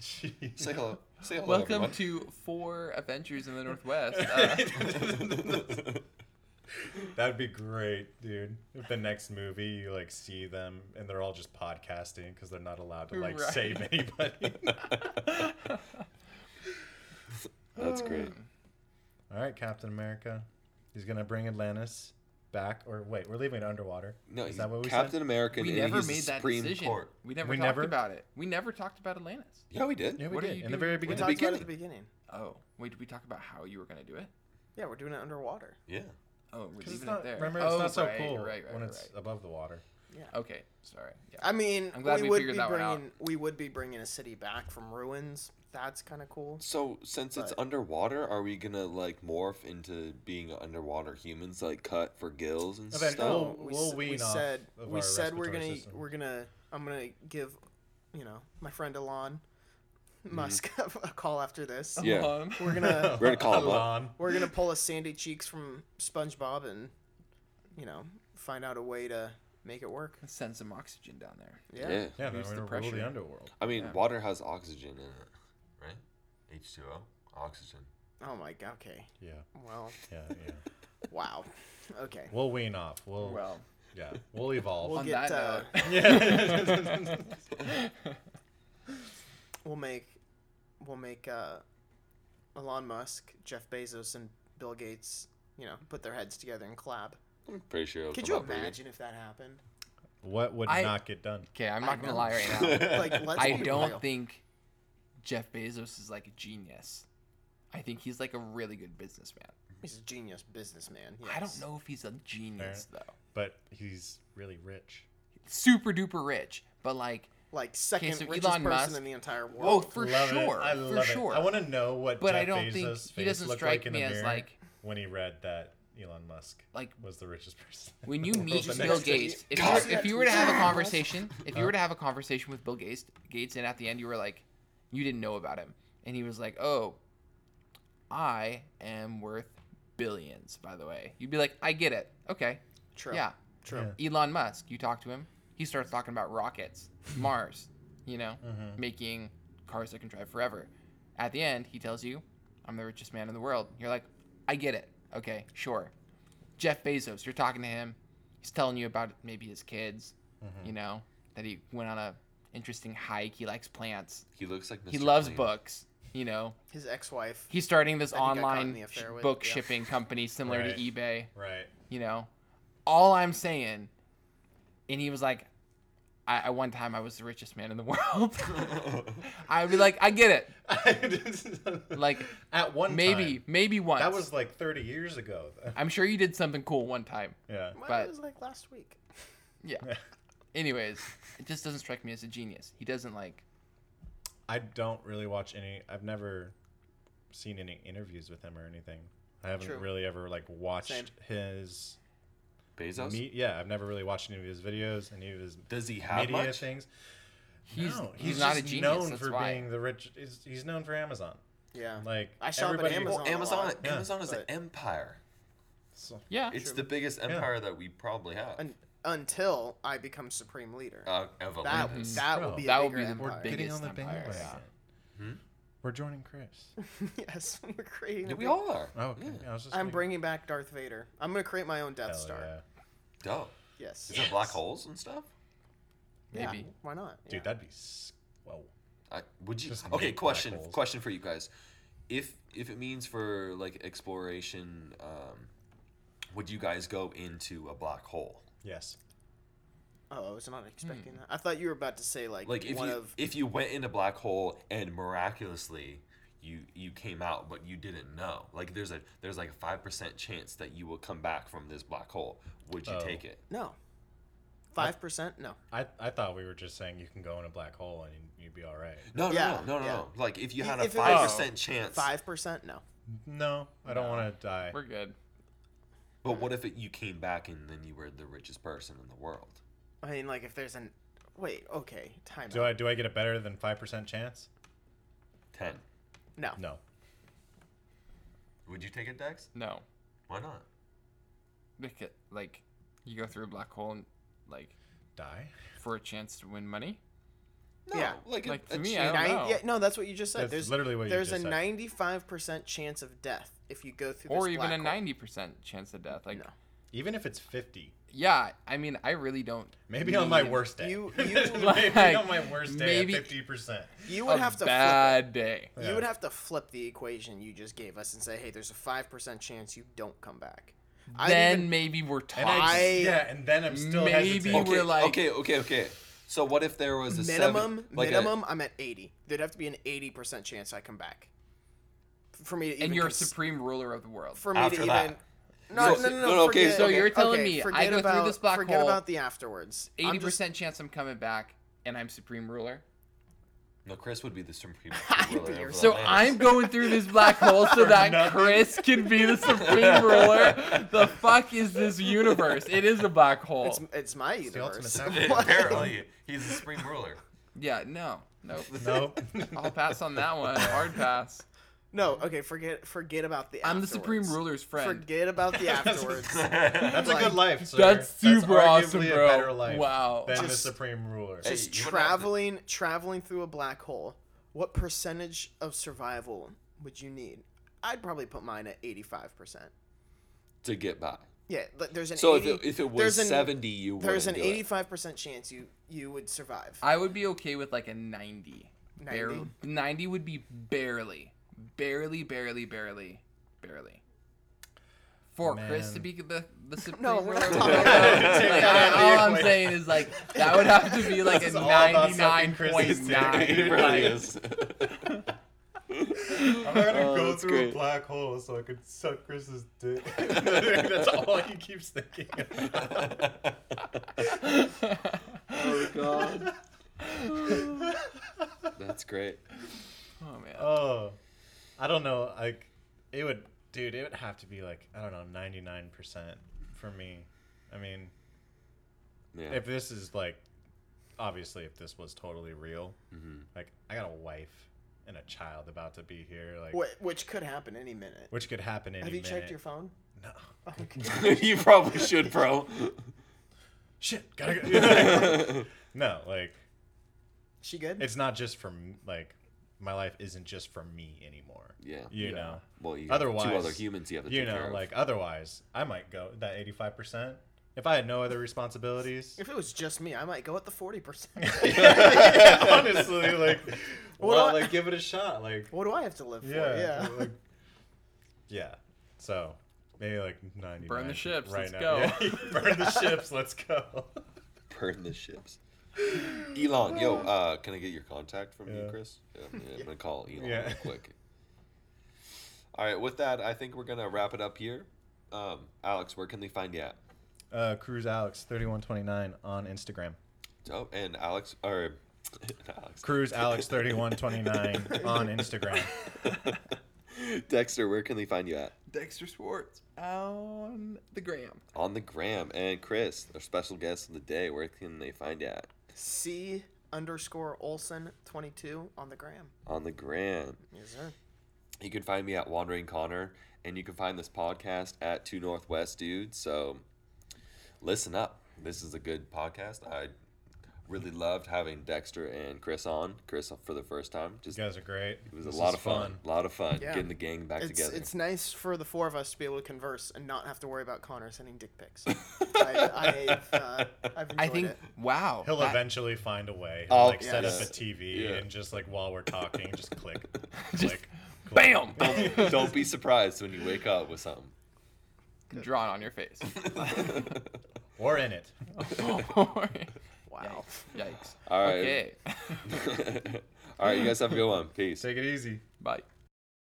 [SPEAKER 2] Jeez.
[SPEAKER 1] Say hello. Say hello.
[SPEAKER 4] Welcome
[SPEAKER 1] everyone.
[SPEAKER 4] to Four Avengers in
[SPEAKER 1] [LAUGHS]
[SPEAKER 4] the Northwest. Uh,
[SPEAKER 2] That'd be great, dude. If the next movie you like see them and they're all just podcasting because they're not allowed to like
[SPEAKER 4] Right.
[SPEAKER 2] save anybody.
[SPEAKER 1] [LAUGHS] That's great.
[SPEAKER 2] Uh, all right, Captain America. He's gonna bring Atlantis back. Or wait, we're leaving it underwater.
[SPEAKER 1] No,
[SPEAKER 2] is
[SPEAKER 1] he's
[SPEAKER 2] that what we
[SPEAKER 1] Captain
[SPEAKER 2] said?
[SPEAKER 1] America.
[SPEAKER 4] we
[SPEAKER 1] and
[SPEAKER 4] never
[SPEAKER 1] he's the
[SPEAKER 4] made that
[SPEAKER 1] Supreme
[SPEAKER 4] decision.
[SPEAKER 1] Court.
[SPEAKER 4] We never
[SPEAKER 2] We
[SPEAKER 4] talked
[SPEAKER 2] never-
[SPEAKER 4] about it. We never talked about Atlantis.
[SPEAKER 1] Yeah, we did.
[SPEAKER 2] Yeah, we
[SPEAKER 4] What are
[SPEAKER 2] did
[SPEAKER 4] you
[SPEAKER 2] in the very
[SPEAKER 4] doing?
[SPEAKER 3] We
[SPEAKER 1] At
[SPEAKER 2] beginning.
[SPEAKER 1] the
[SPEAKER 3] talked about it at the
[SPEAKER 1] beginning.
[SPEAKER 3] beginning.
[SPEAKER 4] Oh, wait, did we talk about how you were going to do it?
[SPEAKER 3] Yeah, we're doing it underwater.
[SPEAKER 1] Yeah.
[SPEAKER 4] Oh, we're
[SPEAKER 2] Because
[SPEAKER 4] leaving
[SPEAKER 2] it's not.
[SPEAKER 4] it there.
[SPEAKER 2] Remember,
[SPEAKER 4] oh,
[SPEAKER 2] it's not so
[SPEAKER 4] right,
[SPEAKER 2] cool
[SPEAKER 4] Right, right,
[SPEAKER 2] when
[SPEAKER 4] right,
[SPEAKER 2] it's above the water.
[SPEAKER 4] Okay, sorry. Yeah.
[SPEAKER 3] I mean,
[SPEAKER 4] I'm glad
[SPEAKER 3] we,
[SPEAKER 4] we
[SPEAKER 3] would
[SPEAKER 4] figured
[SPEAKER 3] be
[SPEAKER 4] that one
[SPEAKER 3] bringing
[SPEAKER 4] out.
[SPEAKER 3] we would be bringing a city back from ruins. That's kind of cool.
[SPEAKER 1] So since it's
[SPEAKER 3] But-
[SPEAKER 1] underwater, are we gonna like morph into being underwater humans, like cut for gills and
[SPEAKER 2] Eventually.
[SPEAKER 1] stuff?
[SPEAKER 2] We'll-
[SPEAKER 3] No, we,
[SPEAKER 2] we'll
[SPEAKER 3] s- we
[SPEAKER 2] wean off
[SPEAKER 3] said
[SPEAKER 2] of
[SPEAKER 3] we
[SPEAKER 2] our
[SPEAKER 3] said we're
[SPEAKER 2] respiratory
[SPEAKER 3] gonna
[SPEAKER 2] system.
[SPEAKER 3] we're gonna I'm gonna give you know my friend Alon
[SPEAKER 4] Mm-hmm.
[SPEAKER 3] Musk [LAUGHS] a call after this.
[SPEAKER 1] Yeah.
[SPEAKER 4] Um,
[SPEAKER 3] We're
[SPEAKER 2] [LAUGHS]
[SPEAKER 3] gonna
[SPEAKER 1] We're gonna call him up.
[SPEAKER 2] Elon.
[SPEAKER 3] we're gonna pull a Sandy Cheeks from SpongeBob and you know find out a way to make it work.
[SPEAKER 4] [LAUGHS] send some oxygen down there.
[SPEAKER 1] Yeah.
[SPEAKER 3] Yeah.
[SPEAKER 2] Yeah, then
[SPEAKER 4] Use
[SPEAKER 2] we're
[SPEAKER 4] the
[SPEAKER 2] gonna rule
[SPEAKER 4] pressure.
[SPEAKER 2] the underworld.
[SPEAKER 1] I mean,
[SPEAKER 4] Yeah.
[SPEAKER 1] water has oxygen in it, right? H two O, oxygen.
[SPEAKER 3] Oh my god. Okay.
[SPEAKER 2] Yeah,
[SPEAKER 3] Well.
[SPEAKER 2] yeah, yeah.
[SPEAKER 3] Wow. Okay.
[SPEAKER 2] We'll wean off. We'll
[SPEAKER 4] Well,
[SPEAKER 2] yeah. We'll evolve.
[SPEAKER 3] We'll
[SPEAKER 4] on
[SPEAKER 3] get,
[SPEAKER 4] that
[SPEAKER 3] uh,
[SPEAKER 4] note,
[SPEAKER 2] [LAUGHS] yeah.
[SPEAKER 3] We'll make we'll make uh, Elon Musk, Jeff Bezos, and Bill Gates. You know, put their heads together and collab.
[SPEAKER 1] I'm pretty sure. It'll
[SPEAKER 3] Could
[SPEAKER 1] come
[SPEAKER 3] you
[SPEAKER 1] out pretty good.
[SPEAKER 3] imagine if that
[SPEAKER 2] [LAUGHS]
[SPEAKER 3] happened?
[SPEAKER 2] what would
[SPEAKER 4] I-
[SPEAKER 2] not get done?
[SPEAKER 4] okay, I'm
[SPEAKER 3] I
[SPEAKER 4] not gonna
[SPEAKER 3] know.
[SPEAKER 4] lie
[SPEAKER 1] [LAUGHS]
[SPEAKER 4] right now.
[SPEAKER 3] Like, let's
[SPEAKER 4] I
[SPEAKER 3] be
[SPEAKER 4] don't
[SPEAKER 3] real.
[SPEAKER 4] think Jeff Bezos is like a genius. I think he's like a really good businessman.
[SPEAKER 3] he's a genius businessman.
[SPEAKER 4] I
[SPEAKER 3] yes.
[SPEAKER 4] don't know if he's a genius though.
[SPEAKER 2] But he's really rich.
[SPEAKER 4] Super duper rich, but like,
[SPEAKER 3] Like second
[SPEAKER 4] so
[SPEAKER 3] richest
[SPEAKER 4] Elon
[SPEAKER 3] person
[SPEAKER 4] Musk-
[SPEAKER 3] in the entire
[SPEAKER 4] oh,
[SPEAKER 3] world.
[SPEAKER 4] for
[SPEAKER 2] Love it.
[SPEAKER 4] sure,
[SPEAKER 2] I
[SPEAKER 4] for
[SPEAKER 2] love it.
[SPEAKER 4] sure.
[SPEAKER 2] I want to know what
[SPEAKER 4] But
[SPEAKER 2] Jeff
[SPEAKER 4] I don't
[SPEAKER 2] Bezos'
[SPEAKER 4] think- he
[SPEAKER 2] face
[SPEAKER 4] doesn't
[SPEAKER 2] looked
[SPEAKER 4] strike
[SPEAKER 2] like in
[SPEAKER 4] me
[SPEAKER 2] the
[SPEAKER 4] as,
[SPEAKER 2] mirror
[SPEAKER 4] like-
[SPEAKER 2] when he read that Elon Musk
[SPEAKER 4] like
[SPEAKER 2] was the richest person.
[SPEAKER 4] when you meet
[SPEAKER 2] the
[SPEAKER 4] Bill
[SPEAKER 2] next day.
[SPEAKER 4] Gates, if
[SPEAKER 1] God.
[SPEAKER 4] you, if you were
[SPEAKER 2] [LAUGHS]
[SPEAKER 4] to have a conversation, if you were to have a conversation with Bill Gates, Gates, and at the end you were like, you didn't know about him, and he was like, oh, I am worth billions, by the way. You'd be like, I get it. Okay,
[SPEAKER 3] True.
[SPEAKER 4] yeah.
[SPEAKER 3] True.
[SPEAKER 2] Yeah.
[SPEAKER 4] Elon Musk, you talk to him, he starts talking about
[SPEAKER 3] [LAUGHS]
[SPEAKER 4] rockets, Mars, you know,
[SPEAKER 3] Mm-hmm.
[SPEAKER 4] making cars that can drive forever. At the end, he tells you, I'm the richest man in the world. You're like, I get it. Okay, sure. Jeff Bezos, you're talking to him. He's telling you about maybe his kids,
[SPEAKER 3] Mm-hmm.
[SPEAKER 4] you know, that he went on a interesting hike. He likes plants.
[SPEAKER 1] He looks like Mr.
[SPEAKER 4] He loves
[SPEAKER 1] Clean.
[SPEAKER 4] books, you know.
[SPEAKER 3] His ex-wife.
[SPEAKER 4] He's starting this
[SPEAKER 3] I think I got in
[SPEAKER 4] online
[SPEAKER 3] the
[SPEAKER 4] sh-
[SPEAKER 3] affair with-
[SPEAKER 4] book
[SPEAKER 3] yeah.
[SPEAKER 4] shipping company similar
[SPEAKER 2] Right.
[SPEAKER 4] to eBay
[SPEAKER 2] [LAUGHS] Right.
[SPEAKER 4] you know all i'm saying and he was like i, I one time i was the richest man in the [LAUGHS]
[SPEAKER 3] [LAUGHS]
[SPEAKER 4] world i'd be like i get it [LAUGHS] like
[SPEAKER 2] at one
[SPEAKER 4] maybe
[SPEAKER 2] time.
[SPEAKER 4] maybe once
[SPEAKER 2] that was like 30 years ago.
[SPEAKER 4] i'm sure you did something cool one time
[SPEAKER 2] [LAUGHS] yeah.
[SPEAKER 3] Mine
[SPEAKER 4] but-
[SPEAKER 3] was like last week.
[SPEAKER 4] yeah anyways it just doesn't strike me as a genius he doesn't like
[SPEAKER 2] I don't really watch any. I've never seen any interviews with him or anything. I haven't
[SPEAKER 3] True.
[SPEAKER 2] really ever like watched
[SPEAKER 3] Same.
[SPEAKER 2] his
[SPEAKER 1] [LAUGHS] Bezos.
[SPEAKER 2] meet. Yeah, I've never really watched any of his videos, any of his
[SPEAKER 1] Does he have
[SPEAKER 2] media
[SPEAKER 1] much?
[SPEAKER 2] things.
[SPEAKER 4] he's,
[SPEAKER 2] no,
[SPEAKER 4] he's, not a
[SPEAKER 2] just
[SPEAKER 4] genius
[SPEAKER 2] Known
[SPEAKER 4] that's
[SPEAKER 2] for
[SPEAKER 4] why
[SPEAKER 2] being the rich. He's, he's known for Amazon.
[SPEAKER 3] Yeah.
[SPEAKER 2] Like
[SPEAKER 3] Oh. I shop at
[SPEAKER 1] Well,
[SPEAKER 3] Amazon a
[SPEAKER 1] Amazon.
[SPEAKER 3] lot.
[SPEAKER 2] Yeah.
[SPEAKER 1] Amazon is an
[SPEAKER 3] But-
[SPEAKER 1] empire.
[SPEAKER 2] So-
[SPEAKER 4] yeah
[SPEAKER 1] It's the biggest empire that we probably have
[SPEAKER 3] Un- until I become supreme leader.
[SPEAKER 2] Oh,
[SPEAKER 1] uh, of
[SPEAKER 3] that
[SPEAKER 1] Olympus.
[SPEAKER 3] that
[SPEAKER 2] Bro.
[SPEAKER 3] will be
[SPEAKER 4] mm-hmm.
[SPEAKER 3] a
[SPEAKER 4] That will
[SPEAKER 3] bigger
[SPEAKER 4] be the
[SPEAKER 3] empire.
[SPEAKER 4] big-
[SPEAKER 2] Getting on
[SPEAKER 4] biggest
[SPEAKER 2] the
[SPEAKER 4] empire,
[SPEAKER 2] bandwagon.
[SPEAKER 4] yeah. Hmm?
[SPEAKER 2] We're joining Chris.
[SPEAKER 3] [LAUGHS] [LAUGHS] yes, we're creating.
[SPEAKER 1] Yeah,
[SPEAKER 3] a
[SPEAKER 1] we
[SPEAKER 3] big-
[SPEAKER 1] all are.
[SPEAKER 2] Oh, okay.
[SPEAKER 1] Yeah.
[SPEAKER 2] I was just
[SPEAKER 3] I'm
[SPEAKER 2] like,
[SPEAKER 3] bringing back Darth Vader. I'm gonna create my own Death
[SPEAKER 2] hell
[SPEAKER 3] Star.
[SPEAKER 2] yeah.
[SPEAKER 1] Dope.
[SPEAKER 3] Yes.
[SPEAKER 1] Is there black holes and stuff?
[SPEAKER 3] Yeah,
[SPEAKER 4] Maybe.
[SPEAKER 3] why not?
[SPEAKER 2] Dude, that'd be. s- Whoa.
[SPEAKER 1] I, would you?
[SPEAKER 2] Just
[SPEAKER 1] okay,
[SPEAKER 2] make black
[SPEAKER 1] question.
[SPEAKER 2] holes.
[SPEAKER 1] Question for you guys. If if it means for like exploration, um, would you guys go into a black hole?
[SPEAKER 2] Yes.
[SPEAKER 3] Oh, I was
[SPEAKER 4] Hmm.
[SPEAKER 3] not expecting that. I thought you were about to say like,
[SPEAKER 1] Like if
[SPEAKER 3] one
[SPEAKER 1] you
[SPEAKER 3] of
[SPEAKER 1] if you went in a black hole and miraculously you you came out but you didn't know. Like there's a there's like a five percent chance that you will come back from this black hole. Would you
[SPEAKER 2] Oh.
[SPEAKER 1] take it?
[SPEAKER 3] no. Five percent? No.
[SPEAKER 2] I, I thought we were just saying you can go in a black hole and you'd be all right.
[SPEAKER 1] No, no,
[SPEAKER 3] Yeah,
[SPEAKER 1] no, no, no,
[SPEAKER 3] yeah.
[SPEAKER 1] no. Like if you
[SPEAKER 3] If-
[SPEAKER 1] had a
[SPEAKER 3] if it was
[SPEAKER 1] five percent chance,
[SPEAKER 3] Five percent? No.
[SPEAKER 2] No, I don't want to die.
[SPEAKER 4] we're good
[SPEAKER 1] but what if it, you came back and then you were the richest person in the world?
[SPEAKER 3] I mean, like if there's an wait, okay, time.
[SPEAKER 2] Do I do I get a better than five percent chance?
[SPEAKER 1] Ten.
[SPEAKER 3] No.
[SPEAKER 2] No.
[SPEAKER 1] Would you take it, Dex?
[SPEAKER 4] no
[SPEAKER 1] Why not?
[SPEAKER 4] Look at- like you go through a black hole and like
[SPEAKER 2] Die?
[SPEAKER 4] for a chance to win money
[SPEAKER 1] No,
[SPEAKER 3] Yeah.
[SPEAKER 1] like,
[SPEAKER 4] Like,
[SPEAKER 1] a,
[SPEAKER 4] to
[SPEAKER 1] a
[SPEAKER 4] me,
[SPEAKER 1] chance-
[SPEAKER 4] I don't
[SPEAKER 3] Nine-
[SPEAKER 4] know.
[SPEAKER 3] yeah, no, that's what you just said.
[SPEAKER 2] That's
[SPEAKER 3] there's
[SPEAKER 2] literally what you
[SPEAKER 3] there's
[SPEAKER 2] just
[SPEAKER 3] a
[SPEAKER 2] said.
[SPEAKER 3] 95% chance of death if you go through
[SPEAKER 4] or
[SPEAKER 3] this
[SPEAKER 4] even
[SPEAKER 3] black
[SPEAKER 4] a
[SPEAKER 3] hole.
[SPEAKER 4] 90% chance of death like
[SPEAKER 3] No.
[SPEAKER 2] Even if it's fifty.
[SPEAKER 4] yeah i mean i really don't
[SPEAKER 2] Maybe on my
[SPEAKER 4] need-
[SPEAKER 2] worst day. [LAUGHS]
[SPEAKER 3] You-
[SPEAKER 2] maybe
[SPEAKER 3] you-
[SPEAKER 2] on my worst day
[SPEAKER 4] maybe-
[SPEAKER 2] at fifty percent.
[SPEAKER 3] You would
[SPEAKER 4] a
[SPEAKER 3] have to flip
[SPEAKER 4] bad day.
[SPEAKER 3] it. You would have to flip the equation you just gave us and say, "Hey, there's a 5% chance you don't come back." I'd
[SPEAKER 4] then
[SPEAKER 3] even-
[SPEAKER 4] maybe we're
[SPEAKER 2] And I,
[SPEAKER 4] tied.
[SPEAKER 2] yeah, and then I'm still
[SPEAKER 4] Maybe
[SPEAKER 2] hesitant.
[SPEAKER 1] okay,
[SPEAKER 4] were like-
[SPEAKER 1] okay, okay, okay. So what if there was a seven-
[SPEAKER 3] minimum
[SPEAKER 1] like a-
[SPEAKER 3] minimum i I'm at 80. There'd have to be an 80% chance I come back. For me to even
[SPEAKER 4] And you're
[SPEAKER 3] cons-
[SPEAKER 4] supreme ruler of the world.
[SPEAKER 3] for me to
[SPEAKER 1] After
[SPEAKER 3] even
[SPEAKER 1] that. No,
[SPEAKER 3] No, no,
[SPEAKER 1] no,
[SPEAKER 3] no, no.
[SPEAKER 1] no, okay,
[SPEAKER 3] forget,
[SPEAKER 1] so
[SPEAKER 4] you're telling me I
[SPEAKER 3] forget
[SPEAKER 4] go through
[SPEAKER 3] about,
[SPEAKER 4] this black
[SPEAKER 3] Forget
[SPEAKER 4] hole,
[SPEAKER 3] about the afterwards. I'm
[SPEAKER 4] Eighty
[SPEAKER 3] just-
[SPEAKER 4] percent chance I'm coming back, and I'm supreme ruler.
[SPEAKER 1] No, Chris would be the supreme
[SPEAKER 3] [LAUGHS] I'd
[SPEAKER 1] ruler.
[SPEAKER 3] be
[SPEAKER 1] over
[SPEAKER 3] your-
[SPEAKER 1] the
[SPEAKER 4] So
[SPEAKER 1] land.
[SPEAKER 4] I'm going through this [LAUGHS] black hole so that
[SPEAKER 2] nothing.
[SPEAKER 4] Chris can be the supreme [LAUGHS] ruler. The fuck is this universe? It is a black hole.
[SPEAKER 3] It's, it's my
[SPEAKER 2] the
[SPEAKER 1] [LAUGHS]
[SPEAKER 2] ultimate
[SPEAKER 3] universe.
[SPEAKER 2] sacrifice.
[SPEAKER 3] [LAUGHS] What?
[SPEAKER 1] apparently he's the supreme ruler. [LAUGHS]
[SPEAKER 4] yeah, no, no.
[SPEAKER 2] [LAUGHS] Nope.
[SPEAKER 4] I'll pass on that one. Hard pass.
[SPEAKER 3] No, okay, forget forget about the.
[SPEAKER 4] I'm the supreme
[SPEAKER 3] afterwards.
[SPEAKER 4] ruler's friend.
[SPEAKER 3] Forget
[SPEAKER 1] [LAUGHS]
[SPEAKER 3] about the afterwards.
[SPEAKER 2] That's a
[SPEAKER 3] Like,
[SPEAKER 2] good life. Sir.
[SPEAKER 4] That's super awesome,
[SPEAKER 2] arguably
[SPEAKER 4] bro.
[SPEAKER 2] A better life
[SPEAKER 4] Wow.
[SPEAKER 2] Than the
[SPEAKER 3] Just-
[SPEAKER 2] supreme ruler.
[SPEAKER 1] Hey,
[SPEAKER 3] Just
[SPEAKER 1] you wouldn't have to-
[SPEAKER 3] traveling, traveling through a black hole. What percentage of survival would you need? I'd probably put mine at eighty-five percent.
[SPEAKER 1] to get by.
[SPEAKER 3] Yeah, but there's an
[SPEAKER 1] So
[SPEAKER 3] 80,
[SPEAKER 1] if, it, if it was
[SPEAKER 3] there's an-
[SPEAKER 1] seventy, you
[SPEAKER 3] There's
[SPEAKER 1] wouldn't
[SPEAKER 3] an
[SPEAKER 1] do [LAUGHS] it.
[SPEAKER 3] eighty-five percent chance you you would survive.
[SPEAKER 4] I would be okay with like a 90. 90?
[SPEAKER 3] 90?
[SPEAKER 4] 90 would be barely. Barely, barely, barely, barely. For Chris to
[SPEAKER 2] Man.
[SPEAKER 4] be the,
[SPEAKER 2] [LAUGHS]
[SPEAKER 4] the supreme
[SPEAKER 3] No, we're
[SPEAKER 4] ruler.
[SPEAKER 3] not
[SPEAKER 4] Like, [LAUGHS]
[SPEAKER 3] talking
[SPEAKER 2] about-
[SPEAKER 4] like,
[SPEAKER 2] Take that out of the
[SPEAKER 4] all I'm
[SPEAKER 2] equation.
[SPEAKER 4] saying is like that would have to be like a
[SPEAKER 2] This is all about something Chris is doing.
[SPEAKER 1] It
[SPEAKER 2] [LAUGHS]
[SPEAKER 4] 99.9.
[SPEAKER 1] really
[SPEAKER 4] Like,
[SPEAKER 1] is. [LAUGHS]
[SPEAKER 2] I'm not gonna
[SPEAKER 1] Oh,
[SPEAKER 2] go
[SPEAKER 1] that's
[SPEAKER 2] through
[SPEAKER 1] great.
[SPEAKER 2] a black hole so I could suck Chris's dick. [LAUGHS] that's all he keeps thinking. About.
[SPEAKER 1] oh god. That's great.
[SPEAKER 4] oh man.
[SPEAKER 2] Oh, I don't know. Like, it would, dude. It would have to be like I don't know, ninety nine percent for me. I mean,
[SPEAKER 1] Yeah.
[SPEAKER 2] if this is like, obviously, if this was totally real,
[SPEAKER 1] Mm-hmm.
[SPEAKER 2] like I got a wife and a child about to be here, like
[SPEAKER 3] Wh- which could happen any minute.
[SPEAKER 2] which could happen any
[SPEAKER 3] Have you
[SPEAKER 2] minute.
[SPEAKER 3] checked your phone? Oh
[SPEAKER 1] [LAUGHS]
[SPEAKER 2] No. [LAUGHS]
[SPEAKER 1] you probably should, bro.
[SPEAKER 2] Shit. Gotta
[SPEAKER 3] [LAUGHS]
[SPEAKER 2] go. [LAUGHS] no, like
[SPEAKER 3] She good?
[SPEAKER 2] it's not just for m- like my life isn't just for me anymore.
[SPEAKER 1] Yeah.
[SPEAKER 2] You
[SPEAKER 1] Yeah.
[SPEAKER 2] know.
[SPEAKER 1] Well, you have
[SPEAKER 2] Otherwise,
[SPEAKER 1] two other humans you have to
[SPEAKER 2] you
[SPEAKER 1] take
[SPEAKER 2] know,
[SPEAKER 1] care of.
[SPEAKER 2] like otherwise, I might go that eighty five percent. If I had no other responsibilities,
[SPEAKER 3] if it was just me, I might go at the forty
[SPEAKER 2] [LAUGHS]
[SPEAKER 3] percent.
[SPEAKER 1] [LAUGHS]
[SPEAKER 2] honestly, like, [LAUGHS]
[SPEAKER 3] Well,
[SPEAKER 2] well,
[SPEAKER 3] I-
[SPEAKER 2] like give it a shot, like,
[SPEAKER 3] What do I have to live for?
[SPEAKER 2] yeah,
[SPEAKER 3] Yeah.
[SPEAKER 2] like- yeah. So maybe like ninety.
[SPEAKER 4] Burn the ships,
[SPEAKER 2] right
[SPEAKER 4] let's
[SPEAKER 2] now.
[SPEAKER 4] go.
[SPEAKER 2] [LAUGHS] Yeah, burn
[SPEAKER 4] [LAUGHS]
[SPEAKER 2] the ships. Let's go. [LAUGHS]
[SPEAKER 1] burn the ships. Elon, yo, uh, can I get your contact from you,
[SPEAKER 2] Yeah.
[SPEAKER 1] Chris? Yeah, I'm, I'm gonna call Elon
[SPEAKER 2] [LAUGHS] Yeah.
[SPEAKER 1] real
[SPEAKER 2] [LAUGHS]
[SPEAKER 1] quick. All right, with that, I think we're gonna wrap it up here. Um, Alex, where can they find you at?
[SPEAKER 2] Uh, Cruise Alex thirty one twenty nine on Instagram.
[SPEAKER 1] Oh, and Alex, or [LAUGHS] Alex,
[SPEAKER 2] Cruise Alex thirty one twenty nine on Instagram.
[SPEAKER 1] [LAUGHS] Dexter, where can they find you at?
[SPEAKER 4] Dexter Schwartz on the gram.
[SPEAKER 1] On the gram, and Chris, our special guest of the day, where can they find you at?
[SPEAKER 3] [LAUGHS] C underscore Olson twenty two on the gram.
[SPEAKER 1] On the gram.
[SPEAKER 3] Yes, sir.
[SPEAKER 1] You can find me at Wandering Connor, and you can find this podcast at Two Northwest Dudes. So listen up. This is a good podcast. I really loved having Dexter and Chris on. Chris for the first time. Just
[SPEAKER 2] You guys are great.
[SPEAKER 1] it was a lot of fun. A lot of fun
[SPEAKER 3] Yeah.
[SPEAKER 1] getting the gang back
[SPEAKER 3] It's
[SPEAKER 1] together.
[SPEAKER 3] it's nice for the four of us to be able to converse and not have to worry about Connor sending
[SPEAKER 1] [LAUGHS]
[SPEAKER 3] dick pics. I, I've, uh, I've enjoyed
[SPEAKER 4] I think
[SPEAKER 3] it.
[SPEAKER 4] wow.
[SPEAKER 2] He'll
[SPEAKER 4] that-
[SPEAKER 2] eventually find a way. He'll,
[SPEAKER 1] Oh,
[SPEAKER 2] like set
[SPEAKER 1] yeah.
[SPEAKER 2] up a TV
[SPEAKER 1] Yeah.
[SPEAKER 2] and just like while we're talking, just click,
[SPEAKER 1] [LAUGHS]
[SPEAKER 2] click, click.
[SPEAKER 4] Bam!
[SPEAKER 2] [LAUGHS]
[SPEAKER 1] Don't be surprised when you wake up with something.
[SPEAKER 4] [LAUGHS] Drawn on
[SPEAKER 2] [LAUGHS]
[SPEAKER 4] your face.
[SPEAKER 2] We're in it.
[SPEAKER 3] Wow.
[SPEAKER 4] Yikes.
[SPEAKER 1] All right. [LAUGHS]
[SPEAKER 4] Okay. [LAUGHS]
[SPEAKER 1] All right, you guys have a good one. Peace.
[SPEAKER 2] Take it easy.
[SPEAKER 4] Bye.